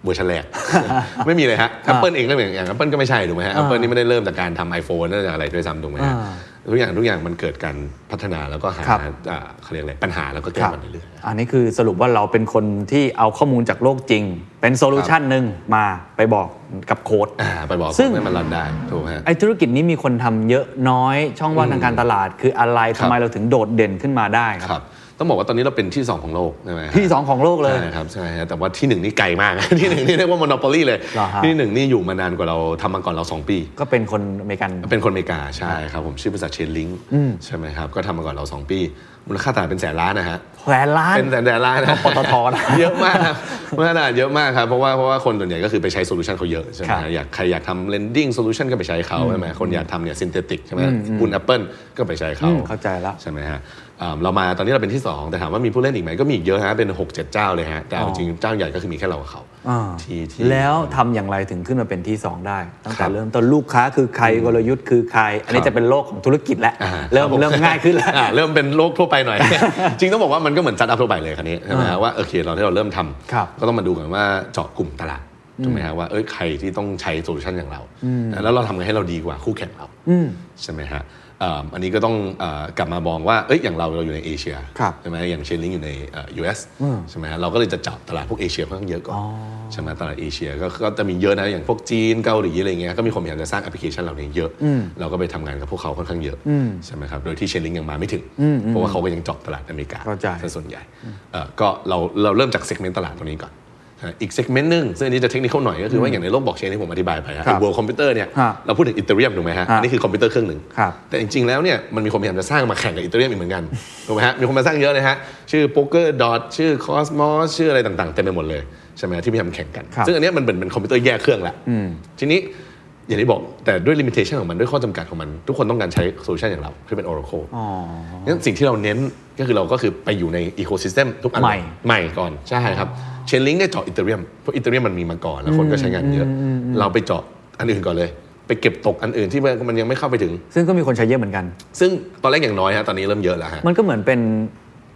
S5: เวอร์ชันแรก ไม่มีเลยฮะแอปเปิลเองก็เหมือนอย่างแอปเปิลก็ไม่ใช่ถูกไหมฮะแอปเปิลนี่ไม่ได้เริ่มจากการทำไอโฟนนั่นอะไรด้วยซ้ำถูกไหมฮะ
S4: อ่า
S5: ทุกอย่างทุกอย่างมันเกิดการพัฒนาแล้วก็หา
S4: ครับ
S5: อ่าเขาเรียกอะไรปัญหาแล้วก็แก้
S4: ครับ
S5: มันเรื่อยๆ
S4: อันนี้คือสรุปว่าเราเป็นคนที่เอาข้อมูลจากโลกจริง เป็นโซลูชันหนึ่งมาไปบอกกับโค้ด
S5: อ่าไปบอก
S4: ซึ่ง
S5: คนให้มันรันได้ถูกไหมฮะ
S4: ไอธุรกิจนี้มีคนทำเยอะน้อยช่องว่างทางการตลาด คืออะไร
S5: ค
S4: ทำ
S5: รับ
S4: ไมเราถึงโดดเด่นขึ้นมาได้ค
S5: ครับรับต้องบอกว่าตอนนี้เราเป็นที่ 2 ของโลกใช่ไหมฮะ
S4: ที่สองของโลกเลย
S5: ใช่ครับใช่ฮะแต่ว่าที่หนึ่งนี่ไกลมาก ที่หนึ่งนี่เรียกว่ามอนอปอลี่เลย
S4: เหรอฮะ
S5: ที่หนึ่งนี่อยู่มานานกว่าเราทำมาก่อนเรา 2 ปี
S4: ก็เป็นคนอเมริกัน
S5: เป็นคนอเมริกาใช่ครับ ผมชื่อบริษัทเชนลิงใช่ไหมครับ ก็ทำมาก่อนเรา 2 ปี มูลค่าตลาดเป็นแสนล้านนะฮะ
S4: แผลล้าน
S5: เป็นแสนแสนล้านนะ
S4: ปตทนะ
S5: เยอะมากครับมูลค่าตลาดเยอะมากครับ เพราะว่าเพราะว่าคนส่วนใหญ่ก็คือไปใช้โซลูชันเขาเยอะใช่ไหม
S4: ครับ
S5: ฮะอยากใครอยากทำเลนดิ้งโซลูชันก็ไปใช้เขาใช่ไหมคนอยากทำเนี่ยซินเทติกใช่ไหมคุณแอปเปิลก็ไปใช้เขา
S4: อืมเข้าใจละ
S5: ใช่ไหมฮะอ่าเรามาตอนนี้เราเป็นที่ 2 แต่ถามว่ามีผู้เล่นอีกไหมก็มีอีกเยอะฮะเป็น 6 7 เจ้าเลยฮะ แต่เอา
S4: อ๋อ
S5: จริงเจ้าใหญ่ก็คือมีแค่เรากับเขา
S4: อ่า
S5: ที่ที่
S4: แล้วทำอย่างไรถึงขึ้นมาเป็นที่ 2 ได้ ตั้งแต่
S5: ครับ
S4: เริ่มต้นลูกค้าคือใครกลยุทธ์คือใคร อันนี้
S5: ครับ
S4: จะเป็นโลกของธุรกิจแล้ว
S5: อ่า
S4: เริ่ม
S5: คบผ
S4: เริ่มง่ายขึ้นแล้ว
S5: อ่าเริ่มเป็นโลกทั่วไปหน่อย จริงต้องบอกว่ามันก็เหมือนสตาร์ทอัพทั่วไปเลยคันนี้ใช่ไหมฮะว่าโอเคเราที่เราเริ่มทำ
S4: ครับ
S5: ก็ต้องมาดูกันว่าเจาะกลุ่มตลาดถูกไหมฮะว่าเอ้ยใครที่ต้องใช้โซลูชันอย่างเราแล้วเราทำไงให้เราดีกว่าคู่แข่งเราใช่ไหมฮะอ่าอันนี้ก็ต้องเอ่อกลับมามองว่าเอ้ยอย่างเราเราอยู่ในเอเชีย
S4: ครับ
S5: ใช่ไหมอย่างเชนลิงอยู่ในเอ่อ US ใช่ไหมฮะเราก็เลยจะเจาะตลาดพวกเอเชียค่อนข้างเยอะก่อนใช่ไหมตลาดเอเชียก็ก็จะมีเยอะนะอย่างพวกจีนเกาหลีอะไรเงี้ยก็มีคนพยายามจะสร้างแอปพลิเคชันเหล่านี้เยอะ เราก็ไปทำงานกับพวกเขาค่อนข้างเยอะใช่ไหมครับโดยที่เชนลิงยังมาไม่ถึง เพราะว่าเขาก็ยังเจาะตลาดอเมริกา
S4: เข้าใจ
S5: ซะส่วนใหญ่เอ่อก็เราเราเริ่มจากเซกเมนต์ตลาดตรงนี้ก่อนนะอีกเซกเมนต์หนึ่งซึ่งอันนี้จะเทคนิคหน่อยก็คือว่าอย่างในโลกบล็อกเชนที่ผมอธิบายไปฮะ
S4: ครับ
S5: เวิร์คอมพิวเตอร์เนี่ย
S4: ฮะ
S5: เราพูดถึงอีเทเรียมถูกไหมฮะ
S4: ฮะ
S5: อันนี้คือคอมพิวเตอร์เครื่องหนึ่ง
S4: ครับ
S5: แต่จริงๆ แล้วเนี่ยมันมีคนพยายามจะสร้างมาแข่งกับอีเทเรียมอีกเหมือนกันถูกไหมฮะมีคนมาสร้างเยอะเลยฮะชื่อโป๊กเกอร์ดอทชื่อคอสมอสชื่ออะไรต่างๆเต็มไปหมดเลยใช่ไหมที่พยายามแข่งกัน
S4: ครับ
S5: ซึ่งอันเนี้ยมันเป็นเป็นคอมพิวเตอร์แยกเครื่องละทีนี้อย่างที่บอกแต่ด้วยลิมิเตชันของมันด้วยข้อจำกัดของมัน ทุกคนต้องการใช้โซลูชันอย่างเราที่เป็น Oracle งั้นสิ่งที่เราเน้นก็คือเราก็คือไปอยู่ในอีโคซิสเต็มทุกอัน
S4: ใหม่
S5: ใหม่ก่อนใช่ครับเชนลิงได้เจาะอีเทเรียมเพราะอีเทเรียมมันมีมาก่อนแล้วคนก็ใช้งานเยอะ เราไปเจาะอันอื่นก่อนเลย ไปเก็บตกอันอื่นที่มันยังไม่เข้าไปถึง
S4: ซึ่งก็มีคนใช้เยอะเหมือนกัน
S5: ซึ่งตอนแรกอย่างน้อยฮะตอนนี้เริ่มเยอะแล้วฮะ
S4: มันก็เหมือนเป็น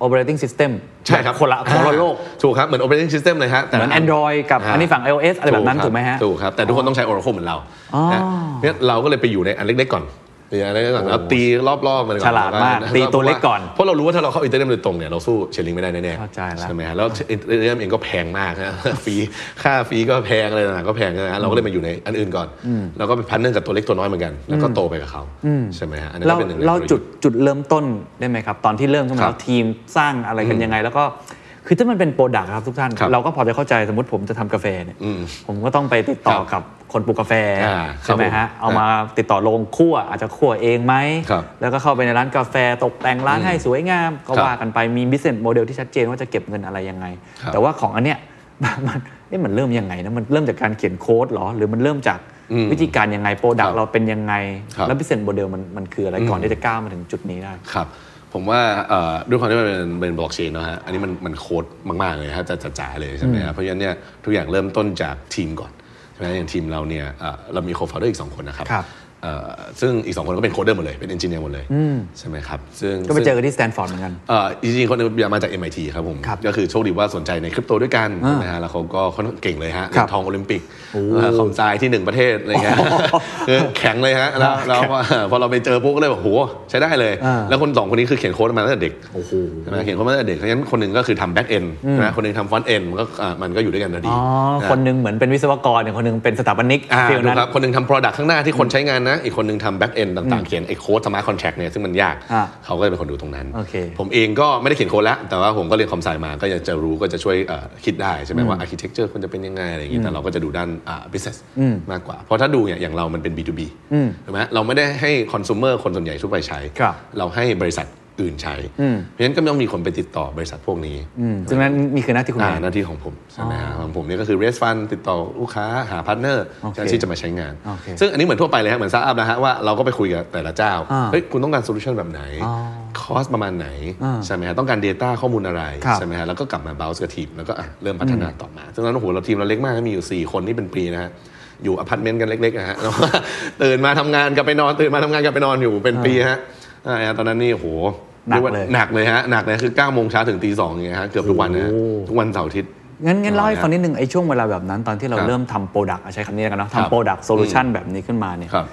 S4: operating system
S5: ใช่ครับ
S4: คนละคนละโลก
S5: ถูกครับ เหมือน operating system เลยฮะแต่
S4: เหมือน Android กับอันนี้ฝั่ง iOS อะไรแบบนั้นถูกไหมฮะ
S5: ถูกครับ แต่ทุกคนต้องใช้ Oracle เหมือนเรา
S4: อ๋อ
S5: นะเนี่ยเราก็เลยไปอยู่ในอันเล็กๆก่อนตีอันเล็กๆก่อนแล้วตีรอบๆมันก่อน
S4: ฉลาดมาก
S5: แว
S4: ตีตัวเล็กก่อน
S5: เพราะเรารู้ว่าถ้าเราเข้าอินเตอร์เน็ตโดยตรงเนี่ยเราสู้เชลลิงไม่ได้แน่ๆ
S4: เข้าใจแล้ว
S5: ใช่ไหมฮะแล้วอินเตอร์เน็ตเองก็แพงมากนะ ฟรีค่าฟรีก็แพงอะไรต่างๆก็แพงนะฮะเราก็เลยมาอยู่ในอันอื่นก่อนแล้วก็ไปพันเนื่องกับตัวเล็กตัวน้อยเหมือนกันแล้วก็โตไปกับเขาใช่ไหมฮะอันนั้น
S4: เรา
S5: ก็เป็นหนึ่งใน
S4: เรา
S5: กลยุทธ์
S4: จุดจุดเริ่มต้นได้ไหมครับ ตอนที่เริ่มเข้ามา
S5: ครับ
S4: แล้วทีมสร้างอะไรกันยังไง แล้วก็คือถ้ามันเป็นโปรดักต์ครับทุกท่าน
S5: ครับ
S4: เราก็พอจะเข้าใจสมมติผมจะทำกาแฟเนี่ย
S5: อืม
S4: ผมก็ต้องไปติดต่อ
S5: ครับ
S4: กับคนปลูกกาแฟ
S5: อ่า
S4: ใช่ไหม
S5: ครั
S4: ฮะ
S5: บผม
S4: เอามาติดต่อโรงคั่วอาจจะคั่วเองไหม
S5: ครับ
S4: แล้วก็เข้าไปในร้านกาแฟตกแต่งร้านให้สวยงาม ก็
S5: ครับ
S4: ว่ากันไปมี business model ที่ชัดเจนว่าจะเก็บเงินอะไรยังไง
S5: ครับ
S4: แต่ว่าของอันเนี้ย มันเอ๊ะมันเริ่มยังไงนะมันเริ่มจากการเขียนโค้ดเหรอหรือมันเริ่มจากวิธีการยังไงโปรดัก
S5: ครั
S4: ต์
S5: บ
S4: เราเป็นยังไง
S5: ครับ
S4: แล้ว business model มันมันคืออะไรก่อนที่จะก้าวมาถึงจุดนี้ได้
S5: ครับ ผมว่าเอ่อด้วยความที่มันเป็นเป็นบล็อกเชนนะฮะอันนี้มันมันโคตรมาก ๆ เลยฮะจะจะจ๋าเลยใช่ไหมครับเพราะฉะนั้นเนี่ยทุกอย่างเริ่มต้นจากทีมก่อนใช่ไหมอย่างทีมเราเนี่ยเอ่อเรามีโคฟาวเดอร์อีก 2 คนนะครับ
S4: ครับ
S5: เอ่อซึ่งอีก 2 คนก็เป็นโคเดอร์หมดเลย เป็นเอนจิเนียร์หมดเลยใช่ไหมครับซึ่ง
S4: ก็ไปเจอกันที่สแตนฟอร์ดเหมือนกัน
S5: เอ่อจริงๆคนนึงมาจาก MIT ครับผม
S4: ครับ
S5: ก็คือโชคดีว่าสนใจในคริปโตด้วยกัน
S4: อ่า
S5: นะฮะแล้วเขาก็ค่อนข้างเก่งเลยฮะเห
S4: ค
S5: รี
S4: รั
S5: ย
S4: บ
S5: ญทองโอลิมปิกคอมไซที่หนึ่งประเทศอะไรเงี้ยคือแข็งเลยฮะแล้วแล้วพอพอเราไปเจอพวกก็เลยบอกโหใช้ได้เลย
S4: อ่า
S5: แล้วคนสองคนนี้คือเขียนโค้ดมาตั้งแต่เด็กใช่ไหมเขียนโค้ดมาตั้งแต่เด็กเพราะฉะนั้นคนหนึงก็คือทำแบ็กเอนนะคนหนึงทำฟอนต์เอนมันก็อ่ามันก็อยู่ด้วยกันพอดี
S4: ๋อ
S5: นะ
S4: คนหนึงเหมือนเป็นวิศวกรอีกคนหนึงเป็นสถาปนิก
S5: อ่า
S4: ฟิล
S5: ดู
S4: นั้น
S5: ครับ คนหนึ่งทำ Product ข้างหน้าที่คนใช้งานนะ อีกคนหนึ่งทำ Back End ต่างๆ เขียนไอ้โค้ดสมาร์ทคอนแท็กเนี่ยซึ่งมันยาก
S4: อ่า
S5: เขาก็จะเป็นคนดูตรงนั้น
S4: โอเค
S5: ผมเองก็ไม่ได้เขียนโค้ดแล้ว แต่ว่าผมก็เรียนคอมไซมาก็จะจะรู้ก็จะช่วยเอ่อคิดได้ใช่ไหมว่า Architecture ควรจะเป็นยังไงอะไรอย่างงี้ แต่เราก็จะดูด้านอ่า business มากกว่า เพราะถ้าดูเนี่ยอย่างเรามันเป็น B2B ถูกไหมเราไม่ได้ให้ consumer คนส่วนใหญ่ทั่วไปใช้
S4: ครับ
S5: เราให้บริษัทอื่นใช้ เพราะฉะนั้นก็ต้องมีคนไปติดต่อบริษัทพวกนี้
S4: อืมซึ่งนั้นนี่คือหน้าที่คุณ
S5: อ่า
S4: แมน
S5: หน้าที่ของผมใช่ไหมฮะของผมเนี่ยก็คือ raise fund ติดต่อลูกค้าหาพาร์ทเนอร์
S4: โอเค
S5: ที่จะมาใช้งาน
S4: โอเค
S5: ซึ่งอันนี้เหมือนทั่วไปเลยฮะเหมือนซาอัพนะฮะว่าเราก็ไปคุยกับแต่ละเจ้า
S4: อ่า
S5: เฮ้ย คุณต้องการโซลูชันแบบไหนคอสประมาณไหน
S4: อ่า
S5: ใช่ไหมฮะต้องการ Data ข้อมูลอะไร
S4: ครับ
S5: ใช่ไหมฮะแล้วก็กลับมา bounce กับทีม แล้วก็อ่ะเริ่มพัฒนาต่อมาซึ่งตอนนั้นโอ้โหเราทีมเราเล็กมากนะมีอยู่ 4 คนนี่เป็นปีนะฮะอยู่อพาร์ตเมนต์กันเล็กๆนะฮะ แล้วก็ ตื่นมาทำงานกลับไปนอนตื่นมาทำงานกลับไปนอนอยู่เป็นปีฮะอ่าตอนนั้นนี่โอ้โห
S4: หนัก
S5: รียว่า
S4: เลย
S5: หนักเลยฮะหนักเลยคือ9ก้าโมงเช้าถึงตีสองอย่างเงี้ยฮะเกือบทุกวันนะฮะ ทุกวันเสาร์อาทิตย์
S4: งั้นงั้นเล่าให้
S5: อ่า
S4: ฟังนิดนึงไอ้ช่วงเวลาแบบนั้นตอนที่เรา
S5: ครับ
S4: เริ่มทำโปรดักต์ใช้คำนี้แล้วกันเนาะ
S5: ครับ
S4: ทำโปรดักต์โซลูชันแบบนี้ขึ้นมาเนี่ย
S5: ครับ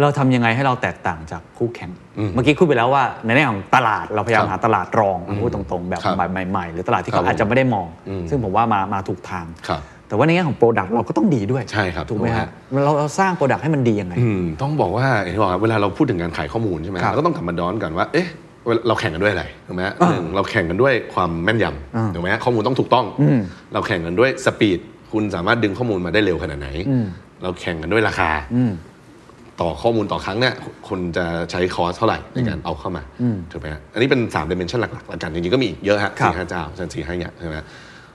S4: เราทำยังไงให้เราแตกต่างจากคู่แข่ง เมื่อกี้คุยไปแล้วว่าในแง่ของตลาดเราพยายาม
S5: ครับ
S4: หาตลาดรองพูดตรงๆ แบบ
S5: ครับ
S4: ใหม่ๆ หรือตลาดที่
S5: ครับ
S4: เขาอาจจะไม่ได้มอง
S5: อืม
S4: ซึ่งผมว่ามามาถูกทาง
S5: ครับ
S4: แต่ว่าในแง่ของโปรดักต์เราก็ต้องดีด้วย
S5: ใช่ครับ
S4: ถูกไหม
S5: ถูกครั
S4: ฮะ
S5: บ
S4: เราเราสร้างโปรดักต์ให้มันดียังไง
S5: อืมต้องบอกว่าอย่างที่บอกครับเวลาเราพูดถึงการขายข้อมูลใช่ไหม
S4: ครับ
S5: เราก็ต้องกลับมาดอนก่อนว่า เอ๊ะเวลาเราแข่งกันด้วยอะไรถูกไหมฮะหนึ่งเราแข่งกันด้วยความแม่นยำถูกไหมฮะข้อมูลต้องถูกต้อง เราแข่งกันด้วยสปีดคุณสามารถดึงข้อมูลมาได้เร็วขนาดไหน เราแข่งกันด้วยราคาต่อข้อมูลต่อครั้งเนี่ยคุณจะใช้คอสเท่าไหร่ในการเอาเข้ามาถูกไหมฮะอันนี้เป็น3ามดิเมนชันหลักๆแล้วกันจริงๆก็มีอีกเยอะฮะ
S4: ครับ
S5: สี่ห้าเจ้าสี่ห้าอย่างใช่ไหมฮะ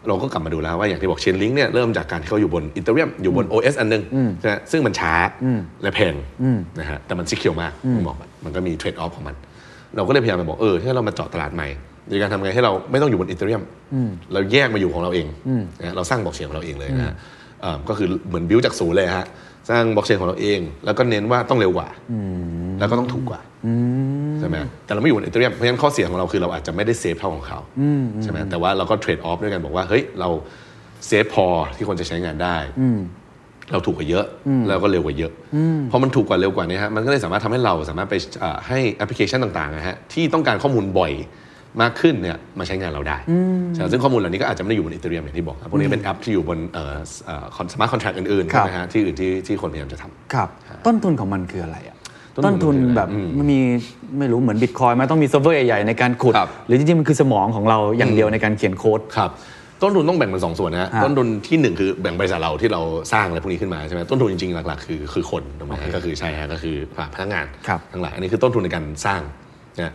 S5: เราก็กลับมาดูแล้วว่าอย่างที่บอกเชนลิงเนี่ยเริ่มจากการที่เขาอยู่บนอินเตอร์เรียมอยู่บน OS อันหนึงนะฮะซึ่งมันช้าและแพงนะฮะแต่มันซิเคียวมากผมบอกมันมันก็มีเทรดออฟของมัน เราก็เลยพยายามไปบอกเออถ้าเรามาเจาะตลาดใหม่โดยการทำไงให้เราไม่ต้องอยู่บนอินเตอร์เรียมเราแยกมาอยู่ของเราเองนะฮะเราสร้างบล็อกเชนของเราเองเลยนะฮะเอ่อก็คือเหมือนบิวจากศูนย์เลยฮะสร้างบล็อกเชนของเราเอง แล้วก็เน้นว่าต้องเร็วกว่าแล้วก็ต้องถูกกว่า ใช่ไหมแต่เราไม่อยู่บนอีเทเรียมเพราะฉะนั้นข้อเสียของเราคือเราอาจจะไม่ได้เซฟเท่าของเขาใช่ไหมแต่ว่าเราก็เทรดออฟด้วยกันบอกว่าเฮ้ยเราเซฟพอที่คนจะใช้งานได้ เราถูกกว่าเยอะแล้วก็เร็วกว่าเยอะพอมันถูกกว่าเร็วกว่าเนี้ฮะมันก็เลยสามารถทำให้เราสามารถไปอ่าให้แอปพลิเคชันต่างๆนะฮะที่ต้องการข้อมูลบ่อยมากขึ้นเนี่ยมาใช้งานเราได้ใช่ซึ่งข้อมูลเหล่านี้ก็อาจจะไม่ได้อยู่บนอีเทเรียมอย่างที่บอกครับพวกนี้เป็นแอปที่อยู่บนสมาร์ทคอนแทรคอื่นๆ
S4: ครับ
S5: นะฮะที่อื่นที่ที่คนพยายามจะทำ
S4: ครับ ต้นทุนของมันคืออะไรอะ
S5: ต้
S4: ต้
S5: น
S4: น
S5: ทุ
S4: ทุ
S5: น
S4: น
S5: มันคืออะไร
S4: แบบมันมีไม่รู้เหมือนบิตคอยไหมต้องมีเซิร์ฟเวอร์ใหญ่ๆในการขุด
S5: ครับ
S4: หรือจริงๆ มันคือสมองของเราอย่างเดียวในการเขียนโค้ด
S5: ครับต้นทุนต้องแบ่งเป็นสองส่วนนะฮะ
S4: ฮะ
S5: ต้นทุนที่หนึ่งคือแบ่งบริษัทเราที่เราสร้างอะไรพวกนี้ขึ้นมาใช่ไหมต้นทุนจริงๆหลักๆคือคือคนถูกไหมฮะก็คือใช่ฮะก็คือพนักงาน
S4: ครับ
S5: ทั้งหลายอันนี้คือต้นทุนในการสร้างนะ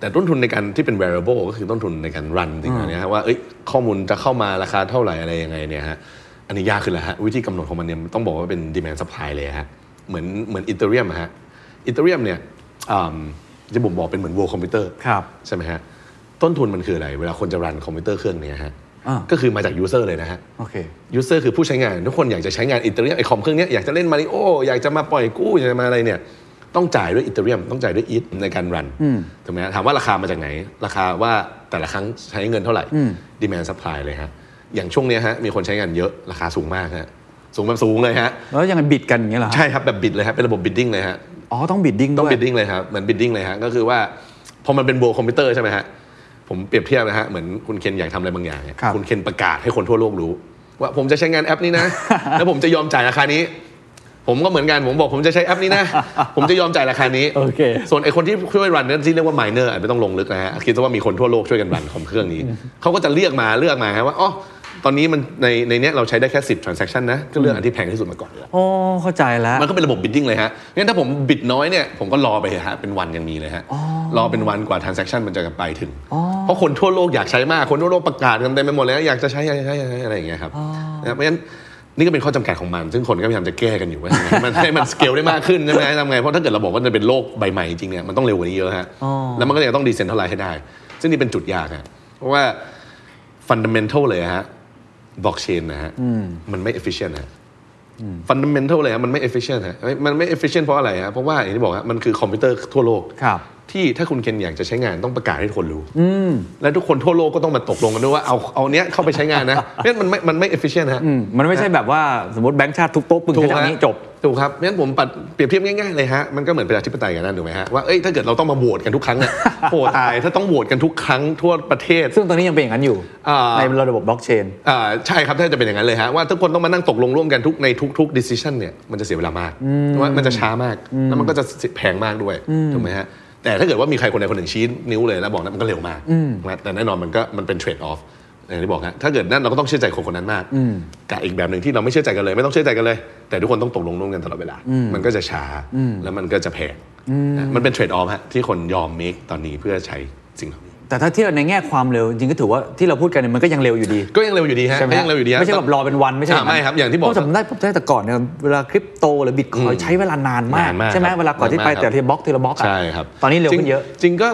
S5: แต่ต้นทุนในการที่เป็น variable ก็คือต้นทุนในการ run จริงๆนะฮะว่าเอ้ยข้อมูลจะเข้ามาราคาเท่าไหร่อะไรยังไงเนี่ยฮะอันนี้ยากขึ้นแล้วฮะวิธีกำหนดของมันเนี่ยต้องบอกว่าเป็น demand supply เลยฮะเหมือนเหมือนอีเทเรียมฮะอีเทเรียมเนี่ยอ่ำจะบ่มบอกเป็นเหมือน world computer
S4: ครับ
S5: ใช่ไหมฮะต้นทุนมันคืออะไร เวลาคนจะรันคอมพิวเตอร์เครื่องเนี้ยฮะ
S4: อ่า
S5: ก็คือมาจากยูเซอร์เลยนะฮะ
S4: โอเค
S5: ยูเซอร์คือผู้ใช้งาน ทุกคนอยากจะใช้งานอีเทเรียมไอคอมเครื่องเนี้ยอยากจะเล่นมาริโออยากจะมาปล่อยกู้ อยากจะมาอะไรเนี่ย ต้องจ่ายด้วยอีเทเรียมต้องจ่ายด้วยอีทในการรันถูกไหมฮะถามว่าราคามาจากไหน ราคาว่าแต่ละครั้งใช้เงินเท่าไหร่ดีแมนซัพพลายเลยฮะ อย่างช่วงเนี้ยฮะมีคนใช้งานเยอะราคาสูงมากฮะสูงแบบสูงเลยฮะ
S4: แล้วยังไงบิดกันอย่างเงี้ยเหรอฮะ
S5: ใช่ครับแบบบิดเลยฮะเป็นระบบบิดดิ้งเลยฮะ
S4: อ๋อต้องบิดดิ้ง
S5: ต้อ
S4: ด้
S5: ง
S4: วย
S5: บิดดิ้งเลยครับ เหมือนบิดดิ้งเลยฮะก็คือว่าพอมันเป็นโบว์คอมพิวเตอร์ใช่ไหมฮะ ผมเปรียบเทียบนะฮะ เหมือนคุณเคนอยากทำอะไรบางอย่างเนี่ย
S4: ครับ
S5: คุณเคนประกาศให้คนทั่วโลกรู้ ว่าผมจะใช้งานแอปนี้ นะ แล้วผมจะยอมจ่ายราคานี้ ผมก็เหมือนกัน ผมบอกผมจะใช้แอป นี้นะ ผมจะยอมจ่ายราคานี้
S4: โอเค
S5: ส่วนไอ้คนที่ช่วยรันนั่นที่เรียกว่า miner อาจไม่ต้องลงลึกนะฮะคิดซะว่ามีคนทั่วโลกช่วย กันรันคอมเครื่องนี้ เขาก็จะเลือกมาเลือกมาฮะว่าอ๋อตอนนี้มันในในเนี้ยเราใช้ได้แค่10 transaction นะก็เลือกอันที่แพงที่สุดมาก่อน
S4: โอ้เข้าใจแล้ว
S5: มันก็เป็นระบบบิดดิ้งเลยฮะ งั้นถ้าผมบิดน้อยเนี่ยผมก็รอไปเถอะฮะ เป็นวันยังมีเลยฮะ รอเป็นวันกว่า transaction มันจะไปถึง เพราะคนทั่วโลกอยากใช้มาก คนทั่วโลกประกาศกันเต็มไปหมดแล้วอยากจะใช้อยากจะใช้อยากจะใช้อะไรอย่างเงี้ยครับนะครับเพราะฉะนั้นนี่ก็เป็นข้อจำกัดของมัน ซึ่งคนก็พยายามจะแก้กันอยู่ว่า มันให้มันสเกลได้มากขึ้นใช่ไหมทำไง เพราะถ้าเกิดเราบอกว่าจะเป็นโลกใบใหม่จริงเนี่ยมันต้องเร็วกว่านี้เยอะฮะ แล้วมันก็จะต้องดีเซนทัลไลให้ได้ ซึ่งนี่เป็นจุดยากฮะ เพราะว่าฟันดัมเมนทัลเลยฮะ blockchain นะฮะมันไม่ efficient ฮะ ฟันดัมเมนทัลเลยฮะมันไม่ efficient ฮะเอ้ยมันไม่ efficient เพราะอะไรฮะเพราะว่าอย่างที่บอกฮะมันคือคอมพิวเตอร์ทั่วโลก
S4: ครับ
S5: ที่ถ้าคุณเคนอยากจะใช้งานต้องประกาศให้ทุกคนรู้และทุกคนทั่วโลกก็ต้องมาตกลงกันด้วยว่าเอาเอาเนี้ยเข้าไปใช้งาน นะเพราะฉะนั้นมันไม่มันไม่ efficient ฮะ
S4: อืมมันไม่ใช่แบบว่าสมมติแบงค์ชาติทุบโต๊ะปึ้ง
S5: ถู
S4: แค่
S5: กฮะ
S4: นี้จบ
S5: ถูกครับงั้นผมปัดเปรียบเทียบง่ายๆเลยฮะ มันก็เหมือนประชาธิปไตยกันนั่นถูกไหมฮะ ว่า เอ้ย ถ้าเกิดเราต้องมาโหวตกันทุกครั้งเนี่ย โหตาย ถ้าต้องโหวตกันทุกครั้งทั่วประเทศ
S4: ซึ่งตอนนี้ยังเป็นอย่างนั้นอยู่
S5: อ่า
S4: ในระบบบล็อกเชน
S5: อ่าใช่ครับ ถ้าจะเป็นอย่างนั้นเลยฮะ ว่าทุกคนต้องมานั่งตกลงร่วมกันทุกในทุกๆ decision เนี่ย มันจะเสียเวลามากว่ามันจะช้ามาก แล้วมันก็จะแพงมากด้วย ถูกไหมฮะ แต่ถ้าเกิดว่ามีใครคนใดคนหนึ่งชี้นิ้วเลยแล้วบอกนะมันก็เร็วมากนะแต่แน่นอนมันก็มันเป็น trade off อย่างที่บอกฮะ ถ้าเกิดนั่นเราก็ต้องเชื่อใจคนคนนั้นมากกับอีกแบบหนึ่งที่เราไม่เชื่อใจกันเลย ไม่ต้องเชื่อใจกันเลย แต่ทุกคนต้องตกลงร่วมกันตลอดเวลา มันก็จะช้า แล้วมันก็จะแพงนะมันเป็น trade off ฮะที่คนยอม make ตอนนี้เพื่อใช้สิ่งเหล่านี้
S4: แต่ถ้าเทียบในแง่ความเร็ว จริงก็ถือว่าที่เราพูดกันเนี่ยมันก็ยังเร็วอยู่ดี
S5: ก็ยังเร็วอยู่ดีฮะ
S4: ใช่ไหม
S5: ก็ยังเร็วอยู่ดีฮะ
S4: ไม่ใช่แบบรอเป็นวันไม่ใช่
S5: อ่าไม่ครับอย่างที่บอก
S4: เพะผมได้ผมได้แต่ก่อนเนี่ยเวลาคริปโตหรือบิตคอยใช้เวลานานมาก
S5: นานมาก
S4: ใช่ไหม
S5: ครับ
S4: เวลาก่อนที่ไป
S5: นานมาก
S4: แต่ทีบล็อกทีละบล็อกอะ
S5: ใช่ครับ
S4: ตอนนี้เร็วขึ้นเยอะ
S5: จงจริงก็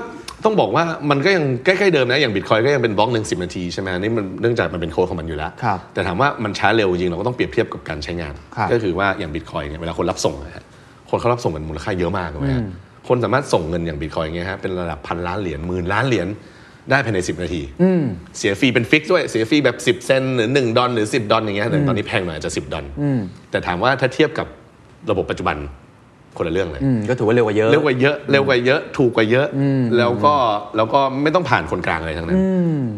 S5: ต้องบอกว่ามันก็ยังใกล้ๆเดิมนะ อย่างบิตคอยก็ยังเป็นบล็อกหนึ่งสินาทีใช่ไหมอันนี่มันเนื่องจากมันเป็นโค้ดของมันอยู่แล้ว
S4: ครับ
S5: แต่ถามว่ามันช้าเร็วจริงเราก็ต้องเปรียบเทียบกับการใช้งาน
S4: ครับ
S5: ก็คือว่าอย่างบิตคอยเนี่ยเวลาคนรับส่งนะฮะคนเขารับส่งกันมูลค่าเยอะมากเลยฮะคนสามารถส่งเงินอย่างบิตคอยเงี้ยฮะเป็นระดับพันล้านเหรียญหมื่นล้านเหรียญได้ภายใน 10 นาทีเสียฟรีเป็นฟิกซ์ด้วยเสียฟรีแบบ 10 เซนหรือ 1 ดอลหรือ 10 ดอลอย่างเงี้ยแต่ตอนนี้แพงหน่อยอาจจะ 10 ดอลแต่ถามว่าถ้าเทียบกับระบบปัจจุบันคนละเรื่องเลย
S4: ืมก็ถือว่าเร็วกว่าเยอะ
S5: เร็วกว่าเยอะเร็วกว่าเยอะถูกกว่าเยอะแล้วก็แล้วก็ไม่ต้องผ่านคนกลางอะไรทั้งนั้น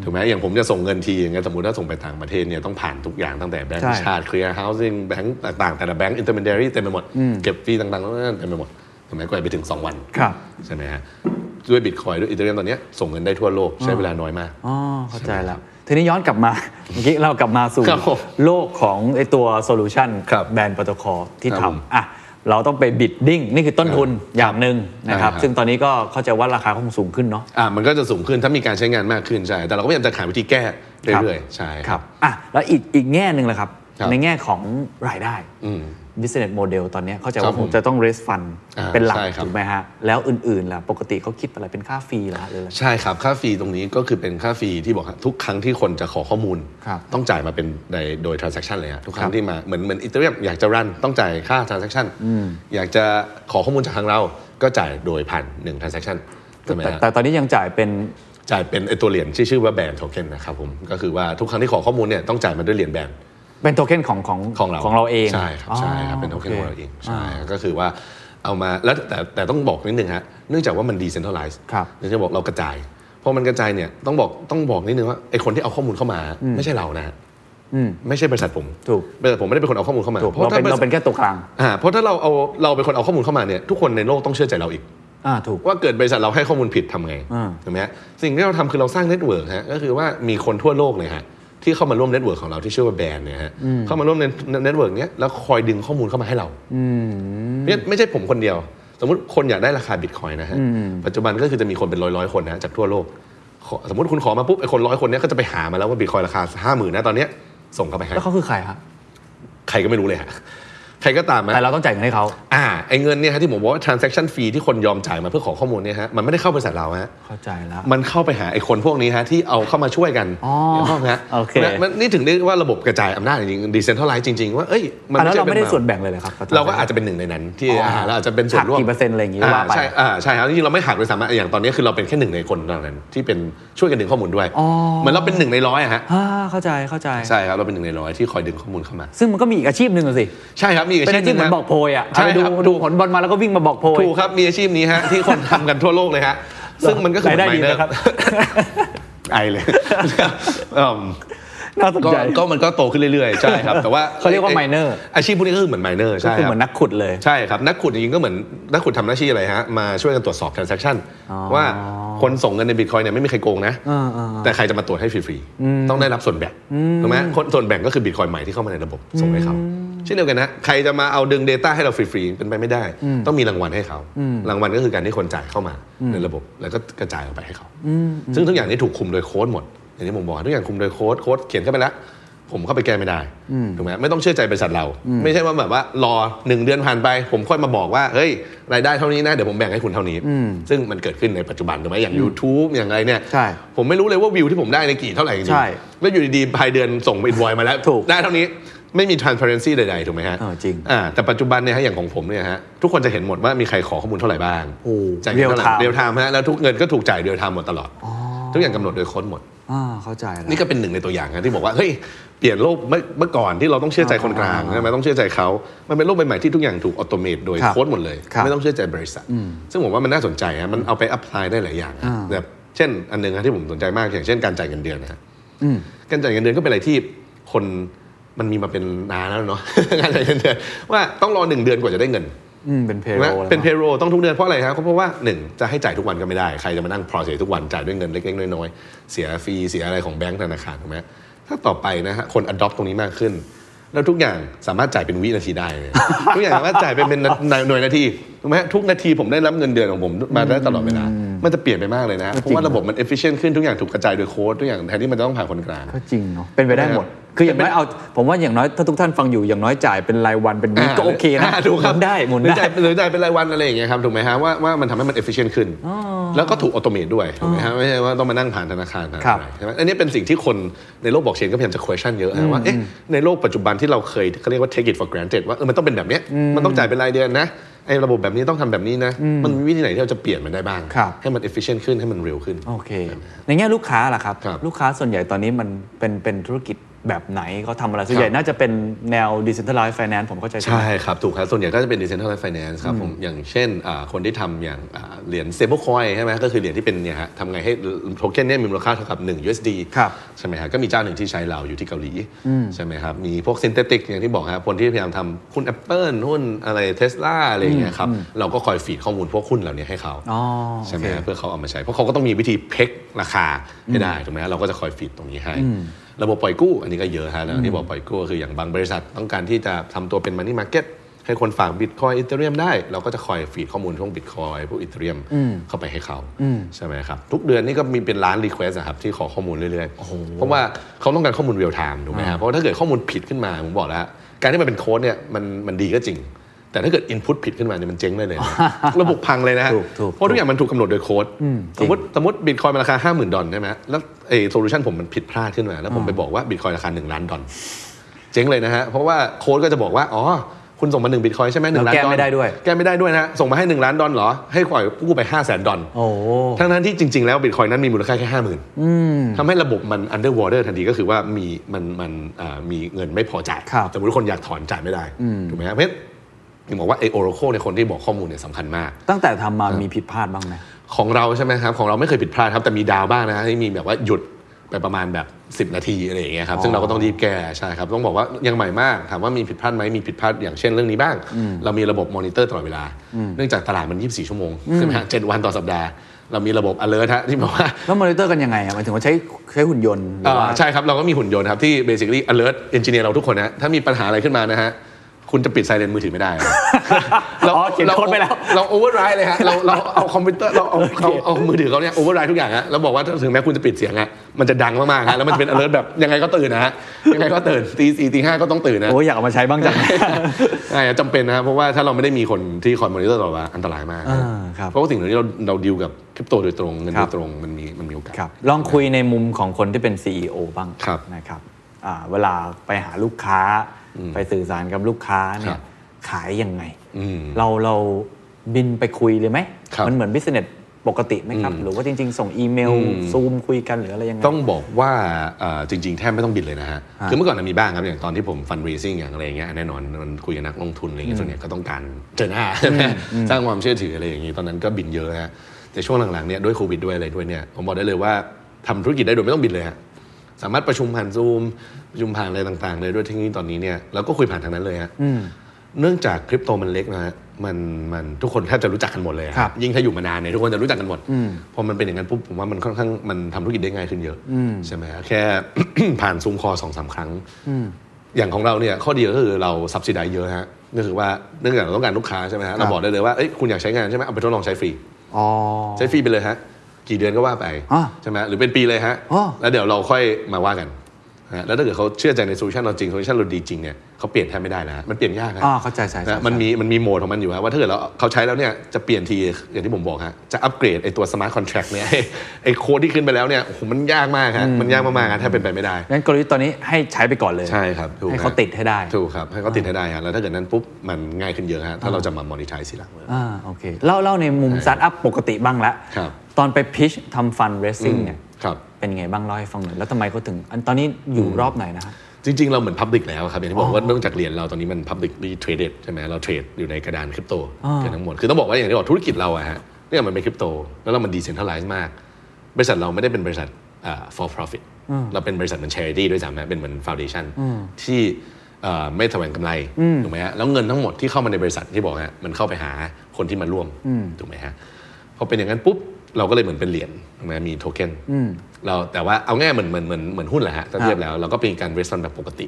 S5: ถูกไหมอย่างผมจะส่งเงินทีอย่างเงี้ยสมมติถ้าส่งไปต่างประเทศเนี่ยต้องผ่านทุกอย่างตั้งแต่แบง
S4: ใช่
S5: ก์ชาติเคลียร์เฮาส์แบงก์ต่างๆ แต่ละแบงก์อินเตอร์เมนเดรี่เต็มไปหมด เก็บฟรีต่างๆแล้วนั่นเต็มไปหมดถูกไหมกว่าจะไปถึง 2 วัน
S4: ครับ
S5: ใช่ไหมฮะด้วยบิตคอยด้วยอีเทเรียมตอนเนี้ยส่งเงินได้ทั่วโลกใช้เวลาน้อยมาก
S4: อ๋อเข้าใจแล้ว ทีนี้ย้อนกลับมา เมื่อกี้เรากลับมาสู่
S5: ครับผม
S4: โลกของไอตัวโซลูชัน
S5: ครับ
S4: แบรนด์โปรโตคอลที่
S5: ครับผม
S4: ทำอ่ะเราต้องไปบิดดิ้งนี่คือต้นทุนอย่างหนึ่งนะครับ
S5: อ่าฮะ
S4: ซึ่งตอนนี้ก็เข้าใจว่าราคาคงสูงขึ้นเนาะ
S5: อ่ะมันก็จะสูงขึ้นถ้ามีการใช้งานมากขึ้นใช่แต่เราก็พยายามจะหาวิธีแก้เรื่อยๆใช่
S4: ครับอ่ะแล้วอีกอีกแง่หนึ่งแหละครับ
S5: ครับ
S4: ในแง่ของรายได้
S5: อืม
S4: business model ตอนเนี้ยเข้าใจ
S5: ครั
S4: ว่า
S5: บ
S4: ผ
S5: ผม ม
S4: จะต้อง raise fund
S5: อ่า
S4: เป็นหลัก
S5: ใช่ครับ
S4: ถูกไหมฮะ แล้วอื่น ๆ ล่ะ ปกติเขาคิดอะไรเป็นค่าฟรีเหรอฮะหรืออะไร
S5: ใช่ครับ ค่าฟรีตรงนี้ก็คือเป็นค่าฟรีที่บอกฮะทุกครั้งที่คนจะขอข้อมูล
S4: ครับ
S5: ต้องจ่ายมาเป็นในโดย transaction เลยฮะทุกครั้
S4: ครับ
S5: งที่มาเหมือนเหมือนอีเทเรียมอยากจะรันต้องจ่ายค่า transaction อยากจะขอข้อมูลจากทางเราก็จ่ายโดยผ่านหนึ่ง transaction ใช่ไหม
S4: แต่
S5: ฮะ
S4: แต่ตอนนี้ยังจ่ายเป็น
S5: จ่ายเป็นไอตัวเหรียญที่ชื่อว่าแบนโทเค็นนะครับผมก็คือว่าทุกครั้งที่ขอข้อมูลเนี่ยต้องจ่ายมาด้วยเหรียญแบน
S4: เป็นโทเค็นของของ
S5: ของเรา
S4: ของเราเอง
S5: ใช่ครับใช่ครับเป็นโทเค็นของเราเองใช่
S4: า
S5: ก็คือว่าเอามาแล้วแต่แต่ต้องบอกนิดนึงฮะเนื่องจากว่ามันดีเซนทัลไลซ์
S4: ครับ
S5: เนื่องจากบอกเรากระจายพอมันกระจายเนี่ยต้องบอกต้องบอกนิดนึงว่าไอคนที่เอาข้อมูลเข้ามาไม่ใช่เรานะฮะ
S4: อืม
S5: ไม่ใช่บริษัทผม
S4: ถูก
S5: บริษัทผมไม่ได้เป็นคนเอาข้อมูลเข้ามา
S4: ถูกเรา
S5: ถ้
S4: เป็นเราเป็นแค่ตัวกลาง
S5: อ่าเพราะถ้าเราเอาเราเป็นคนเอาข้อมูลเข้ามาเนี่ยทุกคนในโลกต้องเชื่อใจเราอีก
S4: อ่าถูก
S5: ว่าเกิดบริษัทเราให้ข้อมูลผิดทำไง
S4: อ่า
S5: ถูกไหมฮะสิ่งที่เราทำคือเราสร้างเน็ตเวิร์กฮะก็คือว่ามีคนทั่วโลกเลยฮะที่เข้ามาร่วมเน็ตเวิร์กของเราที่ชื่อว่าแบรนด์เนี่ยฮะเข้ามาร่วมในเน็ตเวิร์กเนี้ยแล้วคอยดึงข้อมูลเข้ามาให้เราเนี่ยไม่ใช่ผมคนเดียว สมมติคนอยากได้ราคาบิตคอยน์นะฮะปัจจุบันก็คือจะมีคนเป็นร้อยร้อยๆคนนะฮะจากทั่วโลกขอสมมติคุณขอมาปุ๊บไอ้คนร้อยคนเนี้ยก็จะไปหามาแล้วว่าบิตคอยน์ราคาห้าหมื่นนะตอนเนี้ยส่งเข้าไปให้
S4: แล้วเขาคือใครฮะ
S5: ใครก็ไม่รู้เลยฮะ ใครก็ตามนะ
S4: แต่เราต้องจ่ายเงินให้เขา
S5: อ่าไอเงินเนี่ยฮะที่ผมบอกว่า transaction fee ที่คนยอมจ่ายมาเพื่อขอข้อมูลเนี่ยฮะมันไม่ได้เข้าบริษัทเราฮะ
S4: เข้าใจแล้ว
S5: มันเข้าไปหาไอ้คนพวกนี้ฮะที่เอาเข้ามาช่วยกัน
S4: อ๋อ
S5: ในห้องฮะ
S4: โอเค
S5: นะมันนี่ถึงเรียกว่าระบบกระจายอำนาจจริงๆ decentralized จริง ๆ ว่าเอ้ยมัน
S4: อ่ะแล้ว
S5: ใช่
S4: เราไม่ได้
S5: ป็
S4: ส่วนแบ่งเลยเหรอครับ
S5: เราก็อาจจะเป็นหนึ่งในนั้น ที่
S4: อ๋ออ่
S5: าเราอาจจะเป็นส่วนร่ว
S4: หัก
S5: ม
S4: กี่เปอร์เซ็นต์อะไรอย่างงี้ว่าไป
S5: ใช่อ่าใช่ครับจริงๆเราไม่หักเลยสามารถอย่างตอนนี้คือเราเป็นแค่หนึ่งในคนเท่านั้นที่เป็นช่วยกันดึงข้อมูลด้วยเหมือนเราเป็นหนึ่งในร้อยอะฮะ
S4: อ่าเข้าใจเข้าใจ
S5: ใช่ครับเราเป็นหนึ่งในร้อยที่คอยดึงข้อมูลเข้ามา
S4: ซึ่งมันก็มีอีกอาชีพหนึ่งอะสิ
S5: ใช่ครับมี
S4: เป็นอาชีพเหมือ
S5: ฮะ
S4: นบอกโพยอ่ะ
S5: ใช่
S4: เอาไปดู
S5: ครับ
S4: ดูผลบอลมาแล้วก็วิ่งมาบอกโพย
S5: ถูกครับมีอาชีพ นี้ฮะที่คนทำกันทั่วโลกเลยฮะซึ่งมันก็คือ
S4: รายได้ดี
S5: เหมือ
S4: นะครับ
S5: ไอเลย อืม
S4: น่าสน
S5: ก็
S4: ใจ
S5: ก็มันก็โตขึ้นเรื่อยๆ ใช่ครับ แต่ว่า
S4: เขาเรียกว่า minor
S5: อาชีพพวกนี้ก็คือเหมือนไมเนอร์
S4: ก็
S5: ใช่
S4: คือ
S5: ค
S4: เห
S5: รับ
S4: มือนนักขุดเลย
S5: ใช่ครับ นักขุดจริงๆก็เหมือนนักขุดทำหน้าที่อะไรฮะ มาช่วยกันตรวจสอบ transaction
S4: อ๋อ
S5: ว่าคนส่งเงินในบิตคอยเนี่ยไม่มีใครโกงนะ
S4: อ่าๆ
S5: แต่ใครจะมาตรวจให้ฟรีๆ ต้องได้รับส่วนแบ่งถูกไหมคนส่วนแบ่งก็คือบิตคอยใหม่ที่เข้ามาในระบบส่งให้เขาเช่นเดียวกันนะใครจะมาเอาดึง Data ให้เราฟรีๆเป็นไปไม่ได้ ต้องมีรางวัลให้เขารางวัลก็คือการที่คนจ่ายเข้ามาในระบบ แล้วก็กระจายออกไปให้เขา ซึ่งทุกอย่างนี้ถูกคุมโดยโค้ดหมด อย่างที่ผมบอกทุกอย่างคุมโดยโค้ดโค้ดเขียนเข้าไปแล้ว ผมเข้าไปแก้ไม่ได้ถูกไหมไม่ต้องเชื่อใจบริษัทเรา ไม่ใช่ว่าแบบว่ารอหนึ่งเดือนผ่านไป ผมค่อยมาบอกว่าเฮ้ยรายได้เท่านี้นะเดี๋ยวผมแบ่งให้คุณเท่านี้ ซึ่งมันเกิดขึ้นในปัจจุบันถูกไหมอย่าง YouTube อย่างอะไรเนี่ย
S4: ใช่
S5: ผมไม่รู้เลยว่าวิวที่ผมได้ในกี่เท่าไหร่จริงๆ
S4: ใช่
S5: แล้วอยู่ดีๆภายเดือนส่งอินวอยมาแล้ว
S4: ถูก
S5: ได้เท่านี้ไม่มี transparency ใดๆถูกไหมฮะ
S4: เออจริง
S5: อ่าแต่ปัจจุบันเนี่ยฮะอย่างของผมเนี่ยฮะทุกคนจะเห็นหมดว่ามีใครขอข้อมูลเท่าไหร่บ้าง
S4: โอ้
S5: จ่ายเงินเท่าไหร่
S4: real time
S5: เรียลไทม์ฮะแล้วทุกเงินก็ถูกจ่ายเรียลไทม์หมดตลอดทุกอย่างกำหนดโดยโค้ดหมด
S4: อ่าเข้าใจแล้ว
S5: นี่ก็เป็นหนึ่งในตัวอย่างนะที่บอกว่าเฮ้ยเปลี่ยนโลกเมื่อเมื่อก่อนที่เราต้องเชื่อใจคนกลางใช่ไหมต้องเชื่อใจเขามันเป็นโลกใหม่ๆที่ทุกอย่างถูกออโตเมตโดย
S4: ครับ
S5: โค้ดหมดเลย
S4: ครับ
S5: ไม่ต้องเชื่อใจบริษัท ซึ่งผมว่ามันน่าสนใจฮะมันเอาไปอัพพลายได้หลายอย่างฮะแบบเช่น อันหนึงฮะที่ผมสนใจมากอย่างเช่นการจ่ายเงินเดือนนะฮะการจ่ายเงินเดือนก็เป็นอะไรที่คนมันมีมาเป็นนานแล้วเนาะ การจ่ายเงินเดือนว่าต้องรอหนึ่งเดือนกว่าจะได้เงิน
S4: อืมเป็นเพโล
S5: ใช่ไหม
S4: แล้ว
S5: เป็นเพ
S4: มั้ย
S5: โ l ต้องทุกเดือนเพราะอะไรครับเพราะว่าหนึ่งจะให้จ่ายทุกวันก็ไม่ได้ ใครจะมานั่ง process ทุกวันจ่ายด้วยเงินเล็กๆน้อยๆ เสียฟรีเสียอะไรของแบงก์ธนาคารถูกไหมถ้าต่อไปนะฮะคน adopt ตรงนี้มากขึ้น แล้วทุกอย่างสามารถจ่ายเป็นวินาทีได้เลย ทุกอย่างสามารถจ่ายเป็นเป็น นาหน่วยนาทีถูกไหมฮะทุกนาทีผมได้รับเงินเดือนของผมมาได้ตลอดเวลามันจะเปลี่ยนไปมากเลยนะฮะเพราะว่าระบบมัน efficient ขึ้นทุกอย่างถูกกระจายโดยโค้ดทุกอย่างแทนที่มันจะต้องผ่านคนกลาง
S4: ก็จริงเนาะเป็นไปได้หมด คืออย่างน้อยเอาผมว่าอย่างน้อยถ้าทุกท่านฟังอยู่อย่างน้อยจ่ายเป็นรายวันเป็นวีคก็โอเคนะ
S5: าถูกครั
S4: ห
S5: บ
S4: มุนได้หมุน
S5: หรือ
S4: ได้
S5: จ่ายหรือจ่ายเป็นรายวันอะไรอย่างเงี้ยครับถูกไหมฮะว่าว่ามันทำให้มัน efficient ขึ้น แล้วก็ถูกออโตเมตด้วยถูกไหมฮะไม่ใช่ว่าต้องมานั่งผ่านธนาคารนะครับ ใช่ไหมอันนี้เป็นสิ่งที่คนในโลกบอกเชนก็พยายามจะ question เยอะฮะว่าเอ๊ะในโลกปัจจุบันที่เราเคยเขาเรียกว่า take it for granted ว่าเออมันต้องเป็นแบบเนี้ยมันต้องจ่ายเป็นรายเดือนนะไอ้ระบบแบบนี้ต้องทำแบบนี้นะมันมีวิธีไหนที่เราจะเปลี่ยนมันได้บ้าง ให้มัน efficient ขึ้นให้มันเร็วขึ้น
S4: โอเค ในแง่ลูกค้าล่ะครับ
S5: ครับ
S4: ลูกค้าส่วนใหญ่ตอนนี้มันเป็นเป็นธุรกิจแบบไหนเขาทำอะไรส่วนใหญ่
S5: ครับ
S4: น่าจะเป็นแนว decentralized finance ผมเข้าใจใช่ไหม
S5: ใช่ครับ ถูกครับ ส่วนใหญ่ก็จะเป็น decentralized finance ครับผมอย่างเช่นอ่าคนที่ทำอย่างอ่าเหรียญ stablecoin ใช่ไหมก็คือเหรียญที่เป็นเนี่ยฮะทำไงให้โทเค็นเนี่ยมีมูลค่าเท่ากับ 1 USD
S4: ครับ
S5: ใช่ไหมฮะก็มีเจ้าหนึ่งที่ใช้เราอยู่ที่เกาหลี ใช่ไหมครับ มีพวก synthetic อย่างที่บอกครับคนที่พยายามทำหุ้น Apple หุ้นอะไร Tesla อะไรอย่างเงี้ยครับ เราก็คอยฟีดข้อมูลพวกหุ้นเหล่านี้ให้เขา
S4: อ๋อ
S5: ใช่ไหม
S4: โอเค
S5: ฮะ เพื่อเขาเอามาใช้ เพราะเขาก็ต้องมีวิธีเพกราคาให้ได้ถูกไหมฮะเราก็จะคอยฟีดตรงนี้ให้ ระบบปล่อยกู้ อันนี้ก็เยอะฮะแล้วที่บอกปล่อยกู้ก็คืออย่างบางบริษัทต้องการที่จะทำตัวเป็นมันนี่มาร์เก็ตให้คนฝากบิตคอยอีเทเรียมได้ เราก็จะคอยฟีดข้อมูลช่วงบิตคอยพวกอีเทเรียมเข้าไปให้เขาใช่ไหมครับ ทุกเดือนนี่ก็มีเป็นล้านรีเควสครับที่ขอข้อมูลเรื่อยๆ เพราะว่าเขาต้องการข้อมูลเรียลไทม์ถูกไหมฮะเพราะถ้าเกิดข้อมูลผิดขึ้นมาผมบอกแล้วฮะการที่มันเป็นโค้ดเนี่ยมันมันดีก็จริง แต่ถ้าเกิด input ผิดขึ้นมาเนี่ยมันเจ๊ง ได้เลยนะ ระบบพังเลยนะฮะ
S4: ถูกถูก
S5: เพราะทุกอย่างมันถูกกำหนดโดยโค้ด
S4: จ
S5: ส
S4: ริ
S5: ม
S4: ง
S5: มติสมมติบิตคอยมันราคา 50,000 ดอลลาร์ใช่ไหมแล้วไอ้โซลูชันผมมันผิดพลาดขึ้นมา แล้วผมไปบอกว่าบิตคอยราคา 1 ล้านดอลลาร์เจ๊งเลยนะฮะ เพราะว่าโค้ดก็จะบอกว่า อ๋อ คุณส่งมา1บิตคอยใช่ไหมหนึ่งล้านดอลลา
S4: แล้วแก้ไม่
S5: ร์
S4: ได้ด้วย
S5: แก้ไม่ได้ด้วยนะฮะส่งมาให้ 1 ล้านดอลลาร์เหรอ ให้ปล่อยกู้ไป 5 0 0 0 0 0 ดอลลาร์
S4: โอ้
S5: ทั้งนั้นที่จริง ๆ แล้วบิตคอยนั้นมีมูลค่าแค่ห้าหมื่นทำให้ระบบมัน underwater ทันทีก็คือว่ามีมันมันอ่ามีเงินไม่พอจ่าย
S4: ครับ
S5: สมมติคนอยากถอนจ่ายไม่ได้ ถูกไหมครับเพราะฉะนั้นถึงบอกว่าไอโอโรโคในยคนที่บอกข้อมูลเนี่ยสำคัญมาก
S4: ตั้งแต่ทำมามีผิดพลาดบ้างไหม
S5: ของเราใช่ไหมครับ ของเราไม่เคยผิดพลาดครับ แต่มีดาวบ้างนะที่มีแบบว่าหยุดไปประมาณแบบ 10 นาทีอะไรอย่างเงี้ยครับซึ่งเราก็ต้องรีบแก้ใช่ครับ ต้องบอกว่ายังใหม่มากถามว่ามีผิดพลาดไหมมีผิดพลาดอย่างเช่นเรื่องนี้บ้าง เรามีระบบมอนิเตอร์ตลอดเวลา เนื่องจากตลาดมัน 24 ชั่วโมงใช่ไหมฮะเจ็ดวันต่อสัปดาห์ เรามีระบบ alert ฮะที่บอกว่า
S4: แล้วมอนิเตอร์กันยังไงอะหมายถึงว่าใช้ใช้หุ่นยนต์หรือว่า
S5: อ่าใช่ครับ เราก็มีหุ่นยนต์ครับ ที่ basically alert engineer เราทุกคนนะ ถ้ามีปัญหาอะไรขึ้นมานะฮะ คุณจะปิดไซเรนมือถือไม่ได้
S4: อ๋อเขียนโค้ดไปแล้ว
S5: เราโอเวอร์ไรเลยฮะเราเราเอาคอมพิวเตอร์เราเอาเอาเอามือถือเขาเนี่ยโอเวอร์ไรทุกอย่างฮะแล้วบอกว่าถึงแม้คุณจะปิดเสียงอะมันจะดังมากๆ ฮะแล้วมันจะเป็น alert แบบยังไงก็ตื่นนะฮะยังไงก็ตื่นตีสี่ตีห้าก็ต้องตื่นนะ
S4: โอ้ยอยากเอามาใช้บ้างจัง
S5: ใช่ จำเป็นนะครับเพราะว่าถ้าเราไม่ได้มีคนที่คอยมอนิเตอร์ตลอดเวลาอันตรายมาก
S4: อ่าครับ
S5: เพราะว่าสิ่งเหล่านี้เราเราดีลกับคริปโตโดยตรงเงิน
S4: ครั
S5: โด
S4: บ
S5: ยตรงมันมีมันมีโอกาส
S4: ครับลองคุยในมุมของคนที่เป็น CEO บ้าง
S5: ครับ
S4: นะครับอ่าเวลาไปหาลูกค้า ไปสื่อสารกับลูกค้าเนี่
S5: ครั
S4: ย
S5: บ
S4: ขายยังไง
S5: อืม
S4: เราเราบินไปคุยเลยไหม
S5: ครับ
S4: มัเหมือนบิสเนสปกติไหมครับ หรือว่าจริง ๆ ส่งอีเมล
S5: อืม
S4: ซูมคุยกันหรืออะไรยังไง
S5: ต้องบอกว่าเอ่อจริง ๆ แทบไม่ต้องบินเลยนะฮะ
S4: ฮะ
S5: คือเมื่อก่อนนะมีบ้างครับ อย่างตอนที่ผมฟัน r a i s i n g อย่างอะไรอย่างเงี้ยแน่นอนมันคุยกับนักลงทุนอะไรเงี้ยส่วนใหญ่ก็ต้องการเจอหน้าใช่ไหมสร้างความเชื่อถืออะไรอย่างงี้ ตอนนั้นก็บินเยอะฮะแต่ช่วงหลังๆเนี่ยด้วยโควิดด้วยอะไรด้วยเนี่ยผมบอกได้เลยว่าทำธุรกิจได้โดยไม่ต้องบินเลยฮะสามารถประชุมผ่านซูมประชุมผ่านอะไรต่างๆเลยด้วยเทคโนโลยีตอนนี้เนี่ยเราก็คุยผ่านทางนั้นเลยฮะเนื่องจากคริปโตมันเล็กนะฮะมันมันทุกคนแทบจะรู้จักกันหมดเลยอะ
S4: ครับ
S5: ยิ่งถ้าอยู่มานานเนี่ยทุกคนจะรู้จักกันหมด พอมันเป็นอย่างนั้นปุ๊บผมว่ามันค่อนข้างมันทำธุรกิจได้ง่ายขึ้นเยอะใช่ไหมฮะแค่ ผ่านซูมคอสองสามครั้ง อย่างของเราเนี่ยข้อดีก็คือเราสับสิดายเยอะฮะก็คือว่าเนื่องจากเราต้องการลูกค้าใช่ไหมฮะเราบอกได้เลยว่าเอ้ยคุณอยากใช้งานใช่ไหมเอาไปทดลองใช้ฟรี
S4: อ๋อ
S5: ใช้ฟรีไปเลยฮะ กี่เดือนก็ว่าไป
S4: อ่ะ
S5: ใช่ไหมหรือเป็นปีเลยฮะ
S4: อ๋อ
S5: แล้วเดี๋ยวเราค่อยมาว่ากันฮะแล้วถ้าเกิดเขาเชื่อใจในโซลูชันเราจริงโซลูชันเราดีจริงเนี่ยเขาเปลี่ยนแทบไม่ได้นะฮะมันเปลี่ยนยากฮะ
S4: อ่าเข้าใจใช่ใช่
S5: นะ
S4: ใช่
S5: มันมีมันมีโหมดของมันอยู่ฮะว่าถ้าเกิดเราเขาใช้แล้วเนี่ยจะเปลี่ยนที อย่างที่ผมบอกฮะจะอัปเกรดไอตัวสมาร์ทคอนแท c t เนี่ย ไอโค้ดที่ขึ้นไปแล้วเนี่ยโอ้โหมันยากมากฮะมันยากมากๆฮะแทบเป็นไปไม่ได้
S4: งั้นกลยุทธ์ตอนนี้ให้ใช้ไปก่อนเลย
S5: ใช่ครับถูก
S4: ให้เขา
S5: ฮะ
S4: ติดให้ได้
S5: ถูกครับ ให้เขาติดให้ได้ฮะแล้วถ้าเกิดนั้นปุ๊บ มันง่ายขึ้นเยอะฮะถ้าเราจะมามอนิทายสีหลัง
S4: อ่าโอเคเล่าเล่าในมุมสตาร์ทอัพปกติบ้างละ
S5: ครับ
S4: ตอนไปพิชทำฟันเรสซิ่งเนี่ย
S5: ครับ
S4: เป็นไงบ้างเล่าให้ฟังหน่อยแล้วทำไมเขาถึงอันตอนนี้อยู่รอบไหนนะฮะ
S5: จริง ๆ เราเหมือนพับ l ิ c แล้วครับ อย่างที่บอกว่าเนื่องจากเหรียญเราตอนนี้มันพับ l ิ c รีเทรดใช่ไหมเราเทรดอยู่ในกระดานคริปโต
S4: อ่า
S5: กันทั้งหมด คือต้องบอกว่าอย่างที่บอกธุรกิจเราอะฮะเนี่ยมันเป็นคริปโต แล้วเรามันดีเซนทัลไลซ์มาก บริษัทเราไม่ได้เป็นบริษัทอ่า for profit เราเป็นบริษัทเหมือน charity ด้วยซ้ำนะเป็นเหมือน foundation ที่เอ่อไม่แสวงกำไรถูกไหมฮะแล้วเงินทั้งหมดที่เข้ามาในบริษัทที่บอกฮะมันเข้าไปหาคนที่มาร่วมถูกไหมฮะพอเป็นอย่างนั้นปุ๊บเราก็เลยเหมือนเป็นเหรียญถูกไหมมีโทเค็นเราแต่ว่าเอาง่ายเหมือนเหมือนเหมือนเหมือนหุ้นแหละฮะถ้าเทียบ
S4: ครับ
S5: แล้วเราก็เป็นการเวสฟันแบบปกติ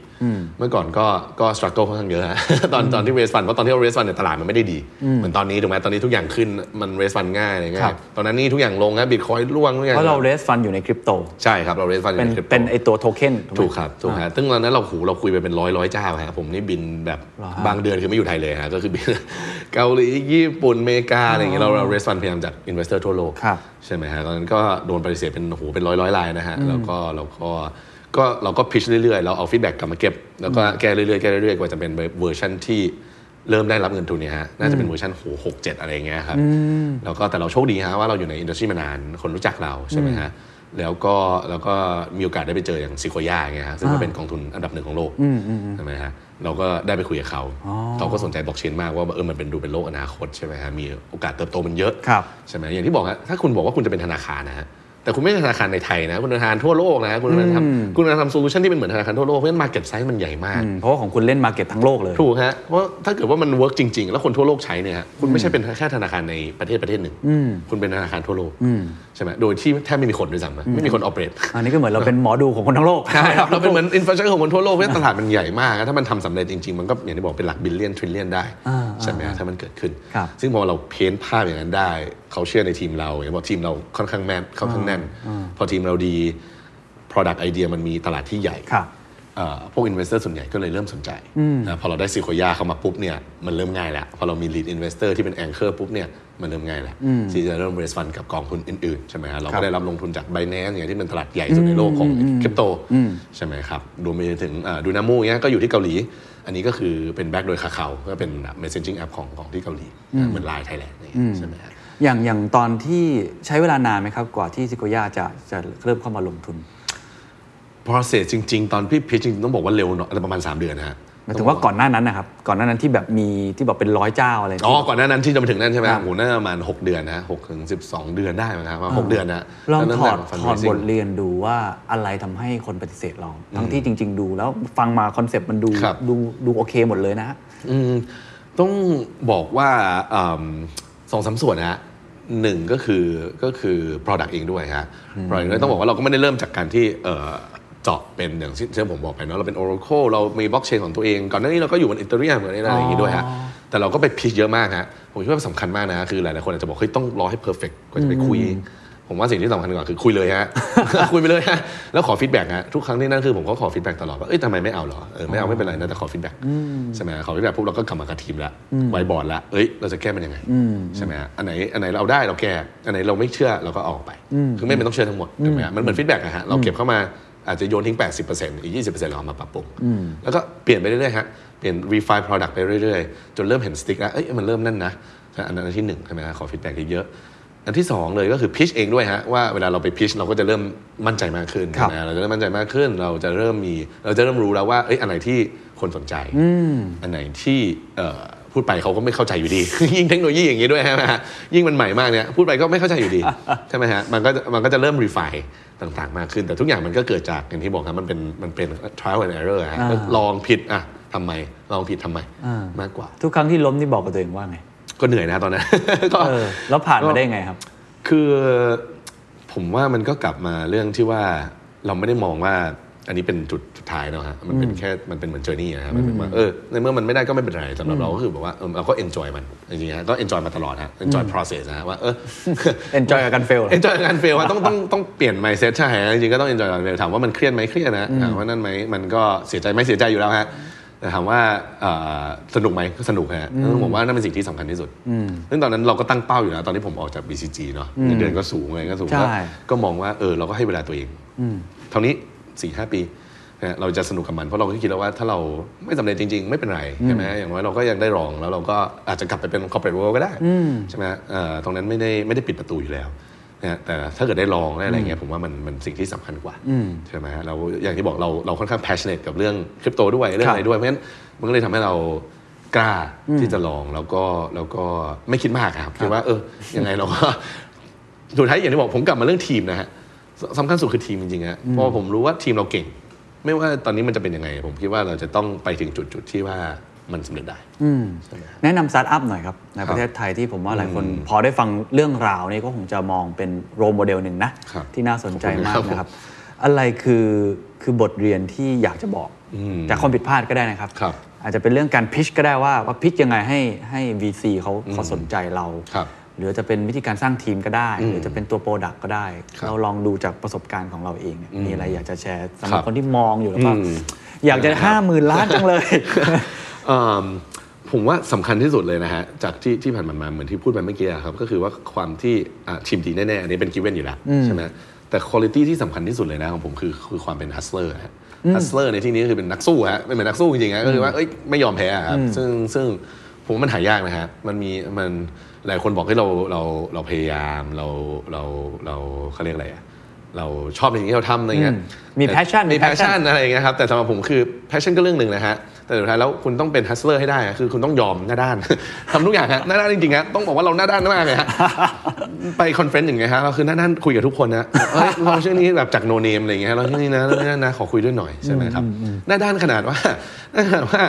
S5: เมื่อก่อนก็ก็สครัลเกิลค่อนข้างเยอะฮะ ตอนตอนที่เวสฟันเพราะตอนที่เราเวสฟันเนี่ยตลาดมันไม่ได้ดี เหมือนตอนนี้ถูกไหมตอนนี้ทุกอย่างขึ้นมันเวสฟันง่ายอะไร
S4: ครั
S5: เง่าย
S4: บ
S5: ตอนนั้นนี่ทุกอย่างลงนะบิตคอยล่วงทุกอย่าง
S4: เพราะเราเรสฟันอยู่ในคริปโต
S5: ใช่ครับ เราเวสฟัน
S4: เป็น
S5: คริปโต
S4: เป็นไอตัวโทเค็นไหม
S5: ถูกครับถูกฮะซึ่งตอนนั้นเราหูเราคุยไปเป็นร้อยร้อยเจ้าฮะผมนี่บินแบบ
S4: เหรอฮะ
S5: บางเดือนคือไม่อยู่ไทยเลยฮะก็คือบิน เกาหลีญี่ปุ่นอเมริกาอะไรอย่างเงี้ยเราเราเวสฟันพยายามจากอินเวสเตอร์ทั่วโลก
S4: ครับ
S5: ใช่ไหมฮะตอนนั้นก็โดนปฏิเสธเป็นโอ้โหเป็นร้อยร้อยๆรายนะฮะแล้วก็เราก็ก็เราก็พิชเรื่อยๆ เราเอาฟีดแบ็กกลับมาเก็บ แล้วก็แก้เรื่อยๆแก้เรื่อยๆกว่าจะเป็นเวอร์ชันที่เริ่มได้รับเงินทุนเนี่ยฮะน่าจะเป็นเวอร์ชันโหหกเจ็ดอะไรอย่างเงี้ยครับแล้วก็แต่เราโชคดีฮะว่าเราอยู่ในอินดัสทรีมานานคนรู้จักเราใช่ไหมฮะแล้วก็แล้วก็มีโอกาสได้ไปเจออย่างซิโ o ย a เงี้ยฮะซึ่งก็เป็นกองทุนอันดับหนึ่งของโลกใช่ไหมฮะเราก็ได้ไปคุยกับเขาเขาก็สนใจบล็อกเชนมากว่าเออมันเป็นดูเป็นโลกอนาคตใช่ไหมฮะมีโอกาสเติบโตมันเยอะ
S4: ครับ
S5: ใช่ไหมอย่างที่บอกฮะถ้าคุณบอกว่าคุณจะเป็นธนาคารนะฮะแต่คุณไม่ใช่ธนาคารในไทยนะคุณเป็นธนาคารทั่วโลกนะฮะคุณกำลังทำคุณกำลังทำโซลูชันที่เป็นเหมือนธนาคารทั่วโลกเพราะฉะนั้นมาเก็ตไซส์มันใหญ่มาก
S4: เพราะว่าของคุณเล่นมาเก็ตทั้งโลกเลย
S5: ถูกฮะเพราะถ้าเกิดว่ามันเวิร์กจริง ๆ แล้วคนทั่วโลกใช้เนี่ยฮะคุณไม่ใช่เป็นแค่ธนาคารในประเทศประเทศหนึ่งคุณเป็นธนาคารทั่วโลกใช่ไหมโดยที่แทบไม่มีคนด้วยซ้ำนะไม่มีคนออเปเรต
S4: อันนี้ก็เหมือนเราเป็นหมอดูของคนทั้งโลก
S5: ใช่ครับเราเป็นเหมือนอินฟ a า t เ c อร์ของคนทั่วโลกเพราะฉะนั้นตลาดมันใหญ่มาก ถ้ามันทำสำเร็จจริง ๆ มันก็อย่างที่บอกเป็นหลักบิลเลียนทริลเลียนได้
S4: อ่า
S5: ใช่ไหมฮะถ้ามันเกิดขึ้น
S4: ครับ
S5: ซึ่งพอเราเพ้นท์ภาพอย่างนั้นได้ เขาเชื่อในทีมเราอย่างที่บอกทีมเราค่อนข้างแม่นค่อนข้างแน่น พอทีมเราดี Product idea มันมีตลาดที่ใหญ่
S4: ครับ
S5: เอ่อพวก investor ส่วนใหญ่ก็เลยเริ่มสนใจนะพอเราได้ซิโคยาเข้ามาปุ๊บเนี่ยมันเริ่มง่ายแล้วพอเรามี lead investor ที่เป็น anchor ปุ๊บเนี่ยมันเริ่มง่ายแล้วที่จะเริ่ม raise fund กับกองทุนอื่นๆใช่ไหมฮะเราก็ได้รับลงทุนจาก Binance อย่างที่เป็นตลาดใหญ่สุดในโลกของคริปโต ใช่ไหมครับรวมไปถึงดูนามูเนี้ยก็อยู่ที่เกาหลี อันนี้ก็คือเป็นแบ็กโดยคาเขาก็เป็นแบบ messaging app ของของที่เกาหลีนะเหมือนไลน์ไทยแลนด์ใช่ไหมฮะ
S4: อย่างอย่างตอนที่ใช้เวลานานไหมครับ กว่าที่ซิโกย่าจะจะเริ่มเข้ามาลงทุน
S5: process จริง ๆ ตอนพี่พิชจริงๆต้องบอกว่าเร็วหน่อยประมาณ 3 เดือนนะฮะ
S4: หมายถึงว่าก่อนหน้านั้นนะครับ ก่อนหน้านั้นที่แบบมีที่บอกเป็นร้อยเจ้าอะไรที่
S5: อ๋อ ก่อนหน้านั้นที่จะมาถึงนั่นใช่ไหม
S4: ครับ
S5: โอ้โหน่าจะประมาณ 6 เดือนนะหกถึงสิบสองเดือนได้มั้งครับประมาณหกเดือนนะ
S4: ลอง
S5: แวเริ่ม
S4: ถอด
S5: จาก
S4: ถอด
S5: fundraising
S4: บทเรียนดูว่าอะไรทำให้คนปฏิเสธเรา ทั้งที่จริง ๆ ดูแล้วฟังมาคอนเซปต์มันดู
S5: ครับ
S4: ดูดูโอเคหมดเลยนะฮะ
S5: อืมต้องบอกว่าอืมสองสามส่วนนะฮะหนึ่งก็คือก็คือ product เองด้วยฮะ product เองด้วยต้องบอกว่าเราก็ไม่ได้เริ่มจากการที่เอ่อเจาะเป็นอย่างที่ที่ผมบอกไปเนาะเราเป็น Oracle เรามี blockchain ของตัวเอง ก่อนหน้านี้เราก็อยู่บน Ethereum อะไรอย่างนี้ด้วยฮะ แต่เราก็ไปพีชเยอะมากฮะผมคิดว่าสำคัญมากนะฮะคือหลายๆคนอาจจะบอกเฮ้ยต้องรอให้เพอร์เฟกกว่าจะไปคุย ผมว่าสิ่งที่สำคัญกว่าคือคุยเลยฮะ คุยไปเลยฮะแล้วขอฟีดแบ็กฮะทุกครั้งที่นั่นคือผมก็ขอฟีดแบ็กตลอดว่าเอ้ยทำไมไม่เอาเหรอเออไม่เอาไม่เป็นไรนะแต่ขอฟีดแบ็กใช่ไหมฮะขอฟีดแบ็กปุ๊บเราก็กลับมากับทีมละไวบอร์ดละเอ้ยเราจะแก้มันยังไงใช่ไหมฮะอันไหนอันไหนเราเอาได้เราแก้อันไหนเราไม่เชื่อเราก็เอาออกไป คือไม่เป็นต้องเชื่อทั้งหมดถูกไหมฮะมันเหมือนฟีดแบ็กอะฮะเราเก็บเข้ามาอาจจะโยนทิ้ง 80%อีก 20%เราเอามาปรับปรุงแล้วก็เปลี่ยนไปเรื่อยๆฮะเปลี่ยน refine product ไปเรื่อยๆ จนเริ่มเห็นสติ๊กแล้วเอ้ยมันเริ่มนั่นนะอันนั้นอันที่หนึ่งใช่ไหมฮะขอฟีดแบ็กเยอะๆ อันที่ 2 เลยก็คือพิชเองด้วยฮะว่าเวลาเราไปพิชเราก็จะเริ่มมั่นใจมากขึ้น
S4: ครับ
S5: ใช่ไหมเราจะเริ่มมั่นใจมากขึ้น เราจะเริ่มมีเราจะเริ่มรู้แล้วว่าเอ้ยอันไหนที่คนสนใจอันไหนที่เอ่อพูดไปเขาก็ไม่เข้าใจอยู่ดี ยิ่งเทคโนโลยีอย่างนี้ด้วยฮะยิ่งมันใหม่มากเนี่ยพูดไปก็ไม่เข้าใจอยู่ดี ใช่ไหมฮะมันก็มันก็จะเริ่มรีไฟต่างๆ มากขึ้น แต่ทุกอย่างมันก็เกิดจากอย่างที่บอกครับมันเป็นมันเป็น trial and error ฮะก็ลองผิดอ่ะทำไมลองผิดทำไมมากกว่า
S4: ทุกครั้งที่ล้มนี่บอกกับตัวเองว่าไง
S5: ก็เหนื่อยนะตอนนั้น ก็
S4: เออแล้วผ่านมาได้ไงครับ
S5: คือผมว่ามันก็กลับมาเรื่องที่ว่าเราไม่ได้มองว่าอันนี้เป็นจุดสุดท้ายเนอะฮะมันเป็นแค่มันเป็นเหมือนเจอร์นี่นะฮะมันเป็นว่าเออในเมื่อมันไม่ได้ก็ไม่เป็นไรสำหรับเราก็คือแบบว่าเออเราก็เอนจอยมันจริงๆฮะก็เอนจอยมาตลอดฮะเอนจอย process นะฮะว่าเออ
S4: enjoy กับการ fail เหรอ
S5: เอนจอยการเฟลต้องต้องต้องเปลี่ยน mindset ใช่ฮะจริงๆก็ต้องเอนจอยการเฟลถามว่ามันเครียดไหมเครียดนะถามว่านั่นไหมมันก็เสียใจไหมเสียใจอยู่แล้วฮะแต่ถามว่าเอ่อสนุกไหมก็สนุกฮะผมว่านั่นเป็นสิ่งที่สำคัญที่สุดซึ่งตอนนั้นเราก็ตั้งเป้าอยู่แล้วตอนที่ผมออกจาก BCG เนาะเงินเดือนก็สูงอะไรก็สูง
S4: ใช่
S5: ก็ก็มองว่าเออเราก็ให้เวลาตัวเองเท่านี้4ี่หปีนะฮะเราจะสนุกกับมันเพราะเราก็คิดแล้วว่าถ้าเราไม่สำเร็จจริง ๆ ไม่เป็นไรใช่ไหมอย่างน้อยเราก็ยังได้ลองแล้วเราก็อาจจะกลับไปเป็น corporate world ก็ได้ใช่ไหมฮะเอ่อตรงนั้นไม่ได้ไม่ได้ปิดประตูอยู่แล้ว นะฮะแต่ถ้าเกิดได้ลองได้อะไรเงี้ยผมว่ามันมันสิ่งที่สำคัญกว่าใช่ไหมฮะเราอย่างที่บอกเราเราค่อนข้าง passionate กับเรื่องคริปโตด้วยเรื่องอะไรด้วยเพราะฉะนั้นมันก็เลยทำให้เรากล้าที่จะลองแล้วก็แล้วก็ไม่คิดมากอะครับคิดว่าเออยังไงเราก็ สุดท้ายอย่างที่บอกผมกลับมาเรื่องทีมนะฮะสสำคัญสุดคือทีมจริงๆฮะเพราะว่าผมรู้ว่าทีมเราเก่ง ไม่ว่าตอนนี้มันจะเป็นยังไง ผมคิดว่าเราจะต้องไปถึงจุดจุดๆที่ว่ามันสำเร็จได้ใช่ไหมฮะ
S4: แนะนำสตาร์ทอัพหน่อยครับ ในประเทศไทยที่ผมว่าหลายคนพอได้ฟังเรื่องราวนี้ก็คงจะมองเป็นโรลโมเดลหนึ่งนะ
S5: ครับ
S4: ที่น่าสนใจมาก
S5: ขอบคุณ
S4: นะค
S5: ครั
S4: รับ
S5: บ
S4: อะไรคือคือบทเรียนที่อยากจะบอก
S5: อืม
S4: จากความผิดพลาดก็ได้นะครับ
S5: ครับ
S4: อาจจะเป็นเรื่องการพิชก็ได้ว่าว่าพิชยังไงให้ให้ VC เขาเขาสนใจเรา
S5: ครับ
S4: หรือจะเป็นวิธีการสร้างทีมก็ได้
S5: อืม
S4: หรือจะเป็นตัวโปรดักต์ก็ได้
S5: ครับ
S4: เราลองดูจากประสบการณ์ของเราเองเนี่ยมีอะไรอยากจะแชร์สำห
S5: ครั
S4: รับบคนที่มองอยู่แล้วก็
S5: อืม
S4: อยากจะห้าหมื่นล้านจังเลย
S5: เอิ่มผมว่าสำคัญที่สุดเลยนะฮะ จากที่ที่ผ่านมาเหมือนที่พูดไปเมื่อกี้อะครับ ก็คือว่าความที่อ่ะทีมดีแน่ๆ อันนี้เป็นกิเวนอยู่แล้วใช่ไหมแต่คุณ i t y ที่สำคัญที่สุดเลยนะของผมคือคือความเป็นฮัสเลอร์ฮะฮัสเลอร์ในที่นี้ก็คือเป็นนักสู้ฮะเป็นเหมือนนักสู้จริงๆฮะก็คือว่าเอ้ยไม่ยอมแพ้อะครับซึ่งซึ่งผมว่ามันหายากนะฮะมันมีมันหลายคนบอกให้เราเราเราพยายามเราเราเราเขาเรียกอะไรอะเราชอบในสิ่งที่เราทำอะไรเงี้ย
S4: อืมมี passion มี
S5: มี
S4: passion
S5: passion อะไรอย่างเงี้ยครับแต่สำหรับผมคือ passion ก็เรื่องหนึ่งนะฮะ แต่สุดท้ายแล้วคุณต้องเป็น hustler ให้ได้อะคือคุณต้องยอมหน้า ด้าน ทำทุกอย่างฮะหน้าด้านจริงๆฮะต้องบอกว่าเราหน้าด้านมากเลยฮะ ไปคอนเฟรนซ์อย่างเงี้ยฮะเราคือหน้าด้านคุยกับทุกคนนะเอ้ยเราชื่อนี้แบบจากโนเนมอะไรอย่างเงี้ยเราชื่อนี้นะเราชื่อนั้นนะขอคุยด้วยหน่อยใช่ไหมครับหน้าด้านขนาด ว่าหน้าด้านว่า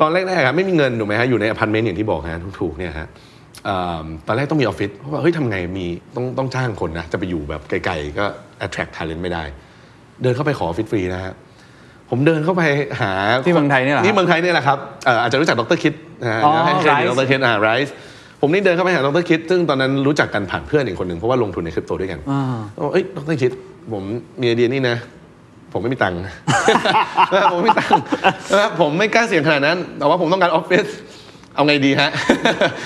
S5: ตอนแรกๆอะไม่มีเงินถูกไหมฮะอยู่ในอพาร์ตเมนต์อย่างที่บอกฮะถูกๆเนี่ยฮะ เอิ่มตอนแรกต้องมีออฟฟิศเพราะว่าเฮ้ยทำไงมีต้องต้องจ้างคนนะ จะไปอยู่แบบไกลๆก็ attract talent ไม่ได้ เดินเข้าไปขอออฟฟิศฟรีนะฮะผมเดินเข้าไปหา
S4: ที่เมืองไทยเนี่ยเหรอครับ
S5: ที่เมืองไทยเนี่ยแหละครับเอ่ออาจจะรู้จักดรคิดนะฮะ
S4: อ๋อ
S5: ให้เครดิต
S4: Rice
S5: ดรคิดอ่าไรส์ผมนี่เดินเข้าไปหาดรคิด ซึ่งตอนนั้นรู้จักกันผ่านเพื่อนอีกคนหนึ่งเพราะว่าลงทุนในคริปโตด้วยกัน
S4: อ่า
S5: ก็บอกเอ้ยดรคิด ผมมีไอเดียนี่นะ ผมไม่มี ตังค์ ผมไม่มีตังค์นะครับผมไม่กล้าเสี่ยงขนาดนั้น แต่ว่าผมต้องการออฟฟิศเอาไงดีฮะ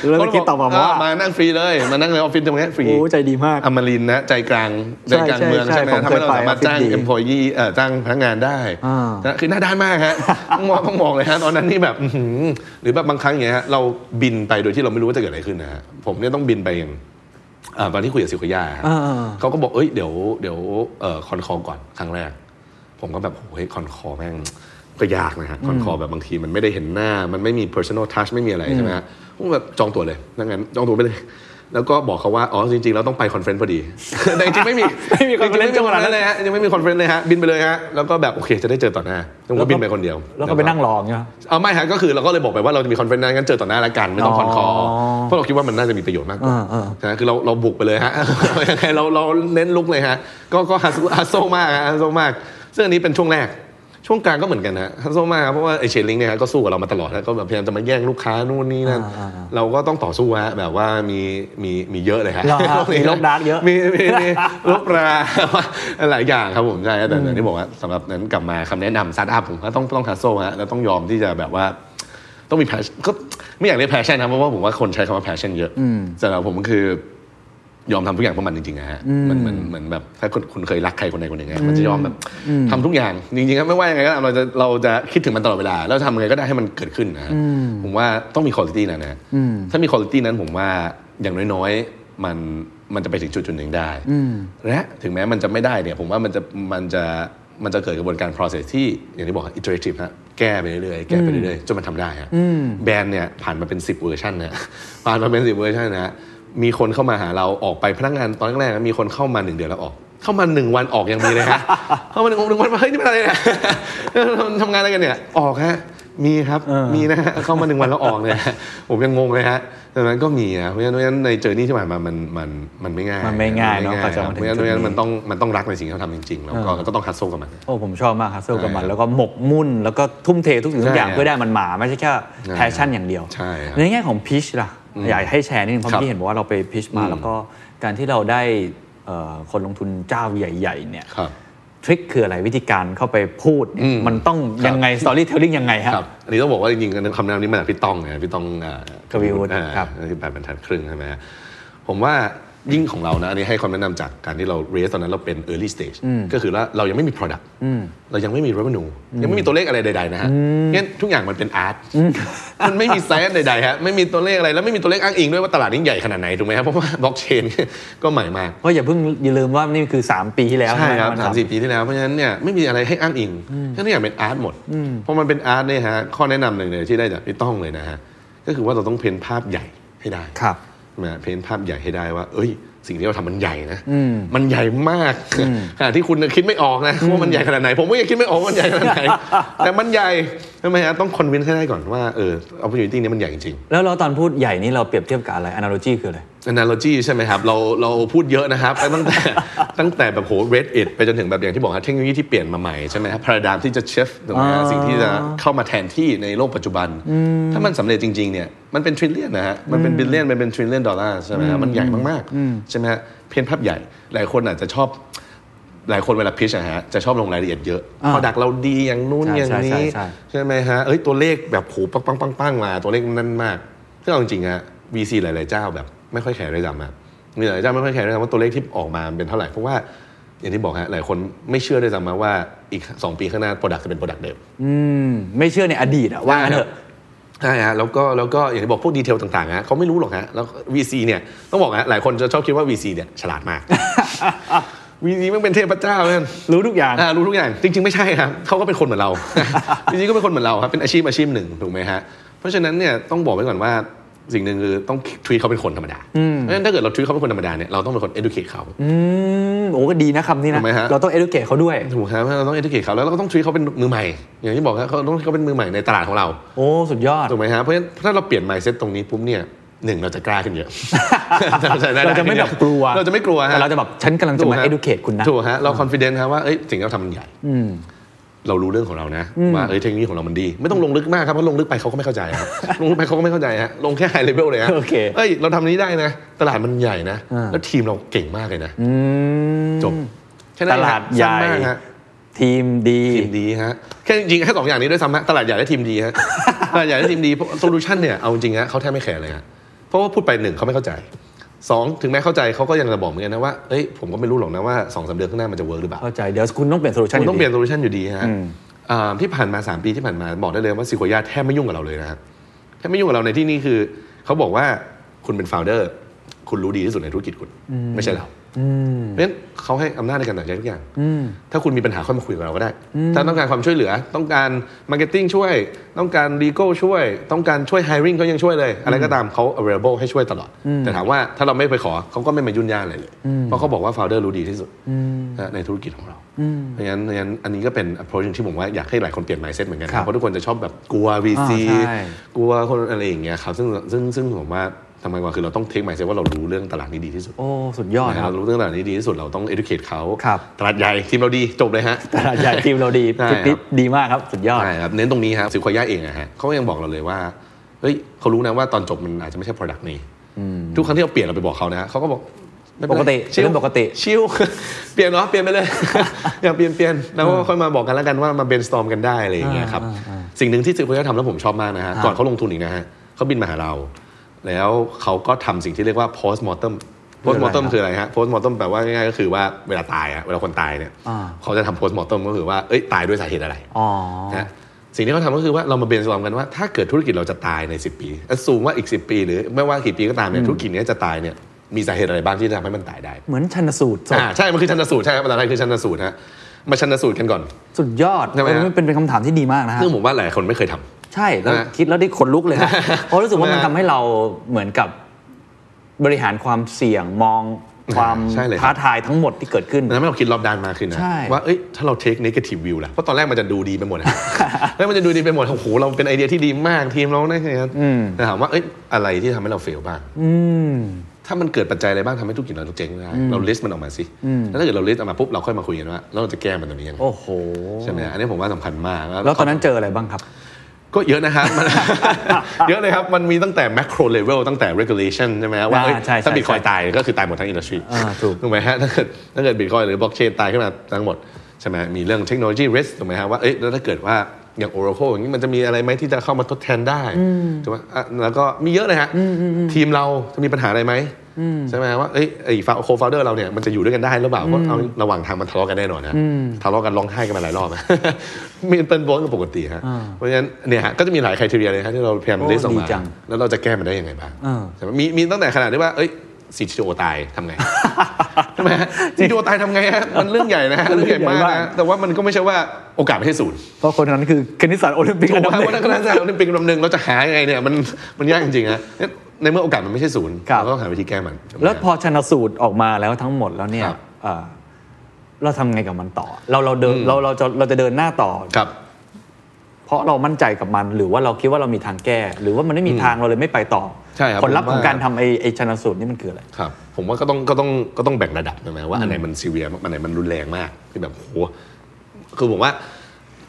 S4: แล้วเมื่อกี้ตอบมาว่า
S5: เมานั่งฟรีเลย มานั่งในออฟฟิศตรงเนี้ยฟรี
S4: โอ้ใจดีมาก
S5: อมรินทร์นะ ใจกลาง
S4: ใช่
S5: ใจกลางเมือง
S4: ใช่
S5: ใช่ไหม
S4: ผม
S5: ทำ
S4: เคย
S5: ให้เราสามารถ
S4: ไปออฟฟิศ
S5: จ้าง
S4: ดี
S5: employee เอ่อจ้างพนักงานได้
S4: อ่า
S5: นะคือหน้าด้านมาก ฮะ ต้องมองต้องมองเลยฮะ ตอนนั้นนี่แบบอื้อหือหรือแบบบางครั้งอย่างเงี้ยฮะเราบินไปโดยที่เราไม่รู้ว่าจะเกิดอะไรขึ้นนะฮะผมเนี่ยต้องบินไปอย่างอ่าตอนที่คุยกับซิลกย่าฮะ
S4: อ่า
S5: เขาก็บอกเอ้ยเดี๋ยวเดี๋ยวเอ่อคอนคอลก่อนครั้งแรก ผมก็แบบโอ้ยคอนคอแม่งก็ยากนะฮะคอนคอแบบบางทีมันไม่ได้เห็นหน้า มันไม่มี personal touch ไม่มีอะไรใช่ไหมฮะผมแบบจองตั๋วเลยดังนั้นจองตั๋วไปเลย แล้วก็บอกเขาว่า อ๋อ จริงๆ แล้วต้องไปคอนเฟรนซ์พอดี แต่จริงๆ ไม่มี
S4: ไม่มี conference
S5: จงๆไม่มี conference เลยฮะยังไม่มีคอนเฟรนซ์เลยฮะ บินไปเลยฮะ แล้วก็แบบโอเคจะได้เจอต่อหน้าผมก็บินไปคนเดียว
S4: แล้วก็ไปนั่งรออย่างเงี้ย
S5: เอาไม่ฮะก็คือเราก็เลยบอกไปว่าเราจะมีคอนเฟรนซ์นั้นงั้นเจอต่อหน้าละกัน ไม่ต้องคอนคอล
S4: อ๋อ
S5: เพราะเราคิดว่ามันน่าจะมีประโยชน์มากกว่า
S4: อ่าๆ
S5: ใช่ไหมคือเราเราบุกไปเลยฮะ ยังไงเราเราเน้นลุกเลยฮะ ก็ก็ฮัสฮัสโซมากฮะฮัสโซมาก ซึ่งอันนี้เป็นช่วงแรก ช่วงกลางก็เหมือนกันฮะฮัสโซมาครับเพราะว่าไอเชนลิงเนี่ยฮะก็สู้กับเรามาตลอดฮะก็แบบพยายามจะมาแย่งลูกค้านู่นนี่นั่น
S4: อ่า
S5: เราก็ต้องต่อสู้ฮะแบบว่ามีมีมีเยอะเลยฮะ
S4: เหรอฮะมีโรคดาร์กเยอะ
S5: มีมีมีลบรา หลายอย่างครับผมใช่ฮะแต่อย่างที่บอกว่าสำหรับนั้นกลับมาคำแนะนำสตาร์ทอัพผมก็ต้องต้องฮัสโซฮะแล้วต้องยอมที่จะแบบว่า ต้องมีแพชก็ไม่อยากเรียกแพชชั่นนะเพราะว่าผมว่าคนใช้คำว่าแพชชั่นเยอะแต่เราผมก็คือยอมทำทุกอย่างเพื่อมันจริงๆนะฮะมันเหมือนเหมือนแบบถ้าคุณคุณเคยรักใครคนใดคนหนึ่งไงมันจะยอมแบบทำทุกอย่างจริงๆครับไม่ว่ายังไงก็ตามเราจะเราจะคิดถึงมันตลอดเวลาแล้วทำยังไงก็ได้ให้มันเกิดขึ้นนะฮะผมว่าต้องมีคุณภาพนั้นนะฮะถ้ามีคุณภาพนั้นผมว่าอย่างน้อยๆมันมันจะไปถึงจุดจุดๆหนึ่งได้และถึงแม้มันจะไม่ได้เนี่ยผมว่ามันจะมันจะมันจะเกิดกระบวนการ process ที่อย่างที่บอก iterative ฮะแก้ไปเรื่อยๆแก้ไปเรื่อยๆจนมันทำได้ฮะแบรนด์เนี่ยผ่านมาเป็น 10 เวอร์ชันนะ ผ่านมาเป็น 10 เวอร์ชันนะฮะมีคนเข้ามาหาเราออกไปพนักงานตอนแรกๆนะมีคนเข้ามาหนึ่งเดือนแล้วออก เข้ามาหนึ่งวันออกยังมีเลยฮะ เข้ามาหนึ่งวันหนึ่งวันมาเฮ้ยนี่เป็นอะไรเนี่ย ทำงานอะไรกันเนี่ยออกฮะมีครับมีนะฮะเข้ามาหนึ่งวันแล้วออกเลย ฮะผมยังงงเลยฮะดังนั้นก็มีนะเพราะฉะนั้นในเจอร์นี่ที่ผ่านมามันมันมันไม่ง่าย
S4: มันไม่ง่ายเนอะ
S5: มัไม่
S4: กว่าจะ
S5: ค
S4: มา
S5: รับ
S4: ถึ
S5: เพ
S4: ง
S5: ราะฉะ
S4: จุดนี้
S5: นั้นเพราะฉะนั้นมันต้องมันต้องรักในสิ่งที่เราทำจริงๆแล้วก็ก็ต้องคัดโซ่กับมัน
S4: โอ้ผมชอบมากครับสู้กับมัน
S5: ใช่ครับ
S4: แล้วก็หมกมุ่น แล้วก็ทุ่มเททุกสิ่งทุกอย่าง
S5: ใช่ครับ
S4: เพื่อได้มันมาไม่ใช่แค่
S5: ใช่
S4: แพชชั่นอย่างเดียว
S5: ใช่ครับ
S4: แง่ของพีชล่ะอยากให้แชร์นิดนึงเพราะ
S5: ครับ
S4: พี่เห็นบอกว่าเราไปพีชมา
S5: อืม
S4: แล้วก็การที่เราได้เอ่อคนลงทุนเจ้าใหญ่ ๆ เนี่ย
S5: ครับ
S4: ทริคคืออะไรวิธีการเข้าไปพูดเนี่ย
S5: อืม
S4: มันต้อง
S5: ครับ
S4: ยังไงสตอรี่เทลลิ่งยังไงฮะ
S5: ครับอันนี้ต้องบอกว่าจริงๆคำแนะนำนี้มาจากพี่ต้องนะพี่ต้องอ่าก
S4: วีวุฒิ
S5: อ่า
S4: ครับ
S5: ที่แปดบรรทัดครึ่งใช่ไหมฮะผมว่ายิ่งของเรานะอันนี้ให้ความแนะนำจากการที่เราเรสตอนนั้นเราเป็น early stage ก็คือว่าเรายังไม่มี product เรายังไม่มี revenue ยังไม่มีตัวเลขอะไรใดๆนะฮะงั้นทุกอย่างมันเป็น art มันไม่มี science ใดๆฮะไม่มีตัวเลขอะไรแล้วไม่มีตัวเลขอ้างอิงด้วยว่าตลาดนี้ใหญ่ขนาดไหนถูกไหมครับเพราะว่า blockchain ก็ใหม่มาก
S4: เพราะอย่าเพิ่งอย่าลืมว่านี่คือ 3 ปีที่แล้ว
S5: ใช่ครับ
S4: มัน
S5: สามสี่ปีที่แล้วเพราะฉะนั้นเนี่ยไม่มีอะไรให้อ้างอิงก็ทุกอย่างเป็นอาร์ตหมดเพราะมันเป็นอาร์ตเนี่ยฮะข้อแนะนำหนึ่งเลยที่ได้จากพี่ต้องเลยนะฮะก็คือว่าเราต้องเพ้นภาพใหญ่ให้ได้
S4: ครับ
S5: นะเพ้นภาพใหญ่ให้ได้ว่า เอ้ย สิ่งที่เราทำมันใหญ่นะมันใหญ่มากขณะที่คุณคิดไม่ออกนะว่ามันใหญ่ขนาดไหน ผมก็ยังคิดไม่ออกว่ามันใหญ่ขนาดไห น แต่มันใหญ่ทำไมฮะต้องคอนวินให้ได้ก่อนว่าเออ opportunity เนี้มันใหญ่จริง
S4: แล้วเราตอนพูดใหญ่นี่เราเปรียบเทียบกับอะไร analogy คืออะไร
S5: analogy ใช่ไหมครับ เราเราพูดเยอะนะครับ ตั้งแต่ ตั้งแต่แบบโห red it ไปจนถึงแบบอย่างที่บอกฮะเทคโนโลยีที่เปลี่ยนมาใหม่ใช่ไหมครับพาราดามที่จะเชฟถูกไหมฮะสิ่งที่จะเข้ามาแทนที่ในโลกปัจจุบัน ถ้ามันสำเร็จจริง ๆ เนี่ย มันเป็นทริลเลียนนะฮะ มันเป็นบิลเลียนมันเป็นทริลเลียนดอลลาร์ใช่ไหมฮะมันใหญ่มากๆใช่ไหมฮะเพนภาพใหญ่หลายคนอาจจะชอบ หลายคนเวลาพิชอะฮะจะชอบลงรายละเอียดเยอะพอดักเราดีอย่างนู้น
S4: ใช่
S5: อย่าง
S4: ใช่
S5: นี้
S4: ใช่ใช่
S5: ใช่ไหมฮะ เอ้ยตัวเลขแบบโหปังปังปังปังมา ตัวเลขนั่นมากซึ่งเอาจริงๆฮะ VC หลาย ๆ เจ้าแบบไม่ค่อยแข่งด้วยซ้ำอะมีหลายเจ้าไม่ค่อยแข่งด้วยซ้ำว่าตัวเลขที่ออกมาเป็นเท่าไหร่ เพราะว่าอย่างที่บอกฮะหลายคนไม่เชื่อด้วยซ้ำมาว่าอีก 2 ปีข้างหน้า Product จะเป็น Product เดิม
S4: อืมไม่เชื่อในอดีตอะว่างั้นเถอะ
S5: ใช่ฮะแล้วก็แล้วก็อย่างที่บอกพวกดีเทลต่างๆฮะเขาไม่รู้หรอกฮะแล้ว VC เนี่ยต้องบอกฮะหลายคนจะชอบคิดว่า VC เนี่ยฉลา ดมาก VC มันเป็นเทพเจ้าเนี่ย
S4: รู้ทุกอย่าง
S5: อ่ารู้ทุกอย่างจริง ๆ ไม่ใช่ครับเขาก็เป็นคนเหมือน เรา จริงๆก็เป็นคนเหมือนเราครับเป็นอาชีพอาชีพหนึ่งถูกไหมฮะเพราะฉะนั้นเนี่ยต้องบอกไว้ก่อนว่าสิ่งหนึ่งคือต้องทวีตเขาเป็นคนธรรมดาเพราะฉะนั้นถ้าเกิดเราทวีตเขาเป็นคนธรรมดาเนี่ยเราต้องเป็นคน educate เขา
S4: อืมโอ้ก็ดีนะคำนี้นะ
S5: ทำไมฮะ
S4: เราต้อง educate เขาด้วย
S5: ถูกครับเพราะฉะนั้นเราต้อง educate เขาแล้วเราก็ต้องทวีตเขาเป็นมือใหม่ อย่างที่บอกครับเขาต้องให้เขาเป็นมือใหม่ในตลาดของเรา
S4: โอ้สุดยอด
S5: ถูกไหมฮะเพราะฉะนั้นถ้าเราเปลี่ยน mindset ตรงนี้ปุ๊บเนี่ยหนึ่งเราจะกล้าขึ้นเยอะ
S4: เราจะไม่แบบกลัว
S5: เราจะไม่กลัวฮะ
S4: แต่เราจะแบบฉันกำลังจะมา
S5: ถูฮ
S4: educate คุณนะ
S5: ถูกฮะเรา confident ฮะว่าเอ้ยสิ่งที่เราทำมันใหญ่เรารู้เรื่องของเรานะว่าเอ้ยเทคโนโลยีของเรามันดี ไม่ต้องลงลึกมากครับเพราะลงลึกไปเขาก็ไม่เข้าใจ ครับ ลงลึกไปเขาก็ไม่เข้าใจฮะลงแค่ high level เลยฮะ
S4: โอเค
S5: เอ้ยเราทำนี้ได้นะ ตลาดมันใหญ่นะ แล้วทีมเราเก่งมากเลยนะจบแค่นั้น
S4: ตลาด
S5: เองฮะสั้นมาก
S4: ใหญ่
S5: ฮะ
S4: ทีมดี
S5: ทีมดีฮะแค่จริงๆแค่สองอย่างนี้ด้วยซ้ำฮะตลาดใหญ่และทีมดีฮ ะ ตลาดใหญ่และทีมดีโซลูชันเนี่ยเอาจริงฮะเขาแทบไม่แคร์เลยฮะเพราะว่าพูดไปหนึ่งเขาไม่เข้าใจสองถึงแม้เข้าใจเขาก็ยังจะบอกเหมือนกันนะว่าเอ้ยผมก็ไม่รู้หรอกนะว่าสองสามเดือนข้างหน้ามันจะเวิร์กหรือเปล่า
S4: เข้าใจ เดี๋ยวคุณต้องเปลี่ยนโซลูชัน
S5: คุณต้องเปลี่ยน
S4: ดี
S5: โซลูชันอยู่ดีฮะอ่าที่ผ่านมา 3 ปีที่ผ่านมาบอกได้เลยว่าซิโคยาแทบไม่ยุ่งกับเราเลยนะฮะแทบไม่ยุ่งกับเราในที่นี้คือเขาบอกว่าคุณเป็นโฟลเดอร์คุณรู้ดีที่สุดในธุรกิจคุณไม่ใช่เรา เพราะฉะนั้นเขาให้อำนาจในการตัดสินใจทุกอย่าง ถ้าคุณมีปัญหาค่อยมาคุยกับเราก็ได้ ถ้าต้องการความช่วยเหลือ ต้องการมาร์เก็ตติ้งช่วย ต้องการดีโก้ช่วย ต้องการช่วย hiring เขายังช่วยเลย อะไรก็ตามเขา available ให้ช่วยตลอด แต่ถามว่าถ้าเราไม่ไปขอเขาก็ไม่มายุ่นยากอะไรเลย เพราะเขาบอกว่า founder รู้ดีที่สุดนะในธุรกิจของเรา เพราะฉะนั้นเพราะฉะนั้นอันนี้ก็เป็น approach ที่ผมว่าอยากให้หลายคนเปลี่ยน mindset เหมือนกัน
S4: ครับ
S5: นะเพราะทุกคนจะชอบแบบกลัว VC
S4: อ่าใช่
S5: กลัวคนอะไรอย่างเงี้ยครับซึ่งซึ่งซึ่งผมว่า ทำไมกว่าคือเราต้องเทคไมเซ็ตว่าเรารู้เรื่องตลาดนี้ดีที่สุด
S4: โอ้ สุดยอด
S5: นะ
S4: นะ
S5: ค
S4: ค
S5: รั
S4: รั
S5: บบ รู้เรื่องตลาดนี้ดีที่สุดเราต้อง educate เขา
S4: ครับ
S5: ตลาดใหญ่ทีมเราดีจบเลยฮะ
S4: ตลาดใหญ่ทีมเราดี
S5: ใช่
S4: จุด
S5: ครั
S4: นี้
S5: บ
S4: ดีมากครับ สุดยอด
S5: ใช่ครับเน้นตรงนี้ครับซิลควายาเองอะฮะเขาก็ยังบอกเราเลยว่าเฮ้ยเขารู้นะว่าตอนจบมันอาจจะไม่ใช่ product นี้ทุกครั้งที่เราเปลี่ยนเราไปบอกเขานะฮะเขาก็บอกไม่เนไร
S4: ปกติ
S5: ชิล
S4: เรื่องปกติ
S5: ชิล เปลี่ยนเนาะเปลี่ยนไปเลย อยากเปลี่ยนเปลี่ยนแล้วก็ค่อยมาบอกกันแล้วกันว่ามา brainstorm กันได้อะไรอย่างเงี้ยครับสิ่งหนึ่งที่ซิลควายาทำแล้วผมชอบมากนะฮะก่อนเขาลงทุนอีกนะฮะเขาบินมาหาเรา แล้วเขาก็ทำสิ่งที่เรียกว่า post mortem post mortem คืออะไรฮะ post mortem แปลว่าง่ายๆก็คือว่าเวลาตายอะเวลาคนตายเนี่ย
S4: อ่า
S5: เขาจะทำ post mortem ก็คือว่าเอ้ยตายด้วยสาเหตุอะไร
S4: อ๋อ
S5: นะสิ่งที่เขาทำก็คือว่าเรามาเบรนสวอมกันว่าถ้าเกิดธุรกิจเราจะตายใน 10 ปีสูงว่าอีก 10 ปี หรือไม่ว่ากี่ปีก็ตามเนี่ยธุรกิจเนี้ยจะตายเนี่ยมีสาเหตุอะไรบ้างที่จะทำให้มันตายได้
S4: เหมือนชันสูตรศพ
S5: อ่าใช่ มันคือชันสูตรใช่ครับภาษาไทยคือชันสูตรฮะมาชันสูตรกันก่อน
S4: สุดยอด
S5: ใช่ไหมฮะ
S4: เออเป็นเป็นคำถามที่ดีมากนะฮะ
S5: ซึ่งผมว่าหลายคนไม่เคยทำ
S4: ใช่แล้ว
S5: ใช่ไหม
S4: คิดแล้วได้ขนลุกเลย ครับ เพราะรู้สึกว่ามัน
S5: ใช่
S4: ทำ
S5: ไหม
S4: ให้เราเหมือนกับบริหารความเสี่ยงมองความ
S5: ใช่เลยครับ
S4: ท้าทายทั้งหมดที่เกิดขึ้น
S5: มันทำให้เราคิดรอบด้านมากขึ้นนะ
S4: ใช่
S5: ว่าเอ้ยถ้าเราเทคนิคทีฟวิวล่ะเพราะตอนแรกมันจะดูดีไปหมด นะ แล้วมันจะดูดีไปหมดโอ้โหเราเป็นไอเดียที่ดีมากทีมเราเนี่ยนะครับแต่ถามว่าเอ้ยอะไรที่ทำให้เราเฟลบ้างถ้ามันเกิดปัจจัยอะไรบ้างทำให้ธุรกิจเราเจ๊งได้เราลิสต์มันออกมาสิแล้วถ้าเกิดเราลิสต์ออกมาปุ๊บเราค่อยมาคุยกันว่าแล้วเราจะแก้มันตรงนี้ยังไง
S4: โอ้โห
S5: ใช่ไหมอันนี้ผมว่าสำคัญมาก
S4: แล้วตอนนั้นเจออะไรบ้างครับ
S5: ก็เยอะนะครับ มัน เยอะเลยครับ มันมีตั้งแต่ macro level ตั้งแต่ regulation ใช่ไหมฮะว่าเอ้ย
S4: อ่าใช่ใช่
S5: ถ้าบิตคอย
S4: ใช่
S5: ตายก็คือตายหมดทั้งอินดัสทรี
S4: อ่าถูก
S5: ถูกไหมฮะถ้าเกิดถ้าเกิดบิตคอยหรือบล็อกเชนตายขึ้นมาทั้งหมดใช่ไหมมีเรื่องเทคโนโลยี risk ถูกไหมฮะว่าเอ้ยแล้วถ้าเกิดว่าอย่าง Oracle อย่างนี้มันจะมีอะไรไหมที่จะเข้ามาทดแทนได้ถูกไหมอ่ะแล้วก็มีเยอะเลยฮะทีมเราจะมีปัญหาอะไรไหมใช่ไหมฮะว่าเอ้ยไอ้โคฟาวเดอร์เราเนี่ยมันจะอยู่ด้วยกันได้หรือเปล่าเพราะเอาระหว่างทางมันทะเลาะกันแน่นอนนะทะเลาะกันร้องไห้กันมาหลายรอบนะ มีเป็นบอสกันปกติฮะเพราะฉะนั้นเนี่ยฮะก็จะมีหลาย criteria เลยฮะที่เราพยายาม
S4: โอ้
S5: list ออก
S4: ดี
S5: มา
S4: จัง
S5: แล้วเราจะแก้มันได้ยังไงบ้าง
S4: เออ
S5: ใช่ไหมมีมีตั้งแต่ขนาดที่ว่า เอ้ยซีจีโอตายทำไง ใช่ไหมฮะซีจีโอตายทำไงฮะมันเรื่องใหญ่ นะฮะเรื่องใหญ่มากนะแต่ว่ามันก็ไม่ใช่ว่าโอกาสไม่ใช่ศูนย์
S4: เพราะคนนั้นคือคณิตศาสตร์โอลิมปิก
S5: ถู
S4: อัน
S5: ก
S4: ดับห
S5: ไหม
S4: นึ่ง
S5: ว่านักการศึกษาเนี่ยเป็นกำลังหนึ่งเราจะหายังไงเนี่ยมันมันยากจริงๆฮะเนี่ยในเมื่อโอกาสมันไม่ใช่ศูนย์
S4: ครับ
S5: เราก็ต้องหาวิธีแก้มัน
S4: แล้วพอชนะสูตรออกมาแล้วทั้งหมดแล้วเนี่ย
S5: ครับ
S4: เอ่อเราทำไงกับมันต่อ เราเราเดินเราเราจะเราจะเดินหน้าต่อ
S5: ครับ
S4: เพราะเรามั่นใจกับมัน หรือว่าเราคิดว่าเรามีทางแก้ หรือว่ามันไม่มีทางเราเลยไม่ไปต่อ
S5: ใช่ครับ
S4: ผลลัพธ์
S5: ผ
S4: ข
S5: มว่า
S4: องการทำไอ้ไอ้ชนะสูตรนี่มันคืออะไร
S5: ครับผมว่าก็ต้องก็ต้องก็ต้องแบ่งระดับใช่ไหมว่าอันไหนมันซีเรียมากอันไหนมันรุนแรงมากที่แบบโหคือผมว่า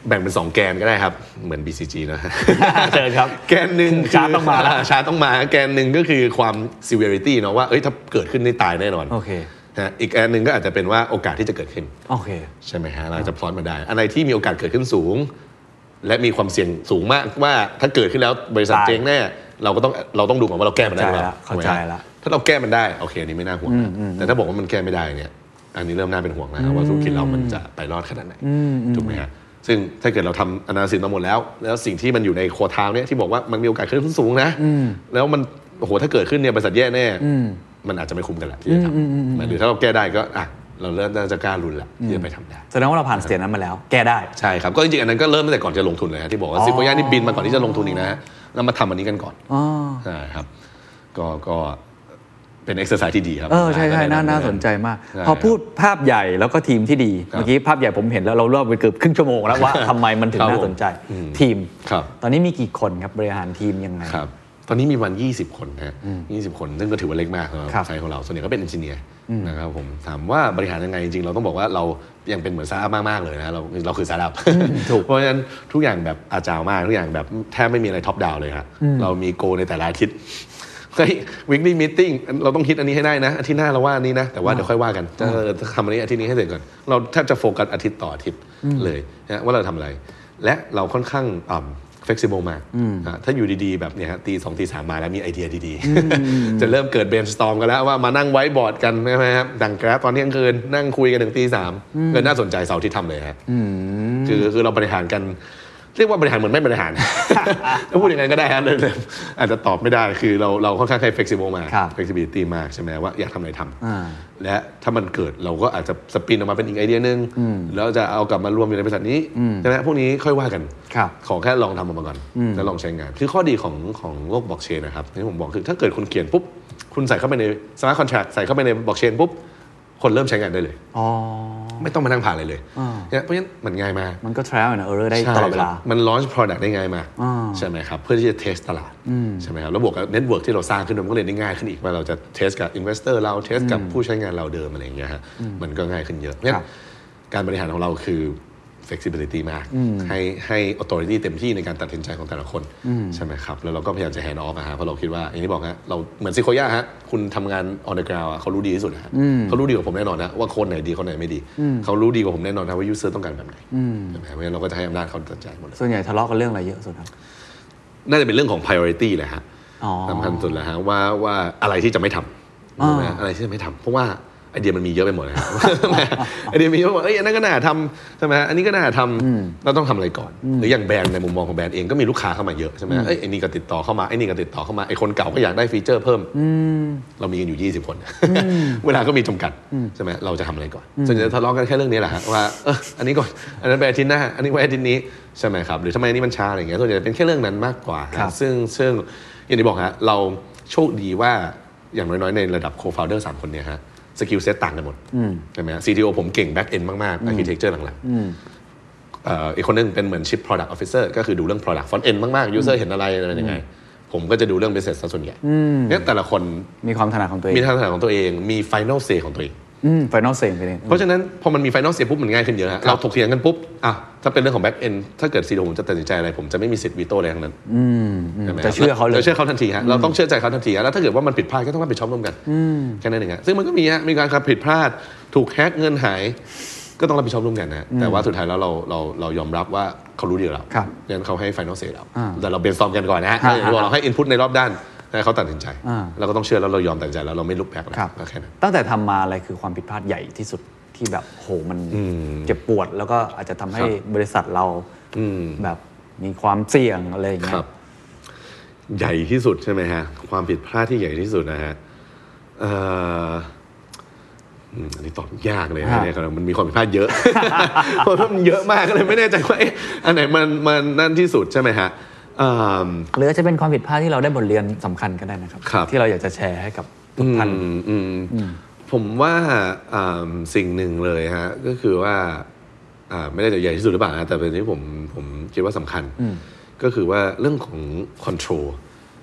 S5: แบ่งเป็น 2 แกนก็ได้ครับ เหมือน BCG นะ
S4: เชิญครับ
S5: แกนหนึ่ง
S4: ชาร์จต้องมาแล้ว
S5: ชาร์จต้องมา แกนหนึ่งก็คือความ severity เนาะว่าเอ้ยถ้าเกิดขึ้นนี่ตายแน่นอน
S4: โอเค
S5: นะอีกแกนหนึ่งก็อาจจะเป็นว่าโอกาสที่จะเกิดขึ้น
S4: โอเค
S5: ใช่ไหมฮะเราจะพลอตมาได้อะไรที่มีโอกาสเกิดขึ้นสูง และมีความเสี่ยงสูงมากว่าถ้าเกิดขึ้นแล้วบริษัท
S4: ตาย
S5: เจ๊งแน่เราก็ต้องเราต้องดูก่อนว่าเราแก้มันได้หรือเปล่า
S4: เข้าใจละเข้าใจละ
S5: ถูกไหมฮถ้าเราแก้มันได้โอเคอันนี้ไม่น่าห่วงนะแต่ถ้าบอกว่ามันแก้ไม่ได้เนี่ย อันนี้เริ่มน่าเป็นห่วงแล้วว่าธุรกิจเรามันจะไปรอดขนาดไหนถูกไหมฮะซึ่งถ้าเกิดเราทำอนาลิตมาหมดแล้ว แล้วสิ่งที่มันอยู่ในโคทาวเนี่ยที่บอกว่ามันมีโอกาสขึ้นสูงนะแล้วมันโอ้โหถ้าเกิดขึ้นเนี่ยบริษัทแย่แน่มันอาจจะไม่คุ้มกันละที่จะทำหรือถ้าเราแก้ได้ก็อ่ะเราเริ่มน่าจะกล้าลุนละที่จะไปทำได้
S4: แสดงว่าเราผ่านสเตจนั้นมาแล้ว แก้ได้
S5: ใช่ครับ ก็จริงๆ อันนั้นก็เริ่มตั้งแต่ก่อนจะลงทุนเลยฮะที่บอกว่าซิโกย่านี่บินมาก่อนที่จะลงทุนอีกนะฮะแล้วมาทำอันนี้กันก่อนใช่ครับ ก็ก็เป็นเอ็กซ์ไซส์ที่ดีครับ
S4: เออ ใช่ใช่น่าน่าสนใจมาก
S5: ใช่
S4: พอพูด
S5: ครั
S4: ภาพใหญ่แล้วก็ทีมที่ดี
S5: ครับ
S4: เมื่อกี้ภาพใหญ่ผมเห็นแล้วเราเล่าไปเกือบครึ่งชั่วโมงแล้วว่า ทำไมมันถึง
S5: ครับ
S4: น่าสนใจ
S5: ผมอืม
S4: ทีม
S5: ครับ
S4: ตอนนี้มีกี่คนครับบริหารทีมยังไง
S5: บครับ ตอนนี้มีวัน 20 คนนะฮะ20 คน ซึ่งก็ถือว่าเล็กมากสำหรับ
S4: ครับ
S5: ไซส์ของเรา ส่วนใหญ่ก็เป็นเอนจิเนียร์นะครับผม ถามว่าบริหารยังไงจริงๆ เราต้องบอกว่าเรายังเป็นเหมือนซาร์มาก ๆ เลยนะ เราเราคือซาร์ดับถูก เพราะฉะนั้นทุกอย่างแบบอาจาวมาก ทุกอย่างแบบแทบไม่มีอะไรท็อปดาวเลยครับเรามีโกในแต่ละอาทิตย์ เฮ้ยวิกลี่มิทติ้งเราต้องคิดอันนี้ให้ได้นะอาทิตย์หน้าเราว่าอันนี้นะ แต่ว่าเดี๋ยวค่อยว่ากันเออทำอันนี้อาทิตย์นี้ให้เสร็จก่อน เราแทบจะโฟกัสอาทิตย์ต่ออาทิตย์เลยนะว่าเราทำอะไร และเราค่อนข้างอ่ำ flexible มากนะถ้าอยู่ดีๆ แบบเนี่ยฮะตีสองตีสามมาแล้วมีไอเดียดีๆ จะเริ่มเกิด brainstorm กันแล้วว่ามานั่งไว้บอร์ดกันใช่ไหมครับดังแกร็บตอนเที่ยงคืนนั่งคุยกันถึงตีสามเออน่าสนใจเสาร์อาที่ทำเลยครับคือคือเราบริหารกัน เรียกว่าบริหารเหมือนไม่บริ หาร ถ้าพูดอย่างนั้นก็ได้ครับเริ่มๆอาจจะตอบไม่ได้คือเราเราค่อนข้างใช้ flexible มาก
S4: ครับ
S5: flexibility มากใช่ไหมว่าอยากทำอะไรท
S4: อ่า
S5: ำและถ้ามันเกิดเราก็อาจจะสปินออกมาเป็นอีกไอเดียหนึ่งแล้วจะเอากลับมารวมอยู่ในบริษัทนี้ใช่ไหมพวกนี้ค่อยว่ากัน
S4: ครับ
S5: ขอแค่ลองทำออกมาก่อนแล้วลองใช้งาน คือข้อดีของของโลกบล็อกเชนนะครับที่ผมบอกคือถ้าเกิดคุณเขียนปุ๊บ คุณใส่เข้าไปในสมาร์ทคอนแท็กใส่เข้าไปในบล็อกเชนปุ๊บ คนเริ่มใช้งานได้เลย
S4: อ๋อ
S5: ไม่ต้องมานั่งผ่านอะไรเลยเนี่ยเพราะฉะนั้นมันง่ายมาก
S4: มันก็ trial and error ได้
S5: ใช่
S4: ตลอดเวลา
S5: ครับมัน launch product ได้ง่ายมาก ใช่ไหมครับเพื่อที่จะเทสตลาดใช่ไหมครับแล้วบวกกับเน็ตเวิร์กที่เราสร้างขึ้นมันก็เลยได้ง่ายขึ้นอีกว่าเราจะเทสกับอินเวสเตอร์เราเทสกับผู้ใช้งานเราเดิมอะไรอย่างเงี้ยฮะมันก็ง่ายขึ้นเยอะเนี่ยการบริหารของเราคือ flexibility มากให้ให้ authority เต็มที่ในการตัดสินใจของแต่ละคน ใช่ไหมครับ แล้วเราก็พยายามจะ hand off อะฮะเพราะเราคิดว่า อย่างที่บอกฮะเราเหมือนซิโคย่าฮะคุณทำงาน on the ground อะเขารู้ดีที่สุดนะฮะเขารู้ดีกว่าผมแน่นอนนะว่าคนไหนดีคนไหนไม่ดี เขารู้ดีกว่าผมแน่นอนนะว่า user ต้องการแบบไหนใช่ไหมเพราะฉะนั้นเราก็จะให้อำนาจเขาตัดสินใจหมดเลย
S4: ส่วนใหญ่ทะเลาะกันเรื่องอะไรเยอะสุดครับ
S5: น่าจะเป็นเรื่องของ priority แหละฮะ
S4: อ๋อ
S5: สำคัญสุดแหละฮะว่าว่าอะไรที่จะไม่ทำใช่ไหมฮะอะไรที่จะไม่ทำเพราะว่าไอเดียมันมีเยอะไปหมดนะฮ ะ ไอเดียมีเยอะไปหมดเอ้ยอันนั้นก็น่าทำใช่ไหมฮะอันนี้ก็น่าทำเราต้องทำอะไรก่อน หรืออย่างแบรนด์ในมุมมองของแบรนด์เองก็มีลูกค้าเข้ามาเยอะใช่ไหมฮะเอ้ยไอนี่ก็ติดต่อเข้ามาไอนี่ก็ติดต่อเข้ามาไอคนเก่าก็อยากได้ฟีเจอร์เพิ่ม เรามีกันอยู่ 20 คน เวลาก็มีจำกัดใช่ไหมเราจะทำอะไรก่อนส่วนใหญ่จะทะเลาะกันแค่เรื่องนี้แหละฮะว่าเอออันนี้ก่อนอันนั้นไปอาทิตย์หน้าอันนี้ไว้อาทิตย์นี้ใช่ไหมครับหรือทำไมอันนี่มันช้าอะไรอย่างเงี้ยส่วนใหญ่เป็นแค่เรื่องนั้นมากกว่าฮะ
S4: ครับ
S5: ซึ่งซึ่งอย่างที่บอกฮะเราโชคดีว่าอย่างน้อยๆ ในระดับโคฟาวเดอร์สามคนเนี่ยฮะสกิลเซ็ตต่างกันหมดใช่ไหมฮะ CTO ผมเก่งแบ็กเอนมากๆ architecture หลังๆ เอ่ออีกคนนึงเป็นเหมือน Chief Product Officer ก็คือดูเรื่อง Product Front End มาก ๆ User เห็นอะไรอะไรยังไง ผมก็จะดูเรื่อง Business ซะส่วนใหญ่เนี่ยแต่ละคน
S4: มีความถนัดของตัวเอง
S5: มีทางถนัดของตัวเอง มี Final Say ของตัวเอง
S4: ไฟนอลเซนไปเอง
S5: เพราะฉะนั้น พอมันมี Final Say ปุ๊บ มันง่ายขึ้นเยอะฮะเราถกเถียงกันปุ๊บอ่ะถ้าเป็นเรื่องของ Back End ถ้าเกิดซีโผมจะตัดสินใจอะไร ผมจะไม่มีสิทธิ์วีโต้อะไรทั้งนั้นใช่ไหม
S4: จะเชื่อเขาเลย
S5: จะเชื่อเขาทันทีฮะเราต้องเชื่อใจเขาทันทีฮะแล้วถ้าเกิดว่ามันผิดพลาดก็ต้องรับผิดชอบร่วมกันแค่นั้นเองฮะซึ่งมันก็มีฮะมีการครับผิดพลาดถูกแฮกเงินหายก็ต้องรับผิดชอบร่วมกันนะฮะแต่ว่าสุดท้ายแล้วเราเราเรายอมรับว่าเขารู้ดีกว่าเรา
S4: ครับ
S5: งั้นเขาให้ final say เรา
S4: อ่า
S5: แต่เราเบนซอมกันก่อนนะฮะ
S4: อ่า
S5: เราเราให้ input ในรอบด้านให้เขาตัดสินใจ
S4: อ่า
S5: เราก็ต้องเชื่อแล้วเรายอมตัดสินใจแล้วเราไม่ลุกแพ้แล้ว
S4: ครับ
S5: ก็แค่นั้น
S4: ตั้งแต่ทำมาอะไรคือความผิดพลาดใหญ่ที่สุดที่แบบโหมันเจ็บปวด แล้วก็อาจจะทำให้บริษัทเรา
S5: อืม
S4: แบบมีความเสี่ยงอะไรอย่าง
S5: ค
S4: เงี้
S5: รับ
S4: ย
S5: ใหญ่ที่สุดใช่ไหมฮะ ความผิดพลาดที่ใหญ่ที่สุดนะฮะเอ่ออืมอันนี้ตอบยากเลยนะ
S4: ฮะ
S5: เนี่ยครับมันมีความผิดพลาดเยอะ เพราะว่ามันเยอะมากก็เลยไม่แน่ใจว่าเอ๊ะอันไหนมันมันนั่นที่สุดใช่ไหมฮะอืม
S4: หรืออาจจะเป็นความผิดพลาดที่เราได้บทเรียนสำคัญก็ได้นะครับ
S5: ครับ
S4: ที่เราอยากจะแชร์ให้กับทุกท่าน
S5: อืมอืมผมว่าอ่าสิ่งหนึ่งเลยฮะ ก็คือว่าอ่าไม่ได้จะใหญ่ที่สุดหรือเปล่านะแต่เป็นที่ผมผมคิดว่าสำคัญ ก็คือว่าเรื่องของ control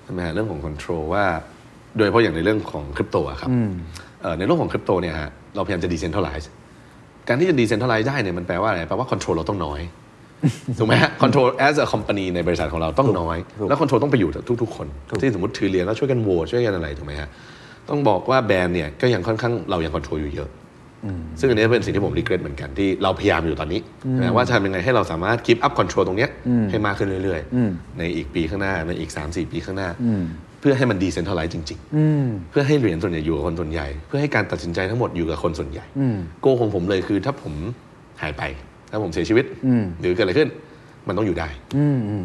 S5: ใช่ไหมฮะเรื่องของ control ว่า โดยเฉพาะอย่างในเรื่องของคริปโตอะครับเอ่อในโลกของคริปโตเนี่ยฮะเราพยายามจะ decentralize การที่จะ decentralize ได้เนี่ยมันแปลว่าอะไร แปลว่า control เราต้องน้อย ถูกไหมฮะ control as a company ในบริษัทของเราต้องน้อย
S4: ถูก
S5: แล้ว control ต้องไปอยู่กับทุกๆ คน ที่สมมติถือเหรียญแล้วช่วยกันโหวตช่วยกันอะไรถูกไหมฮะ ต้องบอกว่าแบรนด์เนี่ยก็ยังค่อนข้างเรายัง control อยู่เยอะ ซึ่งอันนี้เป็นสิ่งที่ผมรีเกรสเหมือนกันที่เราพยายามอยู่ตอนนี้นะว่าจะทำยังไงให้เราสามารถ keep up control ตรงเนี้ยให้มากขึ้นเรื่อยๆ ในอีกปีข้างหน้าในอีก 3-4 ปีข้างหน้า เพื่อให้มันดีเซนท r a l ไลซ์จริงๆ เพื่อให้เหรียญส่วนใหญ่อยู่กับคนส่วนใหญ่ เพื่อให้การตัดสินใจทั้งหมดอยู่กับคนส่วนใหญ่โกของผมเลยคือถ้าผมหายไปถ้าผมเสียชีวิตหรือเกิดอะไรขึ้น มันต้องอยู่ได้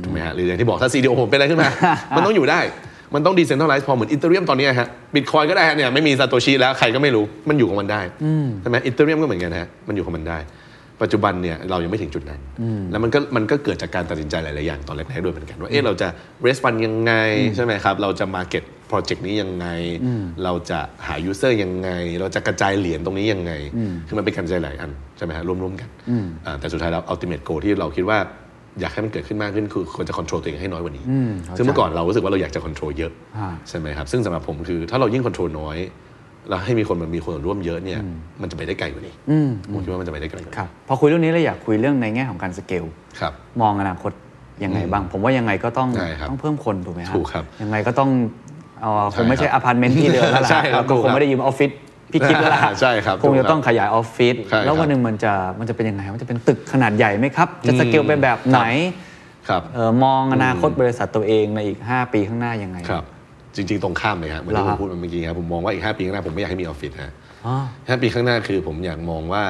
S5: ถูกไหมฮะหรืออย่างที่บอกถ้าซีดีโอผมเป็นอะไร ขึ้นมา มันต้องอยู่ได้ มันต้องดีเซนท r a l ไลซ์พอเหมือนอินเตอร์เรียมตอนเนี้ยฮะบิตคอยก็ได้ฮะเนี่ยไม่มีซาโตชิแล้วใครก็ไม่รู้มันอยู่ของมันได้ใช่ไหมอินเตอร์เรียมก็เหมือนกันฮะมันอยู่ของมันได้ ปัจจุบันเนี่ยเรายังไม่ถึงจุดนั้น แล้วมันก็มันก็เกิดจากการตัดสินใจหลาย ๆ อย่างตอนแรกๆด้วยเหมือนกัน ว่าเอ๊ะเราจะ raise fund ยังไง ใช่ไหมครับ เราจะ market project นี้ยังไง เราจะหา user ยังไง เราจะกระจายเหรียญตรงนี้ยังไง คือมันเป็นการกระจายหลายอัน ใช่ไหมฮะร่วม ๆ กันอ่าแต่สุดท้ายแล้ว ultimate goal ที่เราคิดว่าอยากให้มันเกิดขึ้นมากขึ้นคือควรจะ control ตัวเองให้น้อยกว่านี้ ซึ่งเมื่อก่อนเรารู้สึกว่าเราอยากจะ control เยอะ
S4: อ่า
S5: ใช่ไหมครับ ซึ่งสำหรับผมคือถ้าเรายิ่งคอนโทรลน้อย แล้วให้มีคนมันมีคนร่วมเยอะเนี่ย มันจะไปได้ไกลกว่านี้ผมคิดว่ามันจะไปได้ไกลกว่านี้
S4: ครับพอคุยเรื่องนี้เราอยากคุยเรื่องในแง่ของการสเกล
S5: ครับ
S4: มองอนาคตยังไงบ้าง ผมว่ายังไงก็ต้อง
S5: ใช่ครับ
S4: ต้องเพิ่มคนถูกไหมฮะ
S5: ถูกครับ
S4: ยังไงก็ต้องเอาคงไม่
S5: ใช่
S4: ใช่
S5: ค
S4: อ
S5: รั
S4: บ พาร์ตเมนต์ที่เดิมแล้วล่ะ
S5: ใช่ครับ
S4: เราก็
S5: ถู
S4: ค
S5: กครั
S4: ง
S5: บ
S4: ไม่ได้ยืมออฟฟิศพี่คิดแล้วล่ะ
S5: ใช่ครับ
S4: คงจะต้องขยายออฟฟิศ
S5: ใช่ครับ
S4: แล้ววันหนึ่งมันจะมันจะเป็นยังไงมันจะเป็นตึกขนาดใหญ่ไหมครับ จะสเกลไปแบบไหน
S5: ครับ
S4: เอ่อมองอนาคตบริษัทตัวเองในอีก 5 ปีข้างหน้ายังไง
S5: ครับ จริง ๆ ตรงข้ามเลยครับเหมือน
S4: เหรอค
S5: ที่ผ
S4: รั
S5: ม
S4: บ
S5: พูดมาเมื่อกี้ครับผมมองว่าอีก 5 ปีข้างหน้าผมไม่อยากให้มีออฟฟิศฮะ
S4: อ๋อ
S5: ห้าปีข้างหน้าคือผมอยากมองว่า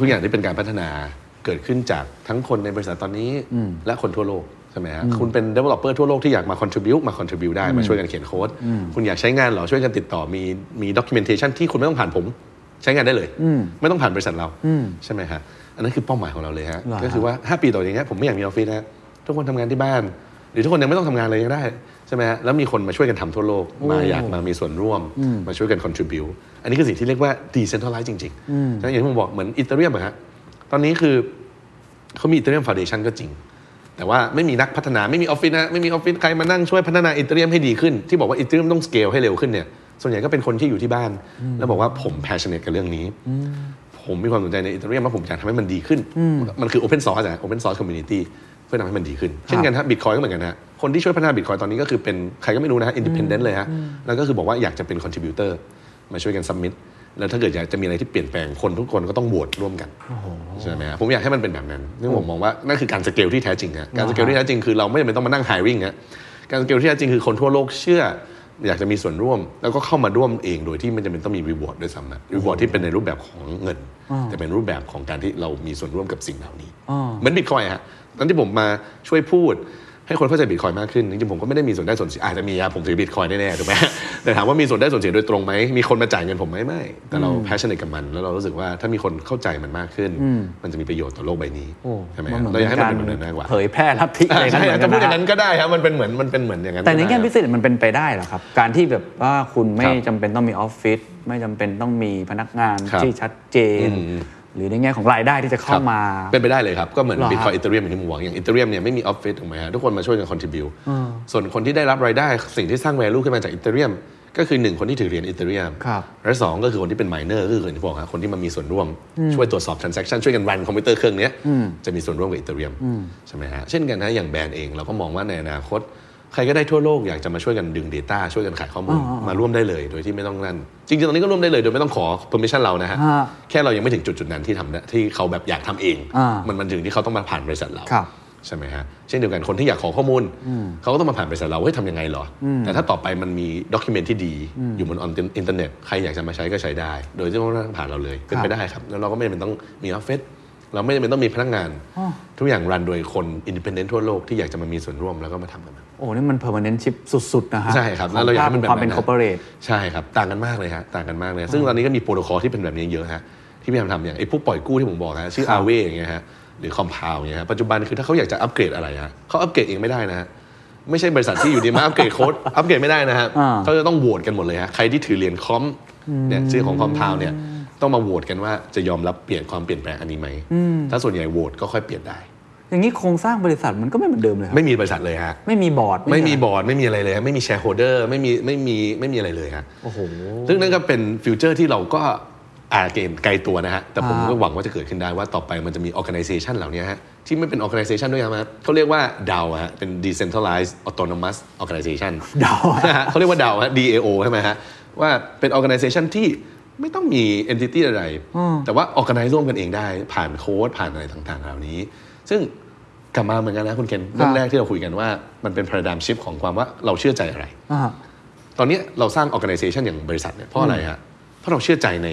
S5: ทุกๆอย่างที่เป็นการพัฒนาเกิดขึ้นจากทั้งคนในบริษัทตอนนี้ และคนทั่วโลกใช่ไหมฮะคุณเป็น developer ทั่วโลกที่อยากมา contribute มา contribute ได้มาช่วยกันเขียนโค้ดคุณอยากใช้งานเหรอช่วยกันติดต่อมีมี documentation ที่คุณไม่ต้องผ่านผม ใช้งานได้เลย ไม่ต้องผ่านบริษัทเราใช่ไหมฮะอันนั้นคือเป้าหมายของเราเลยฮะ
S4: เหรอฮะ
S5: ก็คือว่า 5 ปีต่อจากเนี้ยผมไม่อยากมีออฟฟิศนะทุกคนทำงานที่บ้าน หรือทุกคนยังไม่ต้องทำงานเลยก็ได้ ใช่ไหมฮะแล้วมีคนมาช่วยกันทำทั่วโลก มาอยากมามีส่วนร่วม มาช่วยกัน contribute อันนี้คือสิ่งที่เรียกว่า decentralize จริงๆนะอย่างที่ผมบอกเหมือนอีเ e เรียมอะฮะตอนนี้คือเขามีอีเ e เรียม Foundation ก็จริง แต่ว่าไม่มีนักพัฒนาไม่มีออฟฟิศนะไม่มีออฟฟิศใครมานั่งช่วยพัฒนาอีเทเรียมให้ดีขึ้น ที่บอกว่าอีเทเรียมต้องสเกลให้เร็วขึ้นเนี่ยส่วนใหญ่ก็เป็นคนที่อยู่ที่บ้าน แล้วบอกว่าผมแพชเนตกับเรื่องนี้ ผมมีความสนใจในอีเทเรียมแล้วผมอยากทำให้มันดีขึ้น มันคือโอเพนซอร์สอะโอเพนซอร์สคอมมูนิตี้เพื่อทำให้มันดีขึ้น เช่นกันฮะบิตคอยก็เหมือนกันฮะคนที่ช่วยพัฒนาบิตคอยตอนนี้ก็คือเป็นใครก็ไม่รู้นะฮะอินดิพเอนเดนต์เลยฮะแล้วก็คือบอกว่าอยากจะเป็นคอนทริบิวเตอร์มาช่วยกันซัมมิตแล้วถ้าเกิดอยากจะมีอะไรที่เปลี่ยนแปลงคนทุกคนก็ต้องโหวตร่วมกันใช่ไหมฮะผมอยากให้มันเป็นแบบนั้นซึ่งผมมองว่านั่นคือการสเกลที่แท้จริงฮะการสเกลที่แท้จริงคือเราไม่จำเป็นต้องมานั่ง hiring ฮะการสเกลที่แท้จริงคือคนทั่วโลกเชื่อ อยากจะมีส่วนร่วมแล้วก็เข้ามาร่วมเองโดยที่ไม่จำเป็นต้องมีรีวอร์ดด้วยซ้ำนะรีวอร์ดที่เป็นในรูปแบบของเงิน แต่เป็นรูปแบบของการที่เรามีส่วนร่วมกับสิ่งเหล่านี้เหมือนบิตคอยฮะตอนที่ผมมาช่วยพูด ให้คนเข้าใจบิตคอยมากขึ้นจริงๆผมก็ไม่ได้มีส่วนได้ส่วนเสียอาจจะมีอะผมถือบิตคอยแน่ๆถูกไหม แต่ถามว่ามีส่วนได้ส่วนเสียโดยตรงไหมมีคนมาจ่ายเงินผมไหมไม่ แต่เราแพชชั่นกับมัน แล้วเรารู้สึกว่าถ้ามีคนเข้าใจมันมากขึ้น มันจะมีประโยชน์ต่อโลกใบนี้
S4: โอ้
S5: ใช่ไหม
S4: มันเหมือน
S5: เราอยากให้มัน
S4: กา
S5: เป็
S4: ร
S5: นแบบนั้นมากกว่า
S4: เผยแพร่ลัทธิอะไร
S5: อ่า
S4: นั่น
S5: ใช่
S4: เหมือน
S5: อาจ
S4: กั
S5: จะ
S4: น
S5: พูดอย่าง
S4: นะ
S5: นั้นก็ได้ครับมันเป็นเหมือนมันเป็นเหมือนอย่างนั้น
S4: แต่ในแง่
S5: ก็ได้
S4: บิสเนสมันเป็นไปได้เหรอครับ การที่แบบว่าคุณไม่
S5: ครับ
S4: จำเป็นต้องมีออฟฟิศไม่จำเป็นต้องมีพนักงาน
S5: ครับ
S4: ที่ชัดเจน
S5: อืม
S4: หรือในแง่ของรายได้ที่จะเข้ามา
S5: ครับเป็นไปได้เลยครับ ก็เหมือน
S4: เหรอฮะ
S5: บิตคอยอีเทเรียมอย่างที่ผมบอกอย่างอีเทเรียมเนี่ยไม่มีออฟฟิศถูกไหมฮะทุกคนมาช่วยกันคอนทิบิวส่วนคนที่ได้รับรายได้สิ่งที่สร้างแวลูขึ้นมาจากอีเทเรียมก็คือหนึ่งคนที่ถือเหรียญอีเทเรียม
S4: ครับ
S5: และสองก็คือคนที่เป็นไมเนอร์ก็คือคนที่บอกฮะคนที่มามีส่วนร่วม ช่วยตรวจสอบ transaction ช่วยกันรันคอมพิวเตอร์เครื่องเนี้ยจะมีส่วนร่วมกับอีเทเรียมใช่ไหมฮะเช่นกันนะอย่างแบรนด์เองเราก็มองว่าในอนาคต ใครก็ได้ทั่วโลกอยากจะมาช่วยกันดึง Data ช่วยกันขายข้อมูลมาร่วมได้เลยโดยที่ไม่ต้องนั่นจริงๆตอนนี้ก็ร่วมได้เลยโดยไม่ต้องขอ permission เรานะฮะ
S4: ฮะ
S5: แค่เรายังไม่ถึงจุดจุดๆนั้นที่ทำได้ที่เขาแบบอยากทำเอง
S4: อ่ามั
S5: มันมันถึงที่เขาต้องมาผ่านบริษัทเรา
S4: ครับ
S5: ใช่ไหมฮะเช่นเดียวกันคนที่อยากขอข้อมูล เขาก็ต้องมาผ่านบริษัทเราเฮ้ยทำยังไงเหรออแต่ถ้าต่อไปมันมีด็อกิเมนที่ดี อยู่บนออนอินเทอร์เน็ตใครอยากจะมาใช้ก็ใช้ได้ โดยที่ไม่ต้องผ่านเราเลยเป็นไปได้ครับ แล้วเราก็ไม่จำเป็นต้องมีออฟฟิศเราไม่จำเป็นต้องมีพนักงาน ทุกอย่างรันโดยคนอินดิพเอนเดนต์ทั่วโลกที่อยากจะมามีส่วนร่วมแล้วก็มาทำกัน
S4: โอ้นี่มัน permanent chip สุดๆนะฮะ
S5: ใช่ครับแล้วเราอยากให้มันแบบ
S4: ความเป็น
S5: ะ
S4: corporate
S5: ใช่ครับ ต่างกันมากเลยฮะต่างกันมากเลย ซึ่งตอนนี้ก็มีโปรโตคอลที่เป็นแบบนี้เยอะฮะที่พยายามทำอย่างไอ้พวกปล่อยกู้ที่ผมบอกฮะชื่ออาเวอย่างเงี้ยฮะหรือคอมพาวอย่างเงี้ยฮะปัจจุบันคือถ้าเขาอยากจะอัปเกรดอะไรฮะเขาอัปเกรดเองไม่ได้นะฮะไม่ใช่บริษัทที่อยู่ดีมาอัปเกรดโค้ ดอัปเกรดไม่ได้นะฮะ
S4: อ่า
S5: เขาจะต้องโหวตกันหมดเลยฮะใครที่ถือเหรียญคอมเนี่ยชื่อของคอมพาวเนี่ยต้องมาโหวตกันว่าจะยอมรับเปลี่ยนความเปลี่ยนแปลงอันนี้ไหมถ้าส่วนใหญ่โหวตก็ค่อยเปลี่ยนได้
S4: อย่างนี้โครงสร้างบริษัทมันก็ไม่เหมือนเดิมเลยครับ
S5: ไม่มีบริษัทเลยฮะ
S4: ไม่มีบอร์ด
S5: ไม่มี
S4: อะร
S5: บอร์ดไม่มีอะไรเลยฮะไม่มีแชร์โฮเดอร์ไม่มีไม่มีไม่มีอะไรเลยฮะ
S4: โอ้โห
S5: ซึ่งนั่นก็เป็นฟิวเจอร์ที่เราก็อาจเกมไกลตัวนะฮะ แต่ผม
S4: อ่า
S5: ก็หวังว่าจะเกิดขึ้นได้ว่าต่อไปมันจะมี organization เหล่านี้ฮะ ที่ไม่เป็น organization ด้วยนะฮะเขาเรียกว่าดาวฮะ เป็น decentralized autonomous organization
S4: เดา
S5: นะฮะเขาเรียกว่าดาวฮะ DAO ใช่ไหมฮะ ว่าเป็น organization ที่ไม่ต้องมี entity อะไร แต่ว่า organize ร่วมกันเองได้ ผ่านโค้ดผ่านอะไรต่างๆเหล่านี้ ซึ่งกลับมาเหมือนกันนะคุณเคนเรื่องแรกที่เราคุยกันว่ามันเป็น paradigm shift ของความว่าเราเชื่อใจอะไร
S4: อ่า
S5: ตอนนี้เราสร้าง organization อย่างบริษัทเนี่ยเพราะอะไรฮะ เพราะเราเชื่อใจใน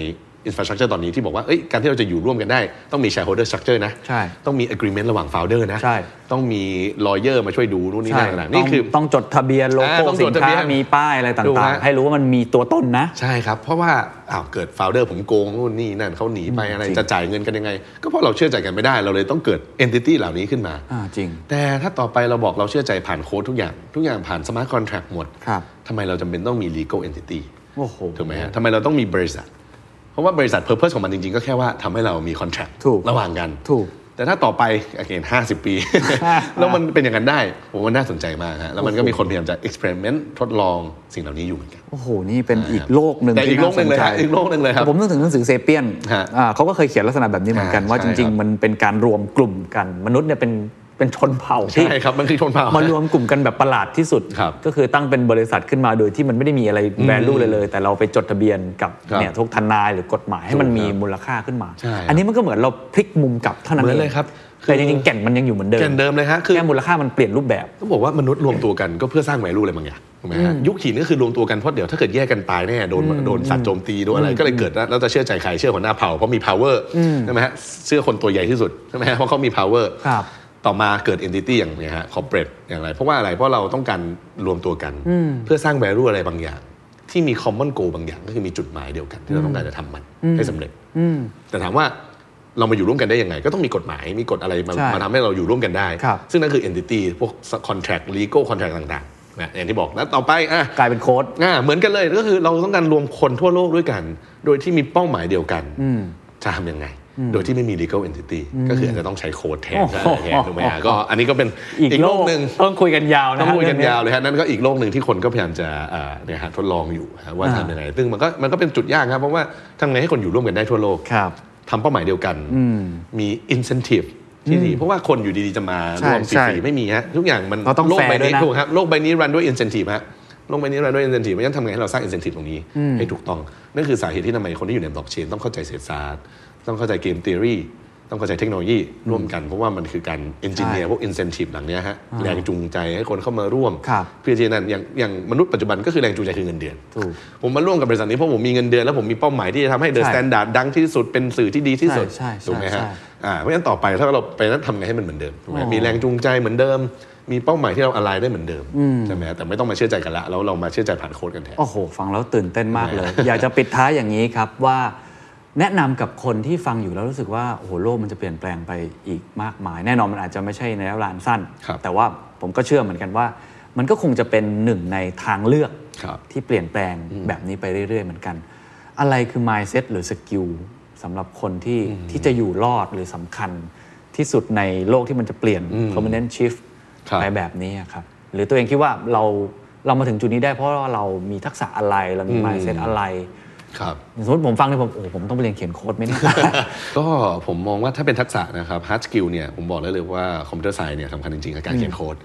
S5: infrastructure ตอนนี้ที่บอกว่าเอ้ยการที่เราจะอยู่ร่วมกันได้ ต้องมี shareholder structure นะ
S4: ใช่
S5: ต้องมี agreement ระหว่าง founder นะ
S4: ใช่
S5: ต้องมี lawyer มาช่วยดูนู่นนี่
S4: ใช่
S5: นั่นต่างๆนี่คือ
S4: ต้องต้องจดทะเบียนโลโก้
S5: อ่าต้อง
S4: สิ
S5: จ
S4: น
S5: ดทะเบี
S4: ค้าย
S5: น
S4: มีป้ายอะไร
S5: ถูก
S4: ต่าง
S5: ฮะ
S4: ๆ ให้รู้ว่ามันมีตัวตนนะ
S5: ใช่ครับ เพราะว่าอ้าวเกิดโฟลเดอร์ผมโกงนู่นนี่นั่นเขาหนีไปอะไร
S4: จริง
S5: จะจ่ายเงินกันยังไง ก็เพราะเราเชื่อใจกันไม่ได้เราเลยต้องเกิด entity เหล่านี้ขึ้นมา
S4: อ่าจริง
S5: แต่ถ้าต่อไปเราบอกเราเชื่อใจผ่านโค้ดทุกอย่าง ทุกอย่างผ่านสมาร์ทคอนแท็กหมด
S4: ครับ
S5: ทำไมเราจำเป็นต้องมี legal entity
S4: โอ้โห
S5: ถูกไหมฮะทำไมเราต้องมีบริษัท เพราะว่าบริษัทเพอร์เพสของมันจริงๆ ก็แค่ว่าทำให้เรามีคอนแทรค
S4: ถูก
S5: ระหว่างกัน
S4: ถูก
S5: แต่ถ้าต่อไปอเกนห้าสิบ ปี แล้วมันเป็นอย่างนั้นได้ผมว่าน่าสนใจมากฮะแล้วมันก็มีคนพยายามจะเอ็กซ์เพร์เมนต์ทดลองสิ่งเหล่านี้อยู่เหมือนกัน
S4: โอ้โห นี่เป็นอีกโลกหนึ่ง
S5: แต่อีก
S4: ที่น่าสนใจ
S5: โลกหนึ่งเลยฮะอีกโลกหนึ่งเลยครับ
S4: ผมนึกถึงหนังสือเซเปียน
S5: ฮะ
S4: อ่าเขาก็เคยเขียนลักษณะแบบนี้เหมือนกัน
S5: อ่า
S4: ว่า
S5: ใช่
S4: จริง
S5: ครับ
S4: ๆ มันเป็นการรวมกลุ่มกัน มนุษย์เนี่ยเป็นเป็นชนเผ่าที่
S5: ใช่ครับ มันคือชนเผ่าม
S4: มารวมกลุ่มกันแบบประหลาดที่สุด
S5: ครับ
S4: ก็คือตั้งเป็นบริษัทขึ้นมาโดยที่มันไม่ได้มีอะไรแวลูเลยเลย แต่เราไปจดทะเบียนกับ
S5: ครับ
S4: เนี่ยทุกทนายหรือกฎหมายให้มันมี
S5: ถูกครับ
S4: มูลค่าขึ้นมา
S5: ใช่ครับ
S4: อันนี้มันก็เหมือนเราพลิกมุมกลับเท่านั้น
S5: เหมื
S4: เอ
S5: อน
S4: ง
S5: เลยครับ
S4: แต่
S5: คือ
S4: จริงๆแก่นมันยังอยู่เหมือนเดิม
S5: แกนเดิมเลยฮะคือ
S4: แค่มูลค่ามันเปลี่ยนรูปแบบ
S5: ต้องบอกว่ามนุษย์รวมตัวกันก็เพื่อสร้างแวลูอะไรบางอย่างถูกไหมฮะยุคหินก็คือรวมตัวกันเพราะเดี๋ยวถ้าเกิดแยกกันตายแน่โดนโดนสัตว์โจมตีโดนอะไรก็เลยเกิดแล้วเราจะเชื่อใจใครเชื่อหัวหน้าเผ่าเพราะมี power ใช่ไหมฮะเชื่อคนตัวใหญ่ที่สุดใช่ไหมฮะเพราะเขามี power
S4: ครับ
S5: ต่อมาเกิด entity อย่างเนี้ยฮะ corporate อย่างไร เพราะว่าอะไรเพราะเราต้องการรวมตัวกัน เพื่อสร้าง value อะไรบางอย่าง ที่มี common goal บางอย่างก็คือมีจุดหมายเดียวกันที่เราต้องการจะทำมันให้สำเร็จแต่ถามว่าเรามาอยู่ร่วมกันได้ยังไง ก็ต้องมีกฎหมายมีกฎอะไรมา
S4: ใช่
S5: มาทำให้เราอยู่ร่วมกันได้
S4: ครับ
S5: ซึ่งนั่นคือ entity พวก contract legal contract ต่างๆนะอย่างที่บอกแล้วต่อไปอ่ะ
S4: กลายเป็นโค้ด
S5: อ่ะเหมือนกันเลยก็คือเราต้องการรวมคนทั่วโลกด้วยกัน โดยที่มีเป้าหมายเดียวกันจะทำยังไง โดยที่ไม่มี legal entity ก็คืออาจจะต้องใช้โค้ดแทน
S4: โอ้โห
S5: อะไรอย่างเงี้ยถูกไหมฮะก็อันนี้ก็เป็นอีกโลกหนึ่ง
S4: ต้องคุยกันยาวนะ
S5: ต้องคุยกัน
S4: เรื่
S5: ยาวเลยฮะนั่นก็อีกโลกหนึ่งที่คนก็พยายามจะเอ่อเนี่ยฮะทดลองอยู่ฮะว่า
S4: อ่า
S5: ทำยังไงซึ่งมันก็มันก็เป็นจุดยากครับเพราะว่าทำไงให้คนอยู่ร่วมกันได้ทั่วโลก
S4: ครับ
S5: ทำเป้าหมายเดียวกันมี incentive ที่ดีเพราะว่าคนอยู่ดีๆจะมา
S4: ใช่
S5: ร่วมฟ
S4: ใช่
S5: รีๆไม่มีฮะทุกอย่างมัน
S4: เราต้อง
S5: โลกใบ
S4: fair ด้วย
S5: นี้
S4: นะ
S5: ถูกครับโลกใบนี้รันด้วย incentive ฮะโลกใบนี้รันด้วย incentive เพราะฉะนั้นทำไงให้เราสร้าง incentive ตรงนี้ให้ถูกต้องนั่นคือสาเหตุที่ทำไมคนที่อยู่ในบล็อกเชนต้องเข้าใจเศรษฐศาสตร์ต้องเข้าใจเกม theory ต้องเข้าใจเทคโนโลยีร่วมกันเพราะว่ามันคือการ engineer พวก incentive หลังเนี้ยฮะแรงจูงใจให้คนเข้ามาร่วม
S4: ครับ
S5: เพื่อที่นั่นอย่างอย่างมนุษย์ปัจจุบันก็คือแรงจูงใจคือเงินเดือน
S4: ถูก
S5: ผมมาร่วมกับบริษัทนี้เพราะผมมีเงินเดือน แล้วผมมีเป้าหมายที่จะทำให้เดอะ
S4: ใช่
S5: สแตนดาร์ดดังที่สุดเป็นสื่อที่ดีที่สุด
S4: ใช่ใช่
S5: ถูกไหม
S4: ใช่
S5: ฮะ
S4: ใช่
S5: อ่าเพราะฉะนั้นต่อไปถ้าเราไปนั้นทำไงให้มันเหมือนเดิมถูกไหม
S4: อ๋อ
S5: มีแรงจูงใจเหมือนเดิม มีเป้าหมายที่เราอะไรได้เหมือนเดิมใช่ไหมฮะแต่ไม่ต้องมาเชื่อใจกันละเราเรามาเชื่อใจผ่านโค้ดกันแทน
S4: โอ้โห ฟังแล้วตื่นเต้นมากเลย อยากจะปิดท้ายอย่างนี้ครับว่าแนะนำกับคนที่ฟังอยู่แล้วรู้สึกว่าโอ้โหโลกมันจะเปลี่ยนแปลงไปอีกมากมาย แน่นอนมันอาจจะไม่ใช่ในระยะเวลาอันสั้น
S5: ครับ
S4: แต่ว่าผมก็เชื่อเหมือนกันว่า มันก็คงจะเป็นหนึ่งในทางเลือก
S5: ครับ
S4: ที่เปลี่ยนแปลงแบบนี้ไปเรื่อย ๆ เหมือนกัน อะไรคือ mindset หรือสกิลสำหรับคนที่ที่จะอยู่รอดหรือสำคัญที่สุดในโลกที่มันจะเปลี่ยน permanent shift
S5: ครับ
S4: ไป แบบนี้อะครับหรือตัวเองคิดว่าเราเรามาถึงจุดนี้ได้เพราะว่าเรามีทักษะอะไรเรามี mindset อะไร
S5: ครับ
S4: สมมติผมฟังเนี่ยผมโอ้โหผมต้องไปเรียนเขียนโค้ดไหม เนี่ย
S5: ก็ผมมองว่าถ้าเป็นทักษะนะครับ hard skill เนี่ยผมบอกได้เลยว่าคอมพิวเตอร์ไซน์เนี่ยสำคัญจริงๆกับการเขียนโค้ด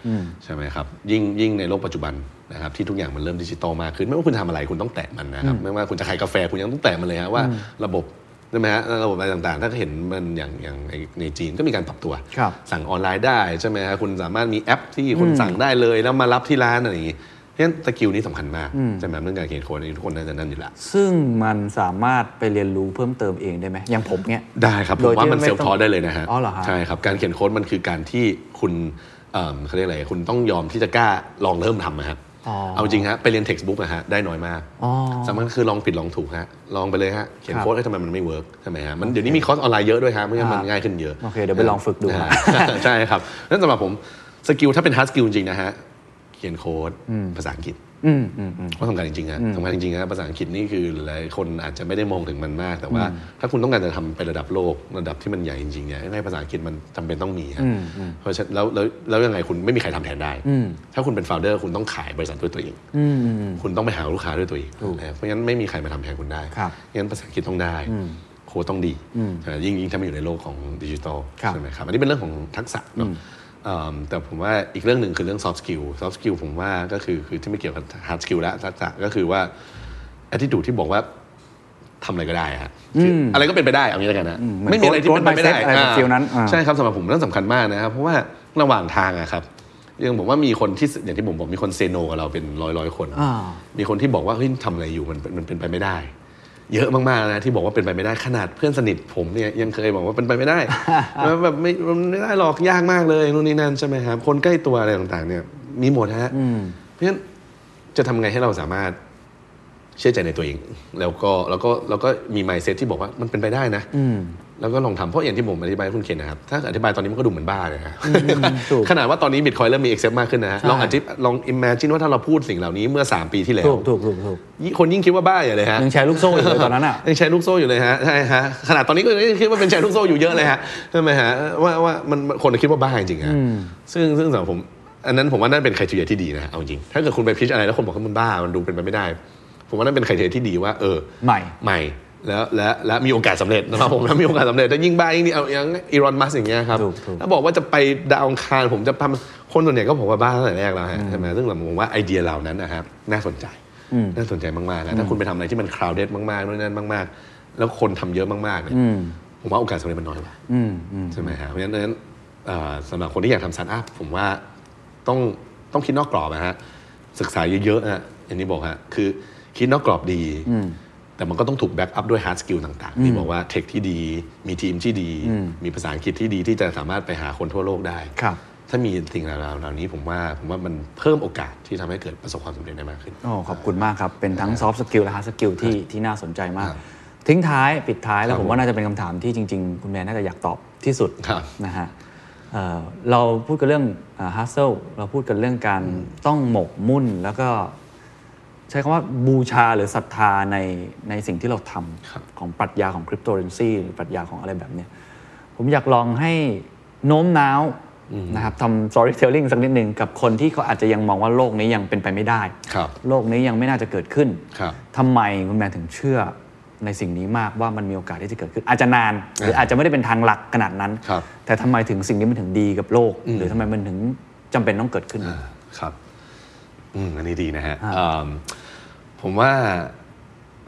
S5: ใช่ไหมครับยิ่งยิ่งในโลกปัจจุบันนะครับที่ทุกอย่างมันเริ่มดิจิตอลมากขึ้น ไม่ว่าคุณทำอะไรคุณต้องแตะมันนะครับ ไม่ว่าคุณจะขายกาแฟคุณยังต้องแตะมันเลยฮะว่าระบบใช่ไหมฮะระบบอะไรต่างๆ ถ้าเห็นมันอย่างอย่างในในจีนก็มีการปรับตัว
S4: ครับ
S5: สั่งออนไลน์ได้ใช่ไหมครับคุณสามารถมีแอปที่คุณสั่งได้เลยแล้วมารับที่ร้านอะไรอย่างงี้เพราะฉะนั้นสกิลนี้สำคัญมากใช่ไหมครับเรื่องการเขียนโค้ดอันนี้ทุกคนน่าจะนั่นอยู่ละ
S4: ซึ่งมันสามารถไปเรียนรู้เพิ่มเติมเองได้ไหมอย่างผมเนี่ย
S5: ได้ครับ ผ
S4: โด
S5: ม
S4: ย
S5: ว่า
S4: ที่
S5: มัน
S4: ไม่
S5: เซล
S4: ต้อง
S5: ฟ์ทอได้เลยนะฮะ
S4: อ๋อเหรอฮะ
S5: ใช่ครับ การเขียนโค้ดมันคือการที่คุณเอิ่มเขาเรียกอะไรคุณต้องยอมที่จะกล้าลองเริ่มทำนะครับ
S4: อ๋อ
S5: เอาจริงฮะไปเรียน textbook อะฮะได้น้อยมาก
S4: อ๋อ
S5: สำคัญคือลองผิดลองถูกฮะลองไปเลยฮะเขียน
S4: ครับ
S5: โค้ดให้ทำไมมันไม่เวิร์กใช่ไหมฮะมันเดี๋ยวนี้มีคอร์สออนไลน์เยอะด้วยฮะเพราะงั้นมัน
S4: ครับ
S5: ง่ายขึ้นเยอะ
S4: โอเคเดี๋ยวไปลองฝึกดู
S5: นะฮะ ใช่ครับ นั้นสำหรับผมสกิลถ้าเป็นฮาร์ดสกิลจริงๆนะฮะเขียนโค้ดภาษาอังกฤษ ว่าสำคัญจริงๆฮะสำคัญจริงๆฮะภาษาอังกฤษนี่คือหลายคนอาจจะไม่ได้มองถึงมันมาก แต่ว่าถ้าคุณต้องการจะทำไประดับโลกระดับที่มันใหญ่จริงๆเนี่ยยังไงภาษาอังกฤษมันจำเป็นต้องมีฮะเพราะฉะนั้นแล้วแล้วแล้วยังไงคุณไม่มีใครทำแทนได้ ถ้าคุณเป็นโฟลเดอร์คุณต้องขายบริษัทด้วยตัวเองคุณต้องไปหาลูกค้าด้วยตัวเองนะครับเพราะฉะนั้นไม่มีใครมาทำแทนคุณได้
S4: ครับ
S5: งั้นภาษาอังกฤษต้องได้โค้ดต้องดีใช่ไหมยิ่งยิ่งถ้ามาอยู่ในโลกของดิจิทัล
S4: ครับ
S5: ใช่ไหมครับอันนี้เป็นเรื่องของทักษะเนอะเอิ่มแต่ผมว่าอีกเรื่องหนึ่งคือเรื่อง soft skill soft skill ผมว่าก็คือคือที่ไม่เกี่ยวกับ hard skill แล้วทักษะก็คือว่า attitude ที่บอกว่าทำอะไรก็ได้ฮะคืออะไรก็เป็นไปได้เอางี้แล้วกันนะ
S4: เหมือน
S5: ไม่มีอะไรที่เป็นไปไม่ได้
S4: growth mindset อะไรแบบ
S5: า
S4: feel นั้นอ่า
S5: ใช่ครับสำหรับผมเรื่องสำคัญมากนะครับเพราะว่าระหว่างทางอะครับยังผมว่ามีคนที่อย่างที่ผมบอกมีคนเซโนกับเราเป็นร้อยร้อยๆคน
S4: อ่า
S5: มีคนที่บอกว่าเฮ้ยทำอะไรอยู่มันมันมันเป็นไปไม่ได้ เยอะมากๆนะที่บอกว่าเป็นไปไม่ได้ขนาดเพื่อนสนิทผมเนี่ยยังเคยบอกว่าเป็นไปไม่ ได้ แล้วแบบไม่มันไม่ได้หรอกยากมากเลยนู่นนี่นั่นใช่ไหมครับคนใกล้ตัวอะไรต่างๆ เนี่ยมีหมดฮะเพราะฉะนั้นจะทำไงให้เราสามารถเชื่อใจในตัวเอง แล้วก็แล้วก็แล้วก็มี mindset ที่บอกว่ามันเป็นไปได้นะแล้วก็ลองทำเพราะอย่างที่ผมอธิบายให้คุณเคนนะครับถ้าอธิบายตอนนี้มันก็ดูเหมือนบ้าเลยนะ
S4: ถูก
S5: ขนาดว่าตอนนี้บิตคอยเริ่มมี accept มากขึ้นนะฮะลองอธิบลอง imagine ว่าถ้าเราพูดสิ่งเหล่านี้เมื่อสามปีที่แล้ว
S4: ถูกถูกถูกถูก
S5: ยิ่งคนยิ่งคิดว่าบ้าอย่าเลยฮะ
S4: ยังใช้ลูกโซ่อยู่เลยตอนนั้นอ่ะ
S5: ยังแชร์ลูกโซ่อยู่เลยฮะใช่ฮะขนาดตอนนี้ก็ยังคิดว่าเป็นแชร์ลูกโซ่อยู่เยอะเลยฮะใช่ไหมฮะว่าว่ามันคนคิดว่าบ้าจริงๆฮะซึ่งซึ่งสำหรับผม อันนั้นผมว่านั่นเป็นไครทีเรียที่ดีนะเอาจริงถ้าเกิดคุณไปพิชอะไรแล้วคนบอกว่ามันบ้ามันดูเป็นไปไม่ได้ ผมว่านั่นเป็นไครทีเรียที่ดีว่าเออ
S4: ใหม่
S5: ใหม่แล้วและและมีโอกาสสำเร็จ นะครับผมแล้วมีโอกาสสำเร็จแต่ยิ่งบ้ายิ่งดีเอาอย่างอีรอนมัสอย่างเงี้ยครับ
S4: ถูกถูก
S5: ถ้าบอกว่าจะไปดาวอังคารผมจะทำคนส่วนใหญ่ก็บอกว่าบ้าตั้งแต่แรกแล้วฮะใช่ไหมซึ่งเรามองว่าไอเดียเหล่านั้นนะครับน่าสนใจน่าสนใจมากๆนะถ้าคุณไปทำอะไรที่มันค r าวเด็ดมากๆนู่นนั่นมาก ๆ แล้วคนทำเยอะมากๆเนี่ยผมว่าโอกาสสำเร็จมันน้อยกว่าใช่ไหมฮะเพราะฉะนั้นเอ่อสำหรับคนที่อยากทำสตาร์ทอัพผมว่าต้องต้องคิดนอกกรอบนะฮะศึกษาเยอะๆฮะอย่างนี้บอกฮะคือคิดนอกกรอบดี แต่มันก็ต้องถูกแบ็กอัพด้วยฮาร์ดสกิลต่างๆ ที่บอกว่าเทคที่ดี มีทีมที่ดี มีภาษาอังกฤษที่ดีที่จะสามารถไปหาคนทั่วโลกได้
S4: ครับ
S5: ถ้ามีสิ่งเหล่าเหล่านี้ผมว่าผมว่ามันเพิ่มโอกาสที่ทำให้เกิดประสบความสำเร็จได้มากขึ้น
S4: โอ้ขอบคุณมากครับ เป็นทั้งซอฟต์สกิลและฮาร์ดสกิลที่ที่น่าสนใจมาก
S5: ครับ
S4: ทิ้งท้ายปิดท้ายแล้
S5: คว รับ
S4: ผมว่าน่าจะเป็นคำถามที่จริง ๆ คุณแมนน่าจะอยากตอบที่สุด
S5: ครับ
S4: นะฮะเอ่อเราพูดกันเรื่องฮัสเซลเราพูดกันเรื่องการต้องหมกมุ่นแล้วก็ ใช้คำว่าบูชาหรือศรัทธาในในสิ่งที่เราท
S5: ครับ
S4: ำของปรัชญาของคริปโตเรนซีหรือปรัชญาของอะไรแบบเนี้ยผมอยากลองให้โน้มน้าวนะครับทำ storytelling สักนิดหนึ่งกับคนที่เขาอาจจะยังมองว่าโลกนี้ยังเป็นไปไม่ได้
S5: ครับ
S4: โลกนี้ยังไม่น่าจะเกิดขึ้น
S5: ครับ
S4: ทำไมคุณแมนถึงเชื่อในสิ่งนี้มากว่ามันมีโอกาสที่จะเกิดขึ้น อาจจะนาน หรืออาจจะไม่ได้เป็นทางหลักขนาดนั้น
S5: ครับ
S4: แต่ทำไมถึงสิ่งนี้มันถึงดีกับโลก หรือทำไมมันถึงจำเป็นต้องเกิดขึ้น
S5: อ่าครับอืมอันนี้ดีนะฮะอืมผมว่า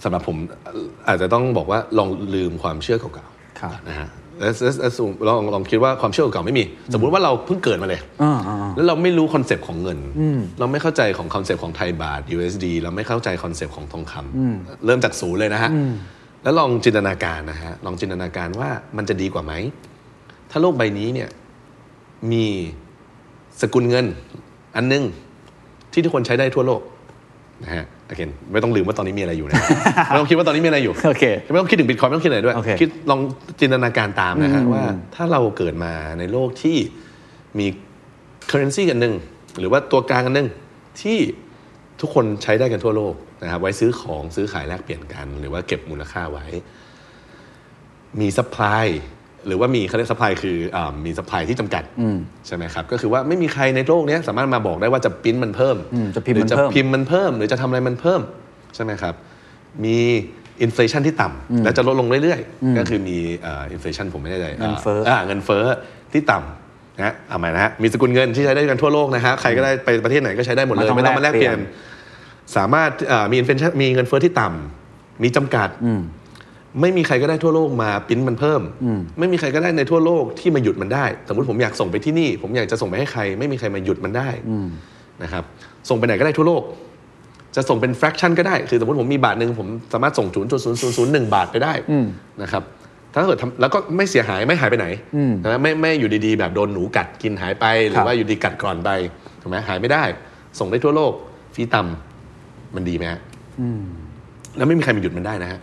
S5: สำหรับผมเอ่ออาจจะต้องบอกว่าลองลืมความเชื่อเก่า
S4: ครับ
S5: ๆนะฮะแล้วแล้วแล้วลองลองคิดว่าความเชื่อเก่าๆไม่มี สมมุติว่าเราเพิ่งเกิดมาเลย
S4: อ่าอ่า
S5: แล้วเราไม่รู้คอนเซปต์ของเงิน เราไม่เข้าใจของคอนเซปต์ของไทยบาท USD เราไม่เข้าใจคอนเซปต์ของทองคำเริ่มจากศูนย์เลยนะฮะ แล้วลองจินตนาการนะฮะ ลองจินตนาการว่ามันจะดีกว่าไหม ถ้าโลกใบนี้เนี่ยมีสกุลเงินอันหนึง ที่ทุกคนใช้ได้ทั่วโลกนะฮะโอเคไม่ต้องลืมว่าตอนนี้มีอะไร อยู่นะ ไม่ต้องคิดว่าตอนนี้มีอะไรอยู่
S4: โอเค
S5: ไม่ต้องคิดถึงบิตคอยไม่ต้องคิดอะไรด้วย
S4: โอเค
S5: คิดลองจินตนาการตามนะฮะว่าถ้าเราเกิดมาในโลกที่มี currency กันหนึ่งหรือว่าตัวกลางกันหนึ่งที่ทุกคนใช้ได้กันทั่วโลกนะครับไว้ซื้อของซื้อขายแลกเปลี่ยนกัน หรือว่าเก็บมูลค่าไว้ มีซัพพลายหรือว่ามีเขาเรียกซัพพลายคืออามีซัพพลายที่จำกัดใช่ไหมครับ ก็คือว่าไม่มีใครในโลกเนี้ยสามารถมาบอกได้ว่าจะปริ้นมันเพิ่ม
S4: อืมจะพิมพ์
S5: หรื
S4: มัน
S5: จะ
S4: เพิ่ม
S5: พิมพ์มันเพิ่ม หรือจะทำอะไรมันเพิ่มใช่ไหมครับ มีอินฟลชันที่ต่ำและจะลดลงเรื่อยๆ ก็คือมีอินฟลชันผมไม่แน่ใจ
S4: เงินเฟ้อ
S5: าเงินเฟ้อที่ต่ำนะฮะเอามานะฮะมีสกุลเงินที่ใช้ได้กันทั่วโลกนะฮะใครก็ได้ไปประเทศไหนก็ใช้ได้หมดเลย
S4: ไม่
S5: ไม่
S4: ต้
S5: ต้
S4: อ
S5: อง ง
S4: มา
S5: มา
S4: แล
S5: แล
S4: ก
S5: ก
S4: เป
S5: เป
S4: ลี่
S5: ลี่
S4: ย
S5: ย
S4: น
S5: น สามารถเอ่อมี inflation มีเงินเฟ้อที่ต่ำมีจำกัด ไม่มีใครก็ได้ทั่วโลกมาปริ้นมันเพิ่ม ไม่มีใครก็ได้ในทั่วโลกที่มาหยุดมันได้ สมมติผมอยากส่งไปที่นี่ ผมอยากจะส่งไปให้ใคร ไม่มีใครมาหยุดมันได้นะครับ ส่งไปไหนก็ได้ทั่วโลก จะส่งเป็น fraction ก็ได้ คือสมมติผมมีบาทหนึ่งผมสามารถส่ง 0.0001 บาทไปได้นะครับ ถ้าเกิดทำแล้วก็ไม่เสียหายไม่หายไปไหนนะไม่ไม่อยู่ดีๆ แบบโดนหนูกัดกินหายไปหรื
S4: ครั
S5: อบ ว่าอยู่ดีกัดก่อนไปถูกไหมหายไม่ได้ ส่งได้ทั่วโลกฟรีต่ำมันดีไหมฮะแล้วไม่มีใครมาหยุดมันได้นะฮะ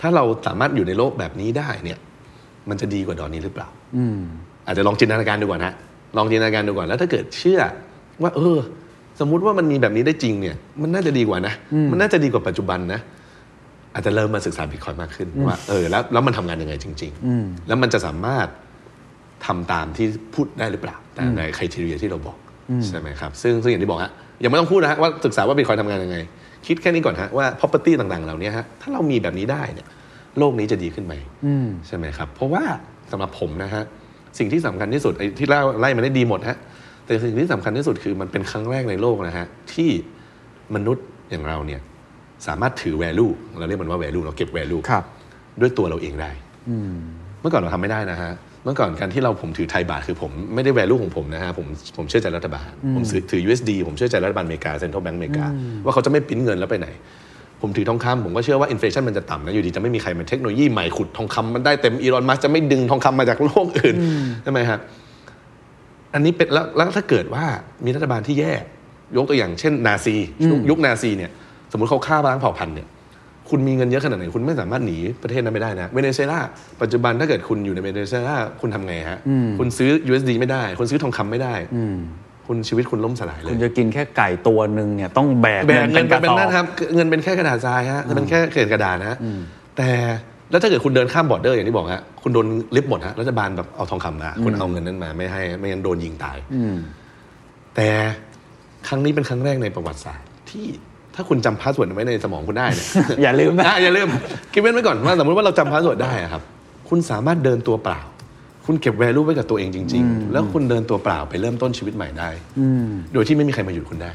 S5: ถ้าเราสามารถอยู่ในโลกแบบนี้ได้เนี่ย มันจะดีกว่าตอนนี้หรือเปล่า อาจจะลองจินตนาการดูก่อนนะลองจินตนาการดูก่อนแล้วถ้าเกิดเชื่อ ว่า เออ สมมุติว่ามันมีแบบนี้ได้จริงเนี่ย มันน่าจะดีกว่านะ มันน่าจะดีกว่าปัจจุบันนะ อาจจะเริ่มมาศึกษาบิตคอยน์มากขึ้นว่าเออแล้วแล้วมันทำงานยังไงจริง ๆ แล้วมันจะสามารถทำตามที่พูดได้หรือเปล่าตามในคุณทีเรียที่เราบอกใช่ไหมครับซึ่งซึ่งอย่างที่บอกฮะยังไม่ต้องพูดนะฮะว่าศึกษาว่าบิตคอยน์ทำงานยังไง คิดแค่นี้ก่อนฮะว่า property ต่างๆ เหล่านี้ฮะถ้าเรามีแบบนี้ได้เนี่ยโลกนี้จะดีขึ้นไหมใช่ไหมครับ เพราะว่าสำหรับผมนะฮะสิ่งที่สำคัญที่สุดไอ้ที่เล่าไล่มาได้ดีหมดฮะแต่สิ่งที่สำคัญที่สุดคือมันเป็นครั้งแรกในโลกนะฮะที่มนุษย์อย่างเราเนี่ย สามารถถือ value เราเรียกมันว่า value เราเก็บ value
S4: ครับ
S5: ด้วยตัวเราเองได้ เมื่อก่อนเราทำไม่ได้นะฮะ เมื่อก่อนการที่เราผมถือไทยบาทคือผมไม่ได้ value ของผมนะฮะ ผมผมเชื่อใจรัฐบาล ผมถือถือ USD ผมเชื่อใจรัฐบาลอเมริกา Central Bank อเมริกา ว่าเขาจะไม่ปริ้นเงินแล้วไปไหน ผมถือทองคำผมก็เชื่อว่าอินฟลชันมันจะต่ำนะ อยู่ดีจะไม่มีใครมาเทคโนโลยีใหม่ขุดทองคำมันได้เต็มอีลอนมัสจะไม่ดึงทองคำมาจากโลกอื่นใช่ไหมครับ อันนี้เป็นแล้วแล้วถ้าเกิดว่ามีรัฐบาลที่แย่ ยกตัวอย่างเช่น นาซียุคยุคนาซีเนี่ย สมมติเขาฆ่าล้างเผ่าพันธุ์เนี่ย คุณมีเงินเยอะขนาดไหน คุณไม่สามารถหนีประเทศนั้นไปได้นะเวเนซุเอลาปัจจุบันถ้าเกิดคุณอยู่ในเวเนซุเอลาคุณทำไงฮะ คุณซื้อ USD ไม่ได้ คุณซื้อทองคำไม่ได้คุณชีวิตคุณล่มสลายเล
S4: คุ
S5: ย
S4: ณจะกินแค่ไก่ตัวหนึ่งเนี่ยต้องแบก
S5: แบกเงิน
S4: ก
S5: เป็นเป็นนั่นครับเงินเป็นแค่กระดาษทรายฮะเป็นแค่เศษกระดาษนะแต่แล้วถ้าเกิดคุณเดินข้ามบอร์เดอร์อย่างที่บอกฮะคุณโดนลิฟต์หมดฮะรัฐบาลแบบเอาทองคำมาคุณเอาเงินนั้นมาไม่ให้ไม่งั้นโดนยิงตายแต่ครั้งนี้เป็นครั้งแรกในประวัติศาสตร์ ที่ถ้าคุณจำพาสเวิร์ดไว้ในสมองคุณได้เนี่ย
S4: อย่าลืมนะ
S5: อ่ะอย่าลืมกิบเว้นไว้ก่อนว่าสมมติว่าเราจำพาสเวิร์ดได้อะครับ คุณสามารถเดินตัวเปล่า คุณเก็บแวลูไว้กับตัวเองจริง ๆ แล้วคุณเดินตัวเปล่าไปเริ่มต้นชีวิตใหม่ได้โดยที่ไม่มีใครมาหยุดคุณได้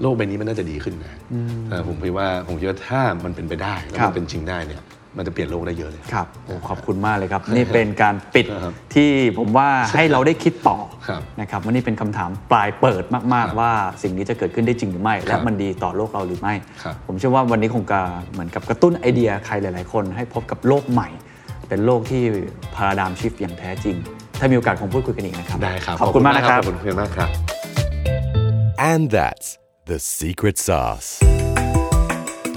S5: โลกใบนี้มันน่าจะดีขึ้นนะเออผมคิดว่าผมคิดว่าถ้ามันเป็นไปได้แล้ว
S4: ครั
S5: มั
S4: บ
S5: นเป็นจริงได้เนี่ย มันจะเปลี่ยนโลกได้เยอะเลย
S4: ครับโอ้ขอบคุณมากเลยครับ นี่เป็นการปิด
S5: ครับ
S4: ที่ผมว่าให้เราได้คิดต่อ
S5: ครับ
S4: นะครับว่านี่เป็นคำถามปลายเปิดมาก ๆ ว่าสิ่งนี้จะเกิดขึ้นได้จริงหรือไม่ และมันดีต่อโลกเราหรือไม่
S5: ครับ
S4: ผมเชื่อว่าวันนี้คงจะเหมือนกับกระตุ้นไอเดียใครหลาย ๆ คน ให้พบกับโลกใหม่ เป็นโลกที่พาราดามชิฟอย่างแท้จริง ถ้ามีโอกาสคงพูดคุยกันอีกนะครับ
S5: ได้ครับ
S4: ขอบคุณมากนะครับ
S5: ขอบคุณมากครับ
S1: And that's the secret sauce.